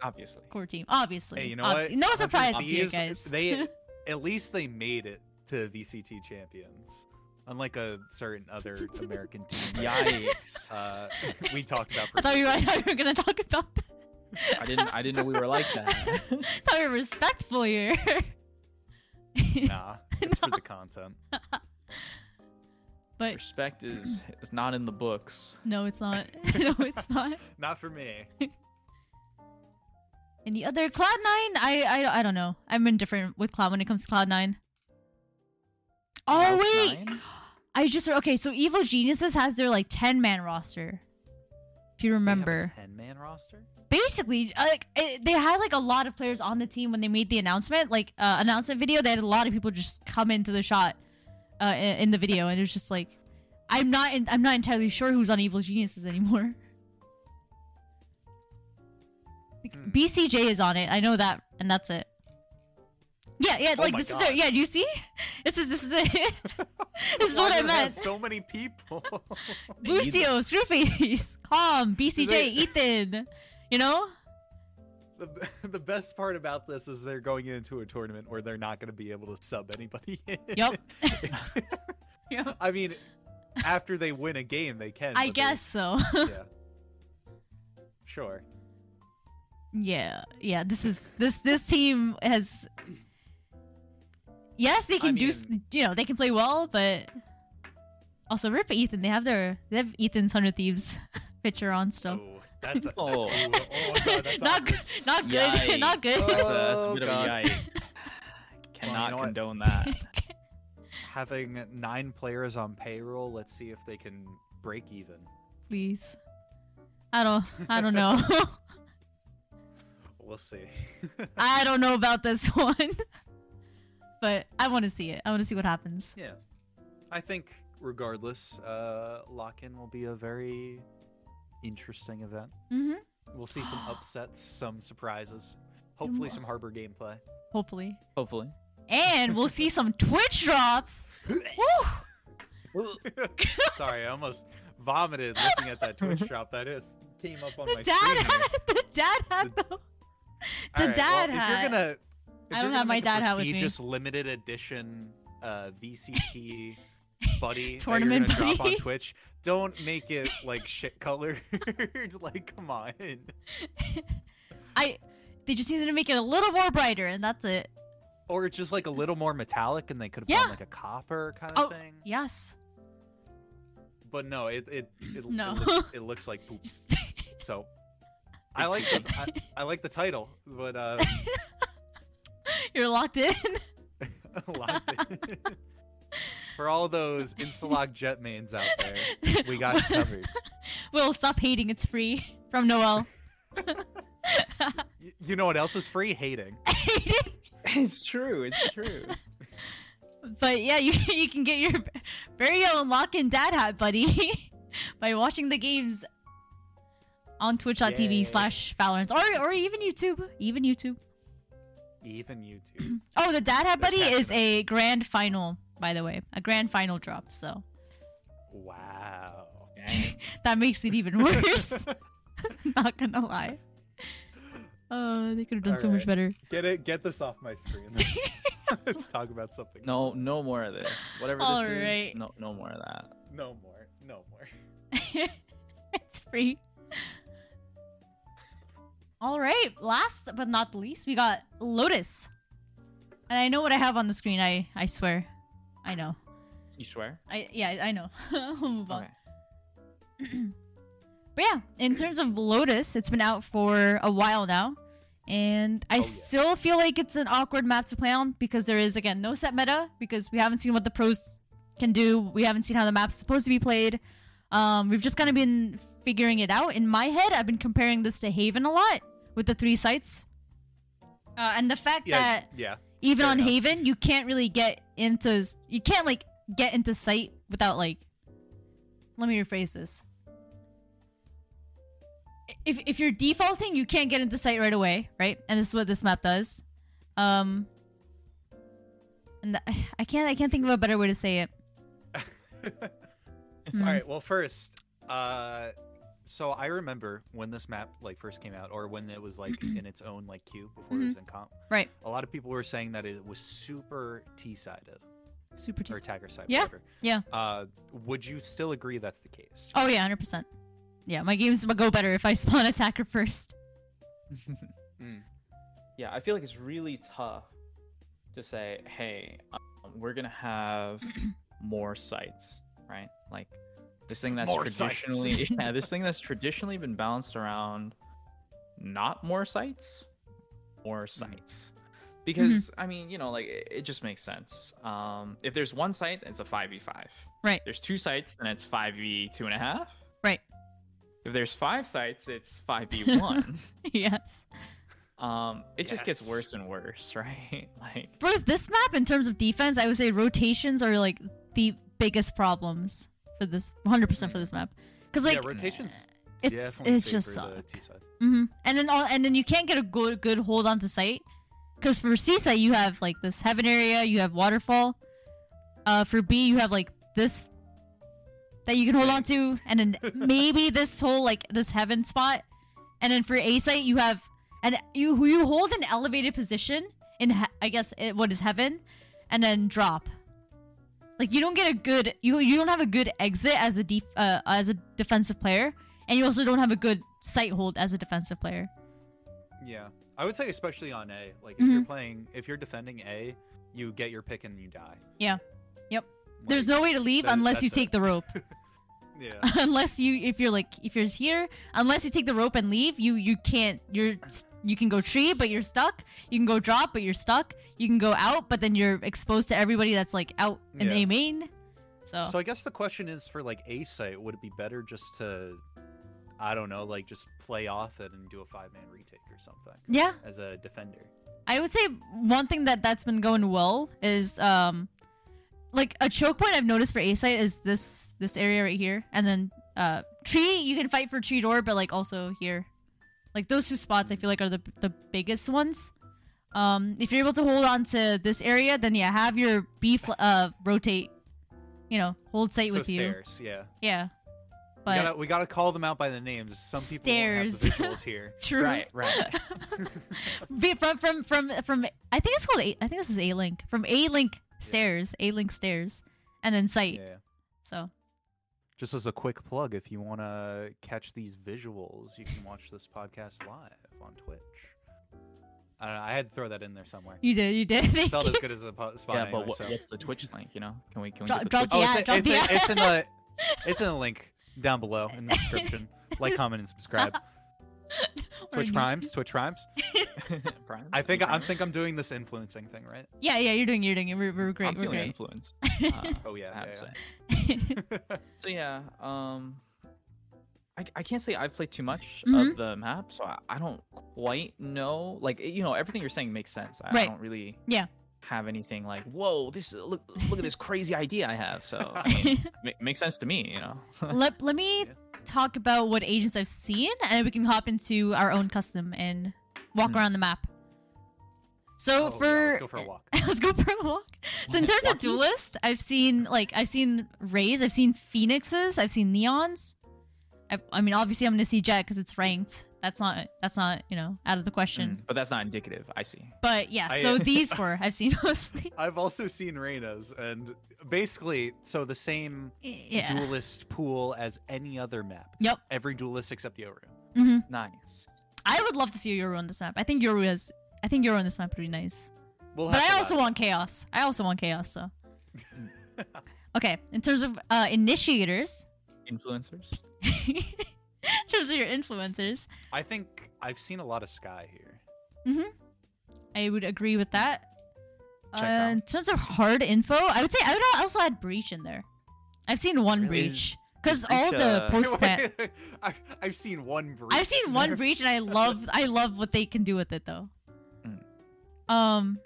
[SPEAKER 3] Obviously.
[SPEAKER 2] core team. Obviously.
[SPEAKER 1] Hey, you know
[SPEAKER 2] obviously.
[SPEAKER 1] what?
[SPEAKER 2] No surprises
[SPEAKER 1] Hundred
[SPEAKER 2] here,
[SPEAKER 1] Thieves,
[SPEAKER 2] guys.
[SPEAKER 1] They at least they made it to VCT champions, unlike a certain other American team. that,
[SPEAKER 3] Yikes.
[SPEAKER 1] Uh, we talked about.
[SPEAKER 2] I thought you were I
[SPEAKER 1] previously.
[SPEAKER 2] thought you were gonna talk about that.
[SPEAKER 3] I didn't I didn't know we were like that.
[SPEAKER 2] I thought we were respectful here.
[SPEAKER 1] Nah, it's for the content.
[SPEAKER 2] But
[SPEAKER 3] Respect is is not in the books.
[SPEAKER 2] no it's not. no it's not.
[SPEAKER 1] Not for me.
[SPEAKER 2] And the other Cloud Nine, I, I I don't know. I'm indifferent with Cloud when it comes to Cloud Nine. Oh
[SPEAKER 3] Cloud
[SPEAKER 2] wait!
[SPEAKER 3] Nine?
[SPEAKER 2] I just okay. So Evil Geniuses has their like ten man roster. If you remember,
[SPEAKER 1] ten man roster.
[SPEAKER 2] basically, uh, like it, they had like a lot of players on the team when they made the announcement, like uh, announcement video. They had a lot of people just come into the shot uh, i- in, the video, and it was just like, I'm not, in, I'm not entirely sure who's on Evil Geniuses anymore. Like,
[SPEAKER 1] Hmm.
[SPEAKER 2] BCJ is on it. I know that, and that's it. Yeah, yeah,
[SPEAKER 1] Oh
[SPEAKER 2] like
[SPEAKER 1] my
[SPEAKER 2] this is their,
[SPEAKER 1] God.
[SPEAKER 2] yeah. Do you see? This is this is it. this is
[SPEAKER 1] Why do
[SPEAKER 2] what I
[SPEAKER 1] you have
[SPEAKER 2] meant.
[SPEAKER 1] So many people.
[SPEAKER 3] They need
[SPEAKER 2] Busio, Screwface, Calm, BCJ,
[SPEAKER 1] They-
[SPEAKER 2] Ethan. You know?
[SPEAKER 1] the, the best part about this is they're going into a tournament where they're not going to be able to sub anybody. In.
[SPEAKER 2] Yep. Yep.
[SPEAKER 1] I mean, after they win a game, they can. but
[SPEAKER 2] I
[SPEAKER 1] they-
[SPEAKER 2] guess so.
[SPEAKER 1] Yeah. Sure.
[SPEAKER 2] yeah, yeah. This is this this team has. Yes, they can do. s-
[SPEAKER 1] mean-
[SPEAKER 2] You know, they can play well, but also rip Ethan. They have their they have Ethan's hundred thieves picture on still.
[SPEAKER 1] Oh, that's, that's
[SPEAKER 3] Oh.
[SPEAKER 1] ooh, oh my God, that's
[SPEAKER 2] not
[SPEAKER 1] awkward.
[SPEAKER 2] good. Not good. not good.
[SPEAKER 3] Yikes. That's a, that's a
[SPEAKER 1] Oh,
[SPEAKER 3] bit
[SPEAKER 1] God.
[SPEAKER 3] of a yikes. Can
[SPEAKER 1] you
[SPEAKER 3] not
[SPEAKER 1] know what?
[SPEAKER 3] condone that.
[SPEAKER 1] Having nine players on payroll, let's see if they can break even.
[SPEAKER 2] Please. I don't I don't know.
[SPEAKER 1] We'll see.
[SPEAKER 2] I don't know about this one. but I want to see it. I want to see what happens.
[SPEAKER 1] yeah. I think, regardless, uh, lock in will be a very interesting event.
[SPEAKER 2] Mhm.
[SPEAKER 1] We'll see some upsets, some surprises, hopefully,
[SPEAKER 2] will.
[SPEAKER 1] some harbor gameplay.
[SPEAKER 2] Hopefully.
[SPEAKER 3] Hopefully.
[SPEAKER 2] And we'll see some Twitch drops. Woo!
[SPEAKER 1] Sorry, I almost vomited looking at that Twitch drop. That is came up on
[SPEAKER 2] The
[SPEAKER 1] my
[SPEAKER 2] dad
[SPEAKER 1] screen. here.
[SPEAKER 2] hat. The dad hat though. It's a
[SPEAKER 1] Alright, well,
[SPEAKER 2] dad
[SPEAKER 1] If
[SPEAKER 2] hat.
[SPEAKER 1] you're gonna, if
[SPEAKER 2] I
[SPEAKER 1] you're
[SPEAKER 2] don't
[SPEAKER 1] gonna
[SPEAKER 2] have my
[SPEAKER 1] make a
[SPEAKER 2] dad hat with me.
[SPEAKER 1] prestigious limited edition uh, VCT buddy
[SPEAKER 2] Tournament
[SPEAKER 1] that you're gonna drop
[SPEAKER 2] buddy.
[SPEAKER 1] on Twitch, don't make it like shit colored. like, come on.
[SPEAKER 2] I they just needed to make it a little more brighter and that's it.
[SPEAKER 1] Or just like a little more metallic, and they could have
[SPEAKER 2] Yeah.
[SPEAKER 1] gone like a copper kind of
[SPEAKER 2] Oh,
[SPEAKER 1] thing.
[SPEAKER 2] Yes.
[SPEAKER 1] But no, it it it,
[SPEAKER 2] No.
[SPEAKER 1] it, looks, it looks like poop.
[SPEAKER 2] Just
[SPEAKER 1] So. I like the I, I like the title, but um,
[SPEAKER 2] you're locked in.
[SPEAKER 1] locked in. For all those Instalog jet mains out there, we got you covered.
[SPEAKER 2] Will stop hating. It's free from Noel.
[SPEAKER 1] Y- You know what else is free? Hating.
[SPEAKER 3] It's true. It's true.
[SPEAKER 2] But yeah, you you can get your very own lock in dad hat, buddy, by watching the games on
[SPEAKER 1] Yay.
[SPEAKER 2] twitch.tv slash Valorant or or even YouTube. Even YouTube.
[SPEAKER 1] Even YouTube.
[SPEAKER 2] Oh, the dad hat
[SPEAKER 1] The
[SPEAKER 2] buddy
[SPEAKER 1] dad
[SPEAKER 2] is a grand final, by the way. A grand final drop, so
[SPEAKER 1] Wow.
[SPEAKER 2] that makes it even worse. Not gonna lie. Oh, they could have done so
[SPEAKER 1] Alright.
[SPEAKER 2] much better.
[SPEAKER 1] Get it. Get this off my screen. Let's talk about something.
[SPEAKER 3] No, no more of this. Whatever
[SPEAKER 2] All
[SPEAKER 3] this
[SPEAKER 2] right.
[SPEAKER 3] is, no, no more of that.
[SPEAKER 1] No more. No more.
[SPEAKER 2] it's free. All right. Last but not least, we got Lotus. And I know what I have on the screen. I I swear. I know.
[SPEAKER 3] You swear?
[SPEAKER 2] I yeah, I know. we'll move on.
[SPEAKER 3] Okay.
[SPEAKER 2] But yeah, in terms of Lotus, it's been out for a while now. And I
[SPEAKER 1] Oh, yeah.
[SPEAKER 2] still feel like it's an awkward map to play on because there is, again, no set meta because we haven't seen what the pros can do. We haven't seen how the map's supposed to be played. Um, we've just kind of been figuring it out. In my head, I've been comparing this to Haven a lot with the three sites. Uh, and the fact
[SPEAKER 1] Yeah.
[SPEAKER 2] that
[SPEAKER 1] yeah.
[SPEAKER 2] even
[SPEAKER 1] Fair
[SPEAKER 2] on
[SPEAKER 1] enough.
[SPEAKER 2] Haven, you can't really get into you can't like get into sight without like. Let me rephrase this. If if you're defaulting, you can't get into sight right away, right? And this is what this map does. Um, and the, I can't I can't think of a better way to say it. Hmm.
[SPEAKER 1] All right. Well, first, uh, so I remember when this map like first came out, or when it was like in its own like queue before it was in comp.
[SPEAKER 2] Mm-hmm. Right.
[SPEAKER 1] A lot of people were saying that it was super T-sided
[SPEAKER 2] Super.
[SPEAKER 1] or
[SPEAKER 2] Dis-
[SPEAKER 1] tagger sided.
[SPEAKER 2] Yeah,
[SPEAKER 1] Whatever.
[SPEAKER 2] yeah.
[SPEAKER 1] Uh, would you still agree that's the case?
[SPEAKER 2] oh yeah, hundred percent. Yeah, my games will go better if I spawn attacker first.
[SPEAKER 3] Yeah, I feel like it's really tough to say, hey, um, we're gonna have more sites, right? Like this thing that's
[SPEAKER 1] More sites.
[SPEAKER 3] traditionally, yeah, this thing that's traditionally been balanced around not more sites, more sites. Because I mean, you know, like it, it just makes sense. Um, if there's one site, it's a five v five.
[SPEAKER 2] Right.
[SPEAKER 3] There's two sites, then it's five v two and a half.
[SPEAKER 2] Right.
[SPEAKER 3] If there's five sites, it's five v one.
[SPEAKER 2] yes.
[SPEAKER 3] Um, it just gets
[SPEAKER 1] Yes.
[SPEAKER 3] worse and worse, right? like,
[SPEAKER 2] for this map in terms of defense, I would say rotations are like the biggest problems for this 100% for this map. Cuz like
[SPEAKER 1] yeah, rotations.
[SPEAKER 2] it's-
[SPEAKER 1] definitely
[SPEAKER 2] it's just
[SPEAKER 1] favor the
[SPEAKER 2] suck.
[SPEAKER 1] T-side.
[SPEAKER 2] mhm. and then all and then you can't get a good good hold onto sight cuz for C site you have like this heaven area, you have waterfall. Uh for B you have like this that you can hold on to and then maybe this whole like this heaven spot. And then for A site you have and you you hold an elevated position in he- I guess it, what is heaven, and then drop. Like you don't get a good you you don't have a good exit as a def, uh, as a defensive player, and you also don't have a good sight hold as a defensive player.
[SPEAKER 1] Yeah, I would say especially on A. Like if
[SPEAKER 2] Mm-hmm.
[SPEAKER 1] you're playing, if you're defending A, you get your pick and you die.
[SPEAKER 2] Yeah. Yep. There's
[SPEAKER 1] Like,
[SPEAKER 2] no way to leave
[SPEAKER 1] that-
[SPEAKER 2] unless you
[SPEAKER 1] that's it.
[SPEAKER 2] take the rope.
[SPEAKER 1] Yeah.
[SPEAKER 2] unless you if you're like if you're here unless you take the rope and leave you you can't you're you can go tree but you're stuck you can go drop but you're stuck you can go out but then you're exposed to everybody that's like out in
[SPEAKER 1] Yeah.
[SPEAKER 2] a main so,
[SPEAKER 1] So I guess the question is for like a site, would it be better just to, I don't know, like just play off it and do a five man retake or something
[SPEAKER 2] yeah
[SPEAKER 1] as a defender?
[SPEAKER 2] i would say one thing that that's been going well is um like a choke point i've noticed for a site is this this area right here and then uh tree you can fight for tree door but like also here like those two spots i feel like are the the biggest ones um if you're able to hold on to this area then yeah have your b fl- uh rotate you know hold sight
[SPEAKER 1] so
[SPEAKER 2] with you
[SPEAKER 1] stairs, yeah.
[SPEAKER 2] yeah
[SPEAKER 1] we
[SPEAKER 2] but
[SPEAKER 1] gotta we gotta call them out by the names. Some people
[SPEAKER 2] Stairs.
[SPEAKER 1] won't have the visuals here.
[SPEAKER 2] true
[SPEAKER 3] Right, right.
[SPEAKER 2] Be- from from from from I think it's called A- I think this is A Link from A Link stairs A Link stairs and then sight
[SPEAKER 1] Yeah.
[SPEAKER 2] so
[SPEAKER 1] Just as a quick plug, if you want to catch these visuals, you can watch this podcast live on Twitch. I, don't know, I had to throw that in there somewhere.
[SPEAKER 2] you did you did Thank
[SPEAKER 1] Felt
[SPEAKER 2] you.
[SPEAKER 1] as good as a po- spot.
[SPEAKER 3] yeah,
[SPEAKER 1] anyway,
[SPEAKER 3] but what,
[SPEAKER 1] so.
[SPEAKER 3] what's the Twitch link? You know, can we can we
[SPEAKER 2] Dro-
[SPEAKER 3] get the
[SPEAKER 2] drop
[SPEAKER 3] Twitch
[SPEAKER 2] the
[SPEAKER 1] Oh,
[SPEAKER 2] ad,
[SPEAKER 1] it's,
[SPEAKER 2] drop
[SPEAKER 1] a, it's,
[SPEAKER 2] the
[SPEAKER 1] a-
[SPEAKER 2] ad.
[SPEAKER 1] it's in the it's in the link down below in the description. like, comment, and subscribe. Twitch
[SPEAKER 2] you-
[SPEAKER 1] rhymes. Twitch rhymes.
[SPEAKER 3] Brian's?
[SPEAKER 1] I think
[SPEAKER 3] Brian?
[SPEAKER 1] I think I'm doing this influencing thing right.
[SPEAKER 2] yeah yeah you're doing it, you're doing it we're, we're great
[SPEAKER 3] I'm
[SPEAKER 2] we're
[SPEAKER 3] feeling
[SPEAKER 2] great
[SPEAKER 3] influenced. Uh,
[SPEAKER 1] Oh yeah.
[SPEAKER 3] I have
[SPEAKER 1] yeah,
[SPEAKER 3] to
[SPEAKER 1] yeah.
[SPEAKER 3] say. So yeah, um, I, I can't say I've played too much
[SPEAKER 2] Mhm.
[SPEAKER 3] of the map, so I, I don't quite know. Like you know, everything you're saying makes sense. I, I
[SPEAKER 2] Right.
[SPEAKER 3] don't really
[SPEAKER 2] Yeah.
[SPEAKER 3] have anything like whoa, this is- look look at this crazy idea I have. So I mean, ma- makes sense to me, you know.
[SPEAKER 2] let let me
[SPEAKER 1] Yeah.
[SPEAKER 2] talk about what agents I've seen and we can hop into our own custom and walk
[SPEAKER 3] Hmm.
[SPEAKER 2] around the map so
[SPEAKER 1] Oh, yeah,
[SPEAKER 2] for
[SPEAKER 1] let's go for a walk.
[SPEAKER 2] Let's go for a walk.
[SPEAKER 1] Oh
[SPEAKER 2] So in terms of
[SPEAKER 3] Walkies?
[SPEAKER 2] duelist, I've seen like I've seen rays, I've seen phoenixes, I've seen neons. I, I mean, obviously, I'm gonna see jet because it's ranked. That's not that's not you know out of the question.
[SPEAKER 3] Mm, but that's not indicative. I see.
[SPEAKER 2] But yeah,
[SPEAKER 1] I-
[SPEAKER 2] so these four I've seen mostly.
[SPEAKER 1] I've also seen Reyna's, and basically, so the same
[SPEAKER 2] Yeah.
[SPEAKER 1] duelist pool as any other map.
[SPEAKER 2] Yep.
[SPEAKER 1] Every duelist except Yoru.
[SPEAKER 2] hmm
[SPEAKER 3] Nice.
[SPEAKER 2] I would love to see Yoru on this map. I think Yoru is. I think Yoru on this map would be nice.
[SPEAKER 1] We'll
[SPEAKER 2] But
[SPEAKER 1] have to
[SPEAKER 2] I also
[SPEAKER 1] watch.
[SPEAKER 2] want chaos. I also want chaos. So. okay, in terms of uh, initiators,
[SPEAKER 3] Influencers.
[SPEAKER 2] in terms of your influencers,
[SPEAKER 1] I think I've seen a lot of Sky here.
[SPEAKER 2] I would agree with that.
[SPEAKER 3] Checks
[SPEAKER 2] Uh,
[SPEAKER 3] out.
[SPEAKER 2] in terms of hard info, I would say I would also add breach in there. I've seen one
[SPEAKER 3] Really?
[SPEAKER 2] breach because
[SPEAKER 3] Is Breach,
[SPEAKER 2] all the
[SPEAKER 3] uh,
[SPEAKER 2] post ban.
[SPEAKER 1] I, I've seen one breach.
[SPEAKER 2] I've seen one breach, and I love I love what they can do with it though.
[SPEAKER 3] Mm.
[SPEAKER 2] Um,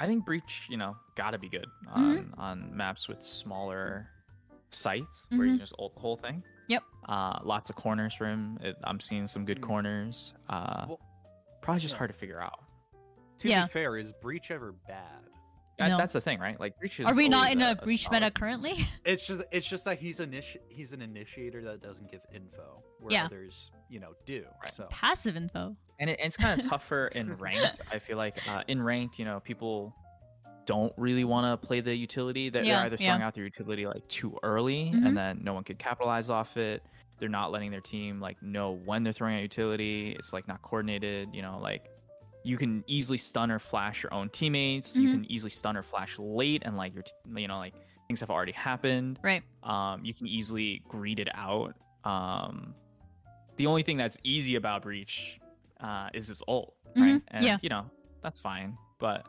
[SPEAKER 3] I think breach, you know, gotta be good on
[SPEAKER 2] Mhm.
[SPEAKER 3] on maps with smaller sites where you
[SPEAKER 2] Mhm.
[SPEAKER 3] can just ult the whole thing.
[SPEAKER 2] Yep.
[SPEAKER 3] Uh, lots of corners for him. It, I'm seeing some good
[SPEAKER 1] Mm.
[SPEAKER 3] corners. Uh,
[SPEAKER 1] Well,
[SPEAKER 3] probably just
[SPEAKER 1] yeah.
[SPEAKER 3] hard to figure out.
[SPEAKER 1] To
[SPEAKER 2] Yeah.
[SPEAKER 1] be fair, is breach ever bad?
[SPEAKER 3] That-
[SPEAKER 2] No.
[SPEAKER 3] That's the thing, right? Like breach is.
[SPEAKER 2] are we not
[SPEAKER 3] always
[SPEAKER 2] in a,
[SPEAKER 3] a
[SPEAKER 2] breach
[SPEAKER 3] solid-
[SPEAKER 2] meta currently?
[SPEAKER 1] It's just it's just that he's initi- he's an initiator that doesn't give info where
[SPEAKER 2] Yeah.
[SPEAKER 1] others you know do.
[SPEAKER 3] Right.
[SPEAKER 1] So
[SPEAKER 2] Passive info.
[SPEAKER 3] and, it, and it's kind of tougher in ranked. I feel like uh, in ranked, you know, people don't really want to play the utility. That
[SPEAKER 2] Yeah,
[SPEAKER 3] they're either
[SPEAKER 2] yeah.
[SPEAKER 3] throwing out their utility like too early,
[SPEAKER 2] Mhm.
[SPEAKER 3] and then no one could capitalize off it. They're not letting their team like know when they're throwing out utility. It's like not coordinated. You know, like you can easily stun or flash your own teammates. You
[SPEAKER 2] Mhm.
[SPEAKER 3] can easily stun or flash late, and like your, t- you know, like things have already happened
[SPEAKER 2] Right.
[SPEAKER 3] um, you can easily greed it out. Um, the only thing that's easy about Breach uh, is this ult, right?
[SPEAKER 2] Mhm, yeah.
[SPEAKER 3] you know, that's fine. But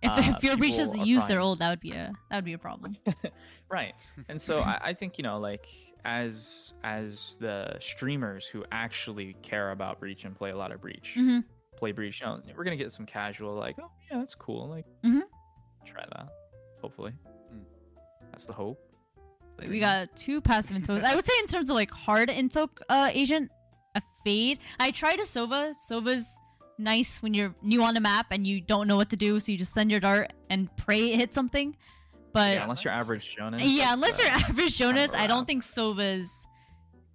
[SPEAKER 2] If,
[SPEAKER 3] Uh,
[SPEAKER 2] if your breach
[SPEAKER 3] people
[SPEAKER 2] doesn't
[SPEAKER 3] are
[SPEAKER 2] use their
[SPEAKER 3] trying-
[SPEAKER 2] old, that would be a that would be a problem.
[SPEAKER 3] right. And so I, I think, you know, like as as the streamers who actually care about Breach and play a lot of Breach,
[SPEAKER 2] hmm
[SPEAKER 3] play Breach, you know, we're gonna get some casual like, oh yeah, that's cool. Like
[SPEAKER 2] Mhm.
[SPEAKER 3] try that. Hopefully.
[SPEAKER 1] Mm.
[SPEAKER 3] That's the hope. The
[SPEAKER 2] We
[SPEAKER 3] dream.
[SPEAKER 2] got two passive infos. I would say in terms of like hard info uh, agent, a fade. I tried a Sova. Sova's nice when you're new on the map and you don't know what to do, so you just send your dart and pray it hits something. But
[SPEAKER 3] yeah,
[SPEAKER 2] yeah,
[SPEAKER 3] unless you're
[SPEAKER 1] That's-
[SPEAKER 3] average Jonas.
[SPEAKER 2] Uh, unless
[SPEAKER 3] that's, uh,
[SPEAKER 2] you're average
[SPEAKER 3] kind of
[SPEAKER 2] Jonas,
[SPEAKER 3] a
[SPEAKER 2] I don't
[SPEAKER 3] wrap.
[SPEAKER 2] think Sova's.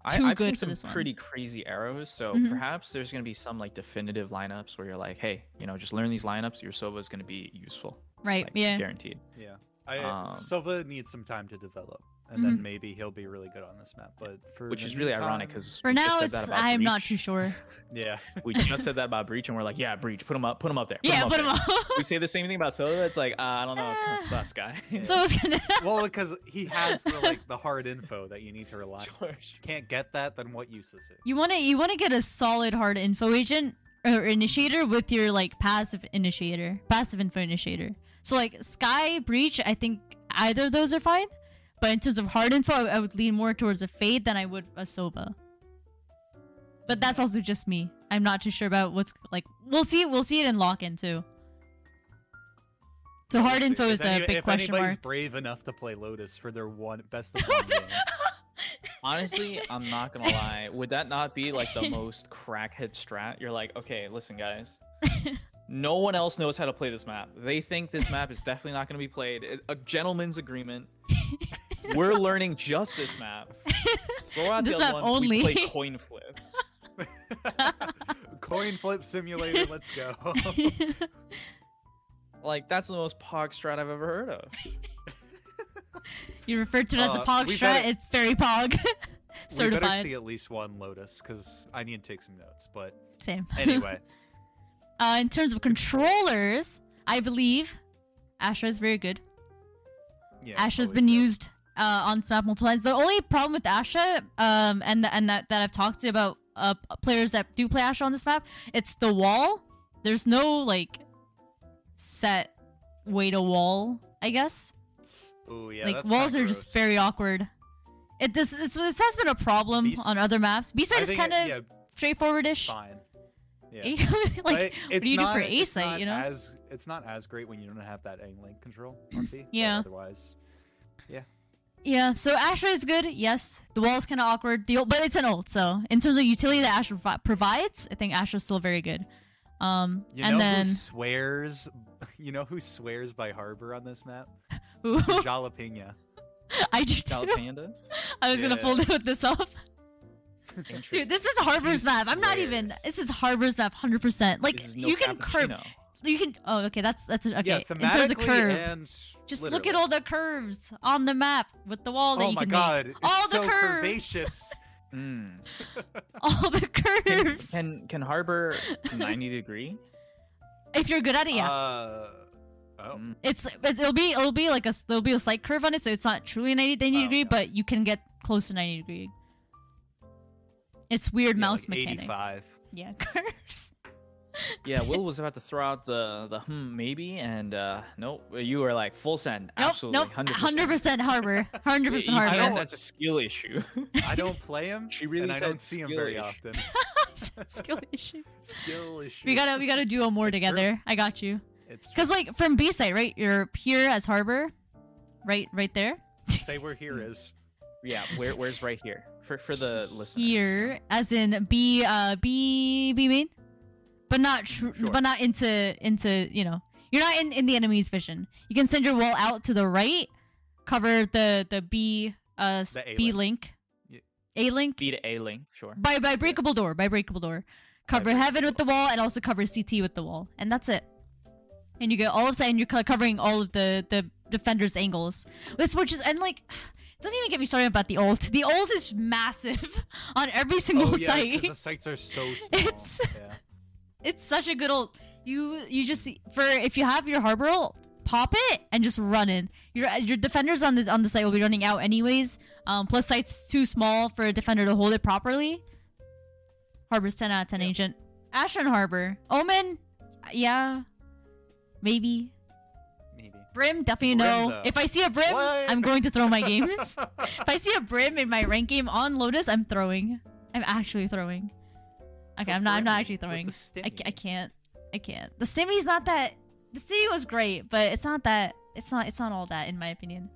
[SPEAKER 3] I,
[SPEAKER 2] too
[SPEAKER 3] I've
[SPEAKER 2] good
[SPEAKER 3] seen
[SPEAKER 2] for
[SPEAKER 3] some
[SPEAKER 2] this one.
[SPEAKER 3] pretty crazy arrows, so
[SPEAKER 2] Mhm.
[SPEAKER 3] perhaps there's going to be some like definitive lineups where you're like, hey, you know, just learn these lineups. Your Sova is going to be useful,
[SPEAKER 2] Right?
[SPEAKER 3] like,
[SPEAKER 2] yeah.
[SPEAKER 3] guaranteed.
[SPEAKER 1] yeah, I,
[SPEAKER 3] Um,
[SPEAKER 1] Silva needs some time to develop. and
[SPEAKER 2] Mm-hmm.
[SPEAKER 1] then maybe he'll be really good on this map. But for
[SPEAKER 3] which
[SPEAKER 1] the
[SPEAKER 3] is really
[SPEAKER 1] meantime-
[SPEAKER 3] ironic because
[SPEAKER 2] For now, it's I'm not too sure.
[SPEAKER 1] yeah,
[SPEAKER 3] We just said that about breach, and we're like, yeah, breach, put him up, put him up there.
[SPEAKER 2] yeah, put him
[SPEAKER 3] there.
[SPEAKER 2] up.
[SPEAKER 3] We say the same thing about Solo. It's like uh, I don't know, it's kind of sus, guy.
[SPEAKER 2] so it's gonna.
[SPEAKER 1] well, because he has the like the hard info that you need to rely. on.
[SPEAKER 3] George.
[SPEAKER 1] Can't get that, then what use is it?
[SPEAKER 2] You want to you want to get a solid hard info agent or initiator with your like passive initiator, passive info initiator. So like Sky Breach, I think either of those are fine. But in terms of hard info, I I would lean more towards a Fade than I would a Sova. But that's also just me. I'm not too sure about what's like. We'll see. We'll see it in lock in too. So
[SPEAKER 1] We'll
[SPEAKER 2] hard
[SPEAKER 1] see.
[SPEAKER 2] info
[SPEAKER 1] If
[SPEAKER 2] is a
[SPEAKER 1] any-
[SPEAKER 2] big
[SPEAKER 1] if
[SPEAKER 2] question
[SPEAKER 1] anybody's
[SPEAKER 2] mark.
[SPEAKER 1] brave enough to play Lotus for their one best of one game.
[SPEAKER 3] Honestly, I'm not gonna lie. Would that not be like the most crackhead strat? You're like, okay, listen, guys. No one else knows how to play this map. They think this map is definitely not gonna be played. It- A gentleman's agreement. We're learning just this map. Throw out
[SPEAKER 2] This
[SPEAKER 3] the other
[SPEAKER 2] map
[SPEAKER 3] ones,
[SPEAKER 2] only.
[SPEAKER 3] we play coin flip.
[SPEAKER 1] Coin flip simulator, let's go.
[SPEAKER 3] Like that's the most pog strat I've ever heard of.
[SPEAKER 2] you referred to it as a
[SPEAKER 1] Uh,
[SPEAKER 2] pog
[SPEAKER 1] we
[SPEAKER 2] strat.
[SPEAKER 1] better-
[SPEAKER 2] It's very pog.
[SPEAKER 1] we better
[SPEAKER 2] Certified.
[SPEAKER 1] see at least one Lotus because I need to take some notes. But
[SPEAKER 2] Same.
[SPEAKER 1] anyway,
[SPEAKER 2] Uh, in terms of controllers, I believe Astra is very good.
[SPEAKER 1] yeah,
[SPEAKER 2] Astra has
[SPEAKER 1] always
[SPEAKER 2] been
[SPEAKER 1] good.
[SPEAKER 2] used uh, on this map multiple times. The only problem with Astra, um, and the, and that that I've talked to about uh, players that do play Astra on this map, it's the wall. There's no like set way to wall. I guess
[SPEAKER 1] Ooh, yeah,
[SPEAKER 2] like
[SPEAKER 1] that's
[SPEAKER 2] walls
[SPEAKER 1] kinda
[SPEAKER 2] are just
[SPEAKER 1] gross.
[SPEAKER 2] very awkward. It this this, this has been a problem
[SPEAKER 1] Beast-
[SPEAKER 2] on other maps. B
[SPEAKER 1] I
[SPEAKER 2] side is
[SPEAKER 1] think it-
[SPEAKER 2] kind of
[SPEAKER 1] yeah,
[SPEAKER 2] straightforwardish.
[SPEAKER 1] fine. Yeah.
[SPEAKER 2] like
[SPEAKER 1] But it-
[SPEAKER 2] what
[SPEAKER 1] it's
[SPEAKER 2] do you
[SPEAKER 1] not-
[SPEAKER 2] do for A
[SPEAKER 1] it's
[SPEAKER 2] site?
[SPEAKER 1] not
[SPEAKER 2] You know.
[SPEAKER 1] as it's not as great when you don't have that aim link control. on B, but
[SPEAKER 2] Yeah.
[SPEAKER 1] Otherwise,
[SPEAKER 2] Yeah, so Astra is good. Yes, the wall is kind of awkward. The ult- but it's an ult, so in terms of utility that Astra provi- provides, I think Astra's still very good. Um,
[SPEAKER 1] you
[SPEAKER 2] and
[SPEAKER 1] know
[SPEAKER 2] then
[SPEAKER 1] who swears? You know who swears by Harbor on this map?
[SPEAKER 2] Ooh,
[SPEAKER 1] Jalapena.
[SPEAKER 2] I do too.
[SPEAKER 3] Jalapandas.
[SPEAKER 2] I was gonna
[SPEAKER 1] Yeah.
[SPEAKER 2] fold it this up,
[SPEAKER 3] Interesting.
[SPEAKER 2] dude. This is Harbor's
[SPEAKER 1] He
[SPEAKER 2] map. I'm not even.
[SPEAKER 1] swears.
[SPEAKER 2] This is Harbor's map, hundred percent. Like
[SPEAKER 3] This is no
[SPEAKER 2] you can curve.
[SPEAKER 3] cappuccino.
[SPEAKER 2] You can. Oh, okay. That's that's okay.
[SPEAKER 1] Yeah,
[SPEAKER 2] in terms of
[SPEAKER 1] thematically
[SPEAKER 2] curve,
[SPEAKER 1] and
[SPEAKER 2] just look at
[SPEAKER 1] literally.
[SPEAKER 2] all the curves on the map with the wall that
[SPEAKER 1] Oh
[SPEAKER 2] you
[SPEAKER 1] my
[SPEAKER 2] can
[SPEAKER 1] god! It's
[SPEAKER 2] All the
[SPEAKER 1] so
[SPEAKER 2] curves.
[SPEAKER 1] curvaceous.
[SPEAKER 3] Mm.
[SPEAKER 2] make. All the
[SPEAKER 3] Can,
[SPEAKER 2] curves.
[SPEAKER 3] Mm. can can harbor 90 degree?
[SPEAKER 2] if you're good at it, yeah.
[SPEAKER 1] Uh, oh.
[SPEAKER 3] Mm.
[SPEAKER 2] It's it- it'll be it'll be like a there'll be a slight curve on it, so it's not truly 90, 90
[SPEAKER 1] Oh,
[SPEAKER 2] degree,
[SPEAKER 1] yeah.
[SPEAKER 2] but you can get close to 90 degree. It's weird
[SPEAKER 1] yeah,
[SPEAKER 2] mouse
[SPEAKER 1] like
[SPEAKER 2] mechanic.
[SPEAKER 1] 85.
[SPEAKER 2] Yeah, curves.
[SPEAKER 3] Yeah, Will was about to throw out the the hmm maybe, and uh nope, you were like full send,
[SPEAKER 2] Nope,
[SPEAKER 3] absolutely,
[SPEAKER 2] nope. 100 percent harbor. 100
[SPEAKER 3] You-
[SPEAKER 2] percent
[SPEAKER 3] you
[SPEAKER 2] harbor.
[SPEAKER 3] know that's a skill issue.
[SPEAKER 1] I don't play him,
[SPEAKER 3] She really
[SPEAKER 1] and I
[SPEAKER 3] said
[SPEAKER 1] don't see him very
[SPEAKER 3] skill-ish.
[SPEAKER 1] often.
[SPEAKER 2] Skill issue.
[SPEAKER 1] Skill issue.
[SPEAKER 2] We gotta we gotta do a more
[SPEAKER 1] It's true.
[SPEAKER 2] together. I got you.
[SPEAKER 1] It's
[SPEAKER 2] Cause like from B site, right? You're here as harbor, right? Right there.
[SPEAKER 1] say where here is.
[SPEAKER 3] yeah, where where's right here for for the listeners?
[SPEAKER 2] Here, as in B uh B B main, but not tr-
[SPEAKER 1] Sure.
[SPEAKER 2] but not into into you know you're not in in the enemy's vision. You can send your wall out to the right, cover the the B uh s-
[SPEAKER 1] The A
[SPEAKER 2] B link,
[SPEAKER 1] link. Yeah.
[SPEAKER 2] A link
[SPEAKER 3] B to A link, sure.
[SPEAKER 2] by by breakable door by breakable door, cover
[SPEAKER 1] breakable
[SPEAKER 2] heaven with the wall and also cover CT with the wall, and that's it. And you get all of a sudden you're co- covering all of the the defenders' angles. This which is and like. Don't even get me started about the old. The old is massive on every single
[SPEAKER 1] Oh, yeah,
[SPEAKER 2] site.
[SPEAKER 1] 'cause the sites are so small.
[SPEAKER 2] It's-
[SPEAKER 1] Yeah.
[SPEAKER 2] It's such a good old. You you just for if you have your harbor ult, pop it and just run in. Your your defenders on the on the site will be running out anyways. Um, plus site's too small for a defender to hold it properly. Harbor's ten out of ten
[SPEAKER 3] Yep.
[SPEAKER 2] agent. Ashen Harbor, Omen, yeah, maybe.
[SPEAKER 1] Maybe.
[SPEAKER 2] Brim, definitely
[SPEAKER 1] Brim,
[SPEAKER 2] no.
[SPEAKER 1] though.
[SPEAKER 2] If I see a brim,
[SPEAKER 1] What?
[SPEAKER 2] I'm going to throw my games. if I see a brim in my rank game on Lotus, I'm throwing. I'm actually throwing. Okay, I'm not. I'm not actually
[SPEAKER 1] With the
[SPEAKER 2] throwing. I, ca- I
[SPEAKER 1] stimmy.
[SPEAKER 2] can't. I can't. The stimmy's not that. The stimmy was great, but it's not that. It's not. It's not all that, in my opinion.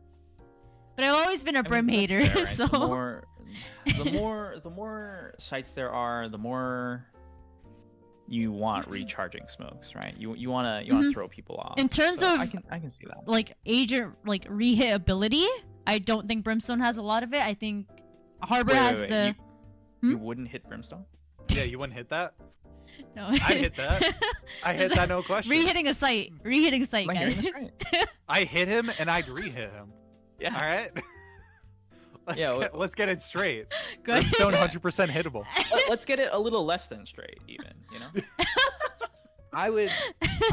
[SPEAKER 2] But I've always been a
[SPEAKER 3] I mean,
[SPEAKER 2] brim
[SPEAKER 3] that's
[SPEAKER 2] hater,
[SPEAKER 3] fair, right?
[SPEAKER 2] so
[SPEAKER 3] the more, the more the more sites there are, the more you want recharging smokes, right? You you wanna you wanna
[SPEAKER 2] Mhm.
[SPEAKER 3] throw people off.
[SPEAKER 2] in terms
[SPEAKER 3] So
[SPEAKER 2] of
[SPEAKER 3] I can I can see that.
[SPEAKER 2] like agent like rehit ability, I don't think Brimstone has a lot of it. I think Harbor
[SPEAKER 3] Wait, wait,
[SPEAKER 2] has
[SPEAKER 3] wait,
[SPEAKER 2] the
[SPEAKER 3] You, you
[SPEAKER 2] Hmm?
[SPEAKER 3] wouldn't hit brimstone.
[SPEAKER 1] Yeah, you wouldn't hit that.
[SPEAKER 2] no.
[SPEAKER 1] I hit that. I hit that, no question.
[SPEAKER 2] Rehitting a site. Rehitting a site,
[SPEAKER 3] Am I hearing
[SPEAKER 2] guys.
[SPEAKER 3] this right?
[SPEAKER 1] I hit him and I'd re hit him.
[SPEAKER 3] Yeah.
[SPEAKER 1] All right? Let's,
[SPEAKER 3] Yeah,
[SPEAKER 1] get,
[SPEAKER 3] well-
[SPEAKER 1] let's get it straight.
[SPEAKER 2] Good.
[SPEAKER 1] Redstone 100% hittable.
[SPEAKER 3] Let- Let's get it a little less than straight, even. You know. I would.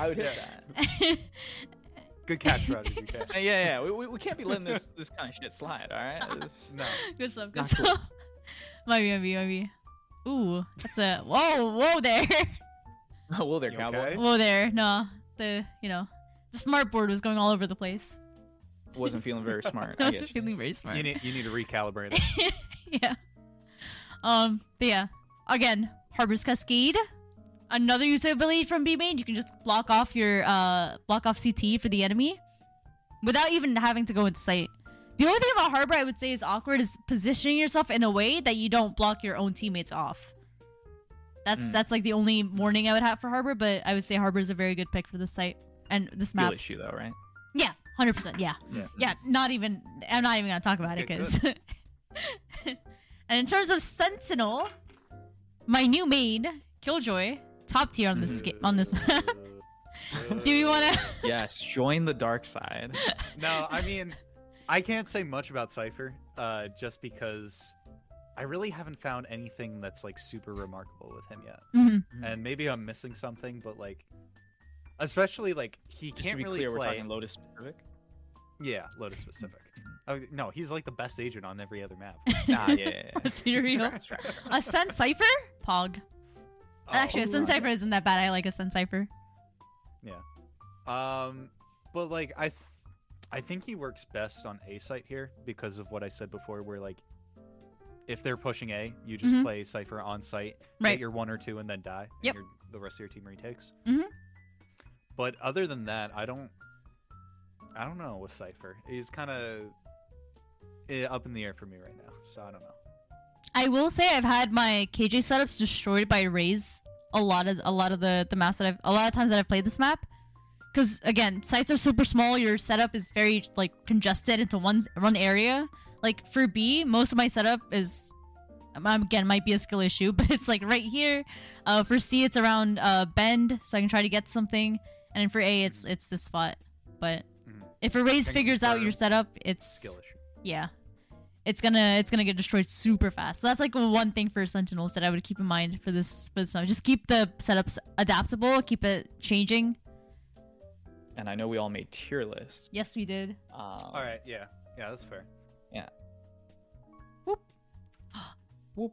[SPEAKER 3] I would hit
[SPEAKER 1] Yeah.
[SPEAKER 3] that.
[SPEAKER 1] Good catch, Roger. Good catch.
[SPEAKER 3] Uh, yeah, yeah. We, we, we can't be letting this this kind of shit slide. All right. It's-
[SPEAKER 1] No.
[SPEAKER 2] good stuff. Good
[SPEAKER 3] Not
[SPEAKER 2] stuff.
[SPEAKER 3] cool.
[SPEAKER 2] might be, might be, might be. Ooh, that's a whoa, whoa there,
[SPEAKER 3] Oh, well, there,
[SPEAKER 1] You
[SPEAKER 3] cowboy.
[SPEAKER 1] okay?
[SPEAKER 2] whoa there. No, the you know, the smart board was going all over the place.
[SPEAKER 3] Wasn't feeling very smart.
[SPEAKER 2] I
[SPEAKER 3] I
[SPEAKER 2] was
[SPEAKER 3] get you.
[SPEAKER 2] feeling very smart.
[SPEAKER 1] You need, you need to recalibrate it.
[SPEAKER 2] yeah. Um, but yeah. Again, Harbor's Cascade. Another usability from B main. You can just block off your uh block off CT for the enemy without even having to go into sight. The only thing about Harbor I would say is awkward is positioning yourself in a way that you don't block your own teammates off. That's
[SPEAKER 3] Mm.
[SPEAKER 2] that's like the only warning I would have for Harbor, but I would say Harbor is a very good pick for this site and this
[SPEAKER 3] Real
[SPEAKER 2] map.
[SPEAKER 3] issue though, right?
[SPEAKER 2] Yeah, hundred percent. Yeah,
[SPEAKER 3] Yeah.
[SPEAKER 2] yeah. Not even. I'm not even gonna talk about it
[SPEAKER 1] Okay,
[SPEAKER 2] because. and in terms of Sentinel, my new maid, Killjoy, top tier on this ga- on this. map.
[SPEAKER 1] uh,
[SPEAKER 2] Do you wanna?
[SPEAKER 3] Yes. Join the dark side.
[SPEAKER 1] no, I mean, I can't say much about Cypher uh, just because I really haven't found anything that's like super remarkable with him yet.
[SPEAKER 2] Mhm.
[SPEAKER 3] Hmm.
[SPEAKER 1] And maybe I'm missing something, but like, especially like, he
[SPEAKER 3] Just to
[SPEAKER 1] can't
[SPEAKER 3] be
[SPEAKER 1] really
[SPEAKER 3] clear,
[SPEAKER 1] play.
[SPEAKER 3] we're talking Hmm. Lotus Pacific.
[SPEAKER 1] Yeah, Lotus specific. Oh, no, he's like the best agent on every other map.
[SPEAKER 3] Nah, yeah. yeah, yeah.
[SPEAKER 2] Let's be real.
[SPEAKER 3] Trash, trash, trash.
[SPEAKER 2] A Sun Cipher, Pog.
[SPEAKER 1] Oh,
[SPEAKER 2] Actually, a Sun Cipher isn't that bad. I like a Sun Cipher.
[SPEAKER 1] Um, but like I, th- I think he works best on A site here because of what I said before, where like, if they're pushing A, you just
[SPEAKER 2] Mhm.
[SPEAKER 1] play Cipher on site,
[SPEAKER 2] Right.
[SPEAKER 1] get your one or two, and then die. and
[SPEAKER 2] Yep.
[SPEAKER 1] your- the rest of your team retakes.
[SPEAKER 2] Mhm.
[SPEAKER 1] But other than that, I don't, I don't know with Cipher. He's kind of up in the air for me right now, so I don't know.
[SPEAKER 2] I will say I've had my KJ setups destroyed by Rays a lot of a lot of the the maps that I've a lot of times that I've played this map. Because again, sites are super small. Your setup is very like congested into one one area. Like for B, most of my setup is um, um, again might be a skill issue, but it's like right here. Uh, for C, it's around uh, bend, so I can try to get something. And for A, it's it's this spot. But
[SPEAKER 1] Mhm.
[SPEAKER 2] if a raise
[SPEAKER 1] And
[SPEAKER 2] figures out
[SPEAKER 1] for
[SPEAKER 2] your setup, it's
[SPEAKER 1] Skill issue.
[SPEAKER 2] yeah it's gonna it's gonna get destroyed super fast so that's like one thing for sentinels that i would keep in mind for this for this one. just keep the setups adaptable keep it changing
[SPEAKER 3] And I know we all made tier lists.
[SPEAKER 2] yes we did
[SPEAKER 3] Um,
[SPEAKER 1] All right, yeah, yeah, that's fair.
[SPEAKER 3] Yeah.
[SPEAKER 2] Whoop.
[SPEAKER 3] Whoop.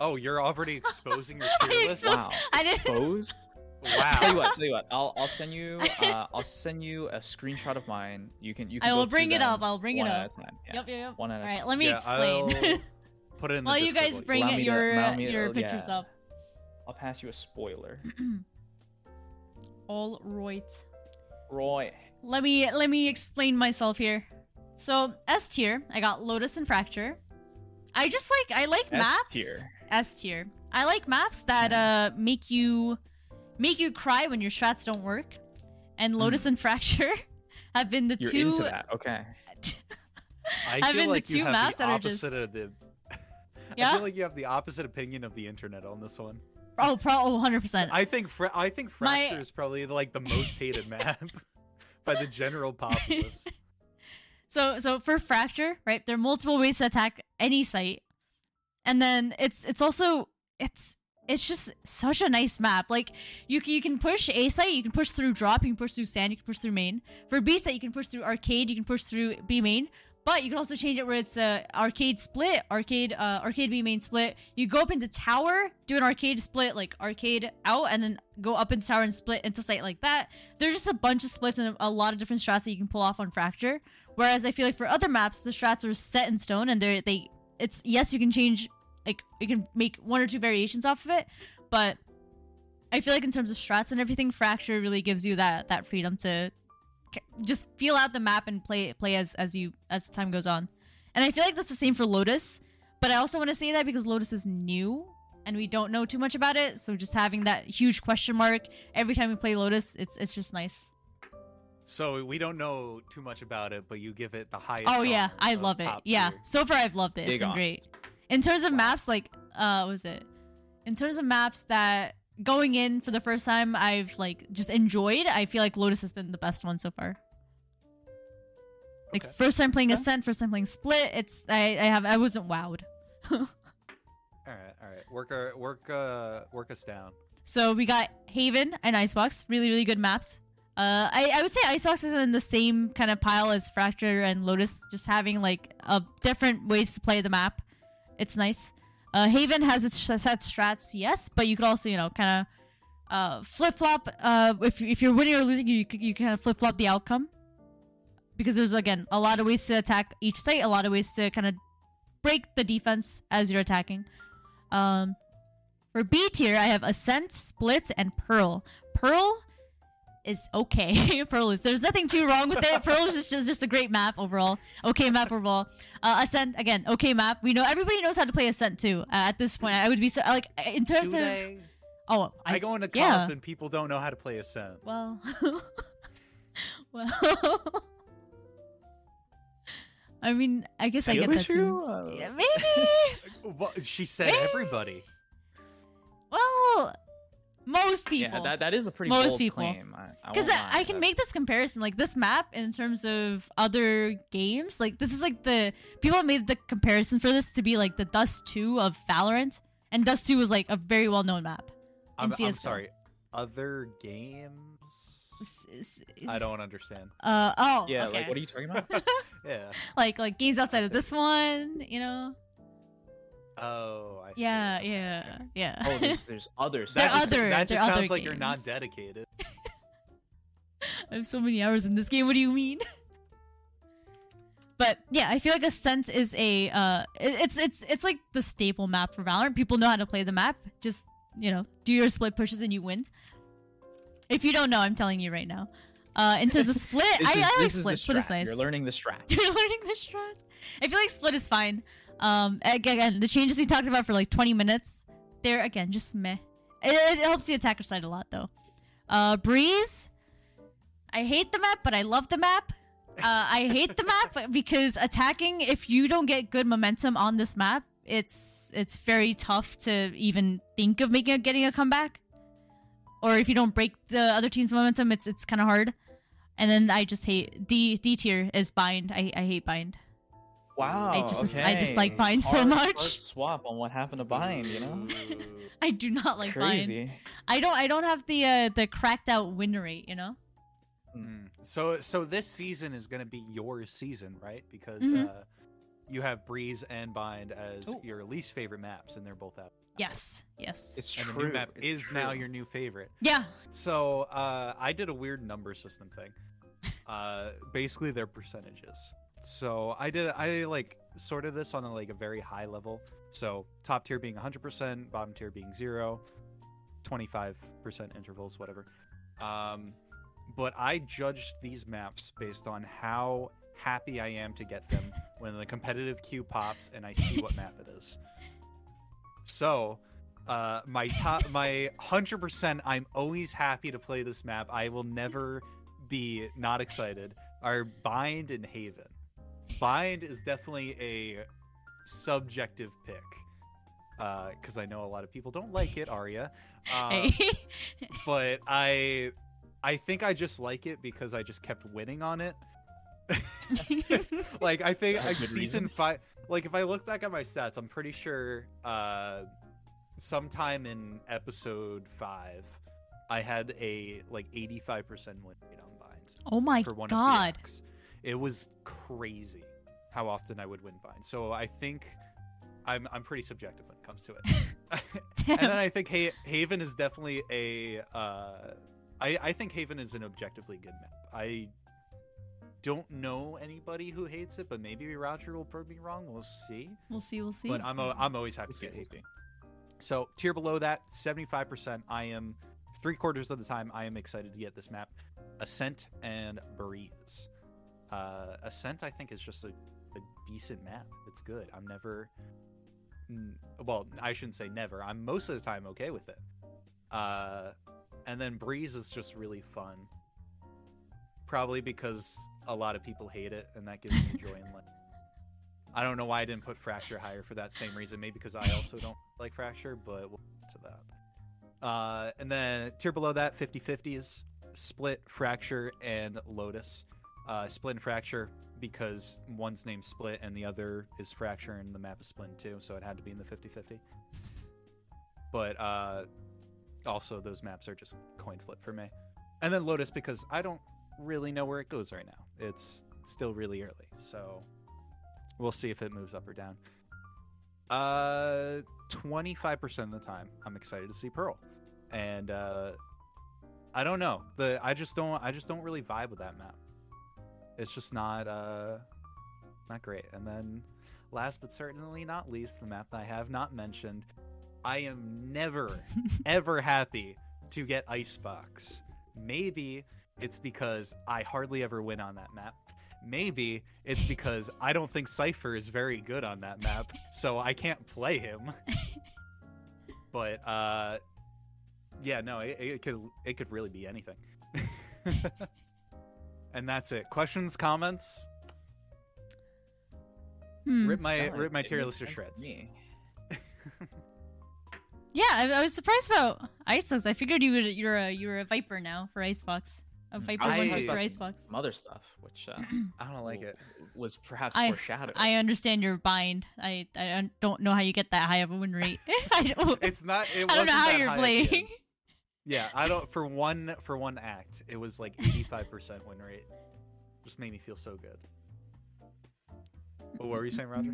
[SPEAKER 1] Oh, you're already exposing your tier
[SPEAKER 2] I
[SPEAKER 1] list.
[SPEAKER 2] exposed-
[SPEAKER 3] Wow.
[SPEAKER 2] I didn't-
[SPEAKER 3] Exposed. tell you
[SPEAKER 1] Wow.
[SPEAKER 3] what. Tell you what. I'll I'll send you uh, I'll send you a screenshot of mine. You can you
[SPEAKER 2] I
[SPEAKER 3] can. go
[SPEAKER 2] will
[SPEAKER 3] through
[SPEAKER 2] bring it
[SPEAKER 3] them
[SPEAKER 2] up, I'll bring it
[SPEAKER 3] one
[SPEAKER 2] up.
[SPEAKER 3] At a time. Yeah.
[SPEAKER 2] yep yep yep all
[SPEAKER 3] One at a
[SPEAKER 2] right
[SPEAKER 3] time.
[SPEAKER 2] let me
[SPEAKER 1] Yeah, I'll
[SPEAKER 2] explain
[SPEAKER 1] Put it in the
[SPEAKER 2] while you
[SPEAKER 1] Discord
[SPEAKER 2] guys
[SPEAKER 1] link.
[SPEAKER 2] bring
[SPEAKER 3] Allow
[SPEAKER 2] it
[SPEAKER 3] me to-
[SPEAKER 2] your
[SPEAKER 3] allow me to- oh,
[SPEAKER 2] your pictures
[SPEAKER 3] yeah.
[SPEAKER 2] up
[SPEAKER 3] I'll pass you a spoiler.
[SPEAKER 2] all right
[SPEAKER 3] Roy.
[SPEAKER 2] let me let me explain myself here so s tier i got lotus and fracture i just like i like
[SPEAKER 3] S
[SPEAKER 2] maps
[SPEAKER 3] tier.
[SPEAKER 2] S tier. I like maps that uh make you make you cry when your strats don't work. And Lotus and Fracture have been the
[SPEAKER 3] Mm-hmm. You're
[SPEAKER 2] two
[SPEAKER 3] into that. Okay.
[SPEAKER 1] I
[SPEAKER 2] I'm
[SPEAKER 1] feel
[SPEAKER 2] in the
[SPEAKER 1] like you
[SPEAKER 2] two
[SPEAKER 1] have
[SPEAKER 2] maps
[SPEAKER 1] the
[SPEAKER 2] that are
[SPEAKER 1] opposite
[SPEAKER 2] just-
[SPEAKER 1] of the. I
[SPEAKER 2] Yeah?
[SPEAKER 1] feel like you have the opposite opinion of the internet on this one.
[SPEAKER 2] Oh, pro oh, 100%.
[SPEAKER 1] I think fra- I think
[SPEAKER 2] My-
[SPEAKER 1] fracture is probably like the most hated map by the general populace.
[SPEAKER 2] So so for Fracture, right? There are multiple ways to attack any site. And then it's it's also it's it's just such a nice map. Like you can, you can push A site, you can push through drop, you can push through sand, you can push through main. For B site, you can push through arcade, you can push through B main. But you can also change it where it's a arcade split, arcade uh, arcade B main split. You go up into tower, do an arcade split, like arcade out, and then go up into tower and split into site like that. There's just a bunch of splits and a, a lot of different strats that you can pull off on Fracture. Whereas I feel like for other maps, the strats are set in stone and they're they it's yes you can change like you can make one or two variations off of it, but I feel like in terms of strats and everything, fracture really gives you that that freedom to k- just feel out the map and play play as as you as time goes on. And I feel like that's the same for Lotus, but I also want to say that because Lotus is new and we don't know too much about it, so just having that huge question mark every time we play Lotus, it's it's just nice.
[SPEAKER 1] So we don't know too much about it, but you give it the highest.
[SPEAKER 2] Oh yeah,
[SPEAKER 1] honor
[SPEAKER 2] I
[SPEAKER 1] of
[SPEAKER 2] love it.
[SPEAKER 1] top
[SPEAKER 2] Yeah,
[SPEAKER 1] tier.
[SPEAKER 2] so far I've loved it. It's
[SPEAKER 3] Big
[SPEAKER 2] been
[SPEAKER 3] on.
[SPEAKER 2] great. In terms of
[SPEAKER 1] Wow.
[SPEAKER 2] maps, like uh, what was it? In terms of maps that going in for the first time, I've like just enjoyed. I feel like Lotus has been the best one so far. Like
[SPEAKER 1] Okay.
[SPEAKER 2] first time playing
[SPEAKER 1] Okay.
[SPEAKER 2] Ascent, first time playing Split. It's I, I have I wasn't wowed.
[SPEAKER 1] All right, all right. Work our work uh work us down.
[SPEAKER 2] So we got Haven and Icebox, really really good maps. Uh, I, I would say Icebox is in the same kind of pile as Fracture and Lotus, just having like a different ways to play the map. It's nice. Uh, Haven has its s- set strats, yes, but you could also you know kind of uh, flip flop. Uh, if if you're winning or losing, you c- you kind of flip flop the outcome because there's again a lot of ways to attack each site, a lot of ways to kind of break the defense as you're attacking. Um, for B tier, I have Ascent, Split, and Pearl. Pearl is okay. Pearl is there's nothing too wrong with it. Pearl is just, just just a great map overall. Okay map overall. Uh, Ascent again, okay map. We know everybody knows how to play Ascent too. Uh, at this point, I would be so like in terms
[SPEAKER 1] Do
[SPEAKER 2] of
[SPEAKER 1] they?
[SPEAKER 2] oh
[SPEAKER 1] I, go into comp
[SPEAKER 2] yeah.
[SPEAKER 1] and people don't know how to play Ascent.
[SPEAKER 2] well, well. I mean, I guess I
[SPEAKER 3] Feel
[SPEAKER 2] get that too.
[SPEAKER 3] issue? Uh,
[SPEAKER 2] Yeah, maybe.
[SPEAKER 1] Well, she said everybody.
[SPEAKER 2] Well, most people.
[SPEAKER 3] Yeah, that, that is a pretty
[SPEAKER 2] Most
[SPEAKER 3] bold
[SPEAKER 2] people.
[SPEAKER 3] claim. I- I
[SPEAKER 2] because
[SPEAKER 3] won't
[SPEAKER 2] I,
[SPEAKER 3] lie,
[SPEAKER 2] I can
[SPEAKER 3] but-
[SPEAKER 2] make this comparison like this map in terms of other games like this is like the people have made the comparison for this to be like the dust 2 of valorant and dust 2 was like a very well-known map
[SPEAKER 1] I'm, I'm
[SPEAKER 2] CS:GO.
[SPEAKER 1] sorry. Other games?
[SPEAKER 2] S- s-
[SPEAKER 1] I don't understand.
[SPEAKER 2] uh oh
[SPEAKER 3] Yeah,
[SPEAKER 2] okay.
[SPEAKER 3] like what are you talking about?
[SPEAKER 1] Yeah.
[SPEAKER 2] like like games outside of this one you know
[SPEAKER 1] Oh, I see.
[SPEAKER 2] yeah
[SPEAKER 1] Okay,
[SPEAKER 2] yeah
[SPEAKER 1] okay.
[SPEAKER 2] yeah
[SPEAKER 3] Oh, there's, there's others.
[SPEAKER 2] There
[SPEAKER 3] That
[SPEAKER 1] That
[SPEAKER 2] are
[SPEAKER 3] is-
[SPEAKER 1] just,
[SPEAKER 2] other-
[SPEAKER 1] that
[SPEAKER 2] there
[SPEAKER 1] just
[SPEAKER 2] are
[SPEAKER 1] sounds
[SPEAKER 2] other
[SPEAKER 1] like you're not
[SPEAKER 2] games.
[SPEAKER 1] dedicated.
[SPEAKER 2] I have so many hours in this game. What do you mean? But yeah, I feel like Ascent is a uh, it- it's it's it's like the staple map for Valorant. People know how to play the map. Just you know, do your split pushes and you win. If you don't know, I'm telling you right now. Uh, in terms of split,
[SPEAKER 3] This
[SPEAKER 2] I,
[SPEAKER 3] is,
[SPEAKER 2] I like
[SPEAKER 3] this is the
[SPEAKER 2] split. Split is
[SPEAKER 3] strat.
[SPEAKER 2] nice.
[SPEAKER 3] You're learning the strat.
[SPEAKER 2] You're learning the strat. I feel like split is fine. Um, ag- again, the changes we talked about for like 20 minutes, they're again just meh. It, it helps the attacker side a lot though. Uh, breeze. I hate the map, but I love the map. Uh, I hate the map because attacking if you don't get good momentum on this map, it's it's very tough to even think of making a, getting a comeback. Or if you don't break the other team's momentum, it's it's kind of hard. And then I just hate D D tier is bind. I, I hate bind.
[SPEAKER 3] Wow.
[SPEAKER 2] I just I
[SPEAKER 3] okay.
[SPEAKER 2] dislike bind so
[SPEAKER 3] Hard-
[SPEAKER 2] much.
[SPEAKER 3] hard swap on what happened to bind, you know?
[SPEAKER 1] Ooh.
[SPEAKER 2] I do not like bind.
[SPEAKER 3] Crazy.
[SPEAKER 2] I don't I don't have the uh, the cracked out win rate, you know?
[SPEAKER 1] Mm. So, so this season is going to be your season, right? Because
[SPEAKER 2] Mhm.
[SPEAKER 1] uh, you have Breeze and Bind as
[SPEAKER 2] Oh.
[SPEAKER 3] Ooh.
[SPEAKER 1] your least favorite maps, and they're both out.
[SPEAKER 2] Yes. Yes.
[SPEAKER 3] It's
[SPEAKER 1] And
[SPEAKER 3] true.
[SPEAKER 1] the new map
[SPEAKER 3] it's
[SPEAKER 1] is now
[SPEAKER 3] true.
[SPEAKER 1] your new favorite.
[SPEAKER 2] yeah.
[SPEAKER 1] So uh, I did a weird number system thing. Uh, basically, they're percentages. So I did I like sorted this on a, like a very high level. So top tier being 100%, bottom tier being zero, 25% intervals, whatever. Um, but I judged these maps based on how happy I am to get them when the competitive queue pops and I see what map it is. So, uh, my top, my hundred percent, I'm always happy to play this map. I will never be not excited. Are Bind and Haven. Bind is definitely a subjective pick because I know a lot of people don't like it, Arya. Um,
[SPEAKER 2] Hey.
[SPEAKER 1] but I I think I just like it because I just kept winning on it. like I think
[SPEAKER 3] That's a
[SPEAKER 1] like,
[SPEAKER 3] good
[SPEAKER 1] season
[SPEAKER 3] reason.
[SPEAKER 1] five like if I look back at my stats, I'm pretty sure uh sometime in episode five I had a like eighty five percent win rate on binds
[SPEAKER 2] oh my
[SPEAKER 1] for one
[SPEAKER 2] god.
[SPEAKER 1] of the acts. It was crazy how often I would win binds. So I think I'm I'm pretty subjective when it comes to it. and then
[SPEAKER 2] Damn.
[SPEAKER 1] I think ha- Haven is definitely a. Uh, I I think Haven is an objectively good map. I don't know anybody who hates it, but maybe Roger will prove me wrong. We'll see.
[SPEAKER 2] We'll see, we'll see.
[SPEAKER 1] But I'm i I'm always happy
[SPEAKER 3] We'll
[SPEAKER 1] to
[SPEAKER 3] see,
[SPEAKER 1] get
[SPEAKER 3] we'll
[SPEAKER 1] Haven.
[SPEAKER 3] see.
[SPEAKER 1] So tier below that, seventy five percent. I am three quarters of the time. I am excited to get this map, Ascent and Breeze. Uh, Ascent, I think, is just a, a decent map. It's good. I'm never, n- well, I shouldn't say never. I'm most of the time okay with it. Uh, and then Breeze is just really fun. Probably because a lot of people hate it, and that gives me joy in life. I don't know why I didn't put Fracture higher for that same reason. Maybe because I also don't like Fracture, but we'll get to that. Uh, and then tier below that, 50 50s, Split, Fracture, and Lotus. Uh, split and Fracture, because one's name's Split and the other is Fracture and the map is split in two, so it had to be in the 50 50. But uh, also, those maps are just coin flip for me. And then Lotus because I don't really know where it goes right now. It's still really early, so we'll see if it moves up or down. Uh, 25% of the time, I'm excited to see Pearl. And uh, I don't know. The I just don't I just don't really vibe with that map it's just not uh not great and then last but certainly not least the map that i have not mentioned i am never ever happy to get icebox maybe it's because i hardly ever win on that map maybe it's because i don't think cypher is very good on that map so i can't play him but uh yeah no it, it could it could really be anything and that's it questions comments
[SPEAKER 2] Hmm.
[SPEAKER 1] rip my
[SPEAKER 3] Darn,
[SPEAKER 1] rip my
[SPEAKER 3] it
[SPEAKER 1] tier list
[SPEAKER 3] makes
[SPEAKER 1] to
[SPEAKER 3] sense
[SPEAKER 1] shreds
[SPEAKER 3] to me.
[SPEAKER 2] Yeah, I, I was surprised about Icebox. I figured you would, you're a you're a Viper now for Icebox. A
[SPEAKER 3] Mm,
[SPEAKER 2] Viper
[SPEAKER 1] I-
[SPEAKER 2] one for
[SPEAKER 1] Icebox-
[SPEAKER 2] Icebox.
[SPEAKER 3] Some other stuff, which uh,
[SPEAKER 1] i don't like
[SPEAKER 3] w-
[SPEAKER 1] it
[SPEAKER 3] was perhaps
[SPEAKER 2] I-
[SPEAKER 3] foreshadowed.
[SPEAKER 2] I understand your bind. I I un- don't know how you get that high of a win rate. I don't,
[SPEAKER 1] it's not it
[SPEAKER 2] I
[SPEAKER 1] wasn't
[SPEAKER 2] don't know how
[SPEAKER 1] that
[SPEAKER 2] you're
[SPEAKER 1] high at the
[SPEAKER 2] playing.
[SPEAKER 1] end. yeah i don't for one for one act it was like 85% win rate just made me feel so good what were you saying roger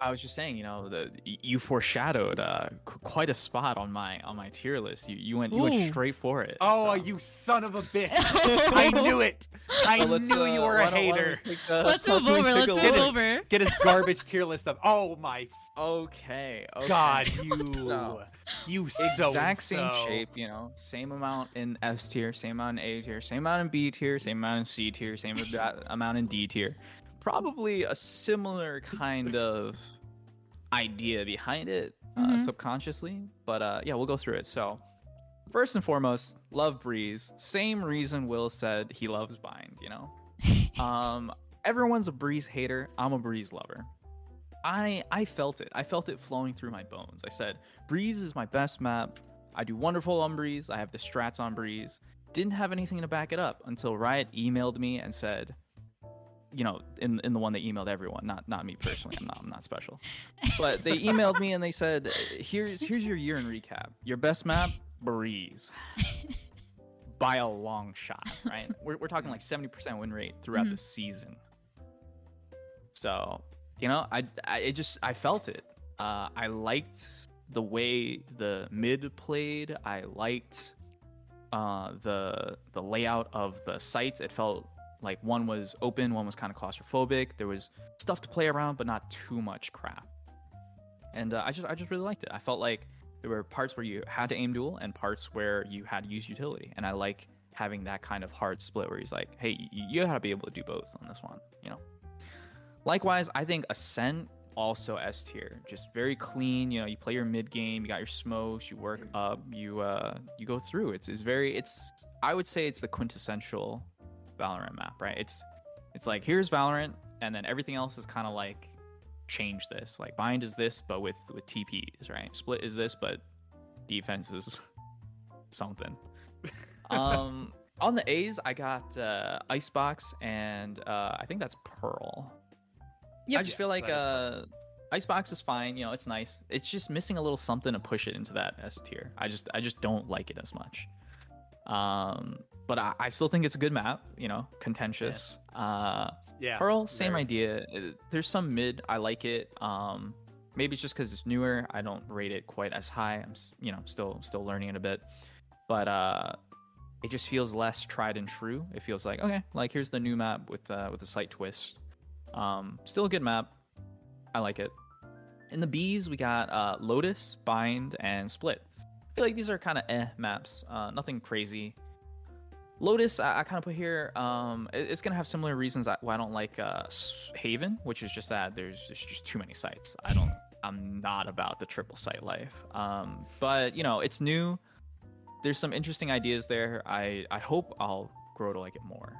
[SPEAKER 3] I was just saying, you know, the, y- you foreshadowed uh, qu- quite a spot on my on my tier list. You you went you went
[SPEAKER 2] Ooh.
[SPEAKER 3] straight for it.
[SPEAKER 1] oh
[SPEAKER 3] so.
[SPEAKER 1] you son of a bitch i knew it i
[SPEAKER 3] So let's,
[SPEAKER 1] knew you
[SPEAKER 3] uh,
[SPEAKER 1] were
[SPEAKER 3] why
[SPEAKER 1] a
[SPEAKER 3] don't- why don't
[SPEAKER 1] hater
[SPEAKER 3] we take, uh,
[SPEAKER 2] Let's
[SPEAKER 3] why
[SPEAKER 2] move
[SPEAKER 3] don't we
[SPEAKER 2] over.
[SPEAKER 3] take
[SPEAKER 2] Let's
[SPEAKER 3] a
[SPEAKER 1] look.
[SPEAKER 2] move
[SPEAKER 3] look?
[SPEAKER 2] over.
[SPEAKER 1] get his garbage tier list up oh my
[SPEAKER 3] Okay. okay.
[SPEAKER 1] god you
[SPEAKER 3] No.
[SPEAKER 1] you so
[SPEAKER 3] Exact same shape, you know, same amount in S tier, same amount in A tier, same amount in B tier, same amount in C tier, same ab- amount in D tier. Probably a similar kind of idea behind it uh,
[SPEAKER 2] Mhm.
[SPEAKER 3] subconsciously, but uh, yeah, we'll go through it. So, first and foremost, love Breeze. Same reason Will said he loves Bind, you know? um, everyone's a Breeze hater. I'm a Breeze lover. I I felt it. I felt it flowing through my bones. I said, Breeze is my best map. I do wonderful on Breeze. I have the strats on Breeze. Didn't have anything to back it up until Riot emailed me and said, you know, in in the one they emailed everyone, not not me personally. I'm not I'm not special. But they emailed me and they said, here's here's your year in recap. Your best map, Breeze. By a long shot, right? We're, we're talking like 70% win rate throughout the season. So you know, I, I it just I felt it. Uh, I liked the way the mid played. I liked uh, the the layout of the sites. It felt like one was open, one was kind of claustrophobic. There was stuff to play around, but not too much crap. And uh, I just I just really liked it. I felt like there were parts where you had to aim duel and parts where you had to use utility. And I like having that kind of hard split where he's like, hey, y- you gotta be able to do both on this one, you know. Likewise, I think Ascent also S tier. Just very clean. You know, you play your mid game, you got your smokes, you work up, you uh you go through. It's it's very it's I would say it's the quintessential Valorant map, right? It's it's like here's Valorant, and then everything else is kind of like change this. Like bind is this, but with with TPs, right? Split is this, but defense is something. Um, on the A's, I got uh, Icebox, and uh, I think that's Pearl.
[SPEAKER 2] Yep.
[SPEAKER 3] I just feel
[SPEAKER 1] Yes,
[SPEAKER 3] like
[SPEAKER 1] that is
[SPEAKER 3] uh, Icebox is fine. You know, it's nice. It's just missing a little something to push it into that S tier. I just, I just don't like it as much. Um, but I, I still think it's a good map. You know, contentious. Uh,
[SPEAKER 1] yeah
[SPEAKER 3] Pearl, same
[SPEAKER 1] very.
[SPEAKER 3] idea. Uh, There's some mid. I like it. Um, maybe it's just because it's newer. I don't rate it quite as high. I'm, s- you know, still still learning it a bit, but uh, it just feels less tried and true. It feels like okay, like here's the new map with uh, with a slight twist. Um, still a good map. I like it. In the B's, we got uh, Lotus, Bind, and Split. I feel like these are kind of eh maps. Uh, nothing crazy. Lotus, I, I kind of put here. Um, it- it's gonna have similar reasons I, why I don't like uh, S- Haven, which is just that there's there's just too many sites. I don't. I'm not about the triple site life. Um, but you know, it's new. There's some interesting ideas there. I I hope I'll grow to like it more.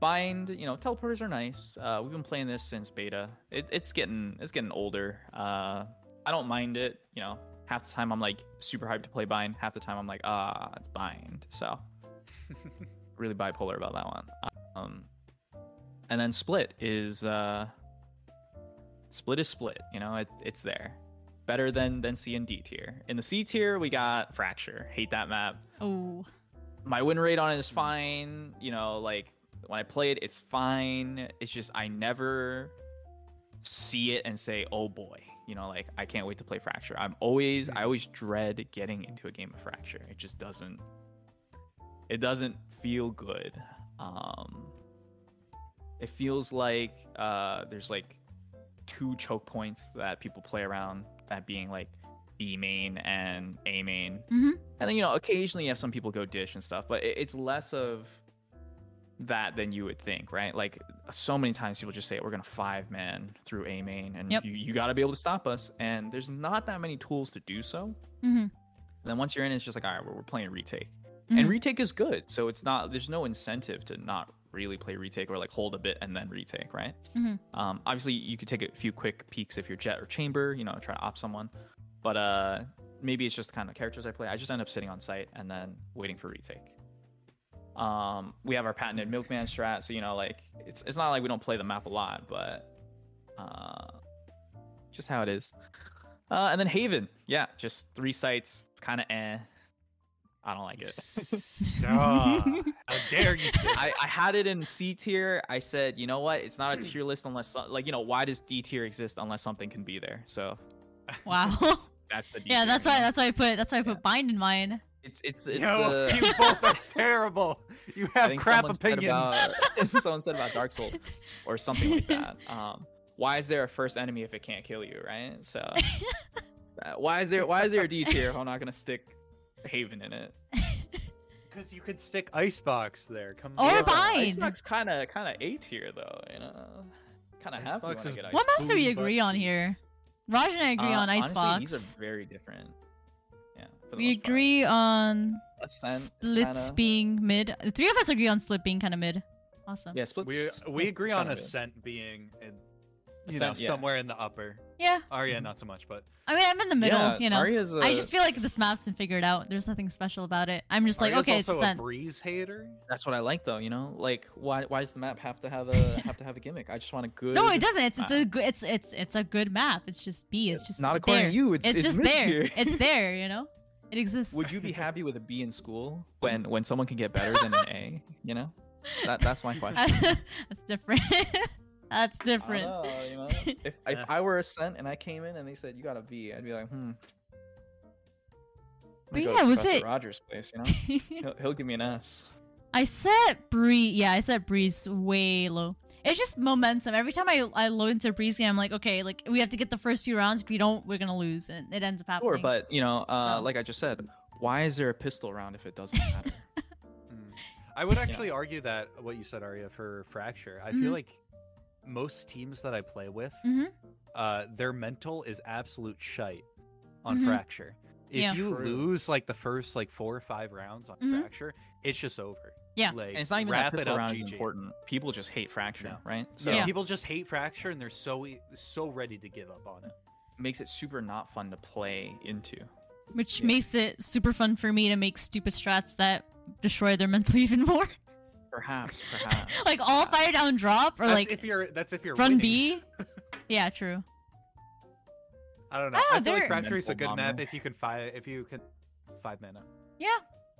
[SPEAKER 3] Bind, you know, teleporters are nice. Uh, we've been playing this since beta. It, it's getting it's getting older. Uh, I don't mind it. You know, half the time I'm like super hyped to play Bind. Half the time I'm like, ah, it's Bind. So really bipolar about that one. Um, and then split is uh, split is split. You know, it, it's there. Better than than C and D tier. In the C tier, we got fracture. Hate that map.
[SPEAKER 2] Oh,
[SPEAKER 3] My win rate on it is fine. You know, like when I play it, it's fine. It's just I never see it and say, "Oh boy," you know, like I can't wait to play Fracture. I'm always, I always dread getting into a game of Fracture. It just doesn't, it doesn't feel good. Um, it feels like uh, there's like two choke points that people play around, that being like B main and A main,
[SPEAKER 2] Mhm.
[SPEAKER 3] and then you know occasionally you have some people go dish and stuff, but it, it's less of that than you would think, right? Like so many times people just say we're gonna five man through A main, and
[SPEAKER 2] Yep.
[SPEAKER 3] you, you got to be able to stop us, and there's not that many tools to do so.
[SPEAKER 2] Mhm.
[SPEAKER 3] And then once you're in, it's just like all right, we're, we're playing retake,
[SPEAKER 2] Mhm.
[SPEAKER 3] and retake is good, so it's not there's no incentive to not really play retake or like hold a bit and then retake, right?
[SPEAKER 2] Mhm.
[SPEAKER 3] Um, obviously, you could take a few quick peeks if you're jet or chamber, you know, try to op someone, but uh, maybe it's just the kind of characters I play. I just end up sitting on site and then waiting for retake. Um, we have our patented milkman strat, so you know, like it's it's not like we don't play the map a lot, but uh, just how it is. Uh, and then Haven, yeah, just three sites. It's kind of eh. I don't like
[SPEAKER 1] You
[SPEAKER 3] it.
[SPEAKER 1] suck. How dare you? say-
[SPEAKER 3] I, I had it in C tier. I said, you know what? It's not a tier list unless, so- like, you know, why does D tier exist unless something can be there? So
[SPEAKER 2] wow.
[SPEAKER 3] that's the D
[SPEAKER 2] yeah,
[SPEAKER 3] tier,
[SPEAKER 2] that's
[SPEAKER 3] you
[SPEAKER 2] why.
[SPEAKER 3] know?
[SPEAKER 2] That's why I put. That's why I put
[SPEAKER 3] Yeah.
[SPEAKER 2] bind in mine.
[SPEAKER 3] it's it's it's.
[SPEAKER 1] Yo,
[SPEAKER 3] uh,
[SPEAKER 1] you both are terrible. You
[SPEAKER 3] I
[SPEAKER 1] have
[SPEAKER 3] think
[SPEAKER 1] crap
[SPEAKER 3] someone
[SPEAKER 1] opinions.
[SPEAKER 3] Said about, someone said about Dark Souls or something like that. Um, why is there a first enemy if it can't kill you, right? So uh, why is there why is there a D tier? if I'm not gonna stick Haven in it.
[SPEAKER 1] Because you could stick icebox there. Come
[SPEAKER 2] Or
[SPEAKER 1] on.
[SPEAKER 2] Bind.
[SPEAKER 3] Xbox kind of kind of A tier though, you know. Kind of happy when
[SPEAKER 1] Icebox
[SPEAKER 3] I
[SPEAKER 1] is
[SPEAKER 3] get
[SPEAKER 2] What
[SPEAKER 3] Icebox.
[SPEAKER 2] maps do we
[SPEAKER 1] boom
[SPEAKER 2] agree on
[SPEAKER 1] buttons.
[SPEAKER 2] here? Raj and I agree
[SPEAKER 3] Uh,
[SPEAKER 2] on
[SPEAKER 3] honestly,
[SPEAKER 2] Icebox.
[SPEAKER 3] These are very different. Yeah. for the
[SPEAKER 2] we
[SPEAKER 3] most part.
[SPEAKER 2] agree on
[SPEAKER 3] Ascent is
[SPEAKER 2] splits
[SPEAKER 3] kinda-
[SPEAKER 2] being mid. The three of us agree on split being kind of mid. Awesome. Yeah.
[SPEAKER 3] Yeah, splits.
[SPEAKER 1] We we
[SPEAKER 3] splits
[SPEAKER 1] agree
[SPEAKER 3] is
[SPEAKER 1] on
[SPEAKER 3] kinda mid.
[SPEAKER 1] ascent being, in, you know,
[SPEAKER 3] Ascent, yeah.
[SPEAKER 1] somewhere in the upper. Arya,
[SPEAKER 3] Mhm.
[SPEAKER 1] Oh, not so much, but
[SPEAKER 2] I mean, I'm in the middle.
[SPEAKER 3] Yeah,
[SPEAKER 2] you know,
[SPEAKER 3] Arya's a,
[SPEAKER 2] I just feel like this map's been figured out. There's nothing special about it. I'm just like,
[SPEAKER 1] Arya's
[SPEAKER 2] okay, it's
[SPEAKER 1] also
[SPEAKER 2] sent.
[SPEAKER 1] a breeze hater.
[SPEAKER 3] that's what I like though. You know, like why why does the map have to have a have to have a gimmick? I just want a good.
[SPEAKER 2] No, it doesn't. It's it's
[SPEAKER 3] Ah.
[SPEAKER 2] a good. It's it's it's a good map. It's just B. It's just
[SPEAKER 3] not
[SPEAKER 2] there.
[SPEAKER 3] according to you. It's,
[SPEAKER 2] It's, just there.
[SPEAKER 3] mid-tier.
[SPEAKER 2] it's there. You know, it exists.
[SPEAKER 3] Would you be happy with a B in school when when someone can get better than an A? You know, that that's my question.
[SPEAKER 2] That's different. That's
[SPEAKER 3] I
[SPEAKER 2] different.
[SPEAKER 3] don't know, you know? If, if
[SPEAKER 1] Yeah.
[SPEAKER 3] I were a cent and I came in and they said you got a B, I'd be like, hmm. I'm
[SPEAKER 2] But
[SPEAKER 3] gonna go
[SPEAKER 2] yeah,
[SPEAKER 3] to
[SPEAKER 2] was
[SPEAKER 3] Professor
[SPEAKER 2] it-
[SPEAKER 3] Rogers' place? You know, he'll, he'll give me an S.
[SPEAKER 2] I set Bree. Yeah, I set Breeze way low. It's just momentum. Every time I, I load into Breeze game, I'm like, okay, like we have to get the first few rounds. If we don't, we're gonna lose, and it ends up happening.
[SPEAKER 3] Sure, but you know, uh,
[SPEAKER 2] So-
[SPEAKER 3] like I just said, why is there a pistol round if it doesn't matter?
[SPEAKER 1] Mm. I would actually argue that what you said, Arya, for fracture. I
[SPEAKER 2] Mhm.
[SPEAKER 1] feel like most teams that I play with,
[SPEAKER 2] Mhm.
[SPEAKER 1] uh, their mental is absolute shite on
[SPEAKER 2] Mhm.
[SPEAKER 1] fracture. If
[SPEAKER 2] Yeah.
[SPEAKER 1] you
[SPEAKER 3] True.
[SPEAKER 1] lose like the first like four or five rounds on
[SPEAKER 2] Mhm.
[SPEAKER 1] fracture, it's just over.
[SPEAKER 2] Yeah.
[SPEAKER 1] like,
[SPEAKER 3] and it's not even that
[SPEAKER 1] wrap it
[SPEAKER 3] pistol
[SPEAKER 1] up,
[SPEAKER 3] round is
[SPEAKER 1] GG.
[SPEAKER 3] important. People just hate fracture,
[SPEAKER 1] No.
[SPEAKER 3] right? So
[SPEAKER 1] So
[SPEAKER 2] Yeah.
[SPEAKER 3] it
[SPEAKER 1] people just hate fracture, and they're so e- so ready to give up on it.
[SPEAKER 3] makes it super not fun to play into.
[SPEAKER 2] which
[SPEAKER 1] yeah.
[SPEAKER 2] makes it super fun for me to make stupid strats that destroy their mental even more.
[SPEAKER 3] Perhaps, perhaps.
[SPEAKER 2] like all fire down drop or
[SPEAKER 1] that's
[SPEAKER 2] like
[SPEAKER 1] if you're that's if you're
[SPEAKER 2] run
[SPEAKER 1] winning.
[SPEAKER 2] B. Yeah, true.
[SPEAKER 1] I don't know.
[SPEAKER 2] I
[SPEAKER 1] I,
[SPEAKER 2] don't know,
[SPEAKER 1] feel
[SPEAKER 2] they're-
[SPEAKER 1] like fracture is a
[SPEAKER 3] Mental
[SPEAKER 1] good map
[SPEAKER 3] domino.
[SPEAKER 1] if you can five if you can five mana.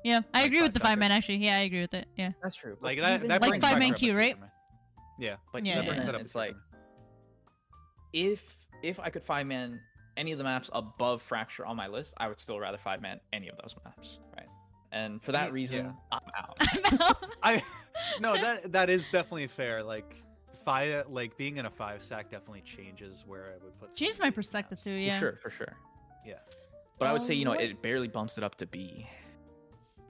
[SPEAKER 2] Yeah, I
[SPEAKER 1] Like
[SPEAKER 2] agree with
[SPEAKER 1] five
[SPEAKER 2] the five
[SPEAKER 1] seconds.
[SPEAKER 2] man actually. Yeah, I agree with it. Yeah.
[SPEAKER 3] That's true.
[SPEAKER 1] Like that, that
[SPEAKER 2] Like
[SPEAKER 1] brings
[SPEAKER 2] five
[SPEAKER 1] fracture
[SPEAKER 2] man
[SPEAKER 1] up a
[SPEAKER 2] queue,
[SPEAKER 1] tier
[SPEAKER 2] right?
[SPEAKER 1] for me. Yeah,
[SPEAKER 3] But
[SPEAKER 2] Yeah,
[SPEAKER 3] yeah,
[SPEAKER 1] that brings
[SPEAKER 2] yeah.
[SPEAKER 1] it up. a tier
[SPEAKER 3] it's
[SPEAKER 1] for
[SPEAKER 3] like
[SPEAKER 1] me.
[SPEAKER 3] if if I could five man any of the maps above fracture on my list, I would still rather five man any of those maps, right? And for that
[SPEAKER 1] Yeah.
[SPEAKER 3] reason, I'm out.
[SPEAKER 1] I no that that is definitely fair. Like five, like being in a five stack definitely changes where I would put. some
[SPEAKER 2] Changes
[SPEAKER 1] of
[SPEAKER 2] my
[SPEAKER 1] these
[SPEAKER 2] perspective
[SPEAKER 1] maps.
[SPEAKER 2] too.
[SPEAKER 3] For
[SPEAKER 2] Yeah.
[SPEAKER 3] sure, for sure.
[SPEAKER 1] Yeah.
[SPEAKER 3] But I would say, you know,
[SPEAKER 2] Um, what-
[SPEAKER 3] it barely bumps it up to B.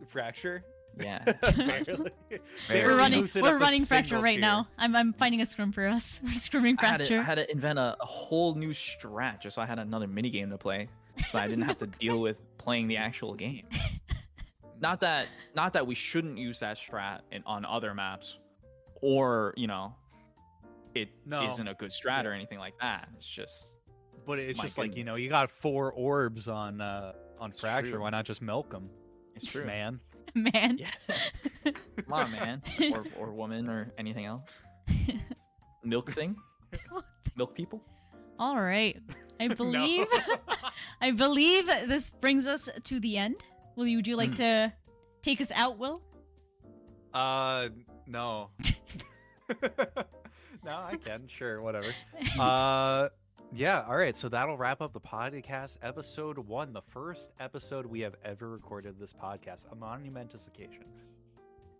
[SPEAKER 1] Fracture.
[SPEAKER 3] Yeah.
[SPEAKER 1] Barely.
[SPEAKER 2] We're
[SPEAKER 1] Barely
[SPEAKER 2] running.
[SPEAKER 1] moves it up
[SPEAKER 2] We're
[SPEAKER 1] a
[SPEAKER 2] running fracture
[SPEAKER 1] single
[SPEAKER 2] right
[SPEAKER 1] tier.
[SPEAKER 2] now. I'm I'm finding a scrim for us. We're scrimming
[SPEAKER 3] I had, to, I
[SPEAKER 2] fracture.
[SPEAKER 3] had to invent a, a whole new strat just so I had another mini game to play, so I didn't have to deal with playing the actual game. Not that, not that we shouldn't use that strat in, on other maps, or you know, it
[SPEAKER 1] No.
[SPEAKER 3] not a good strat or anything like that. It's just
[SPEAKER 1] But it's
[SPEAKER 3] My
[SPEAKER 1] just like you know,
[SPEAKER 3] goodness.
[SPEAKER 1] you got four orbs on uh on
[SPEAKER 3] It's
[SPEAKER 1] fracture.
[SPEAKER 3] true.
[SPEAKER 1] Why not just milk them,
[SPEAKER 3] it's true,
[SPEAKER 1] man?
[SPEAKER 2] Man.
[SPEAKER 3] Yeah, come on, man, or, or woman, or anything else. milk thing, milk people.
[SPEAKER 2] All right. I believe I believe this brings us to the end. Will you would you like
[SPEAKER 1] Mm.
[SPEAKER 2] to take us out, Will?
[SPEAKER 1] Uh, no. no, I can. Sure, whatever. Uh, yeah. All right. So that'll wrap up the podcast episode one, the first episode we have ever recorded of this podcast, a monumentous occasion.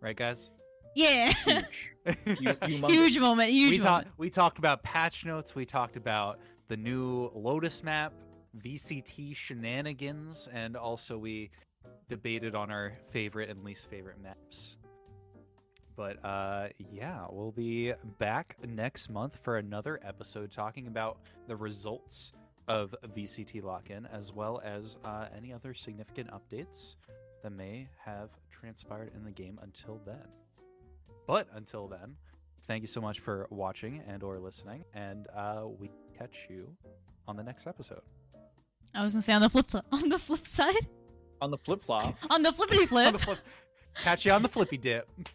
[SPEAKER 1] Right, guys.
[SPEAKER 2] Yeah.
[SPEAKER 3] Huge. you, humongous.
[SPEAKER 2] huge moment, huge
[SPEAKER 1] we
[SPEAKER 2] moment.
[SPEAKER 1] talked. We talked about patch notes. We talked about the new Lotus map, VCT shenanigans, and also we debated on our favorite and least favorite maps. But uh, yeah, we'll be back next month for another episode talking about the results of VCT lock-in, as well as uh, any other significant updates that may have transpired in the game until then. But until then, thank you so much for watching and or listening and uh, we catch you on the next episode
[SPEAKER 2] I was gonna say on the flip on the flip side.
[SPEAKER 3] on the flip flop.
[SPEAKER 2] On the flippity
[SPEAKER 1] On
[SPEAKER 2] flip.
[SPEAKER 1] the flip- catch you on the flippy dip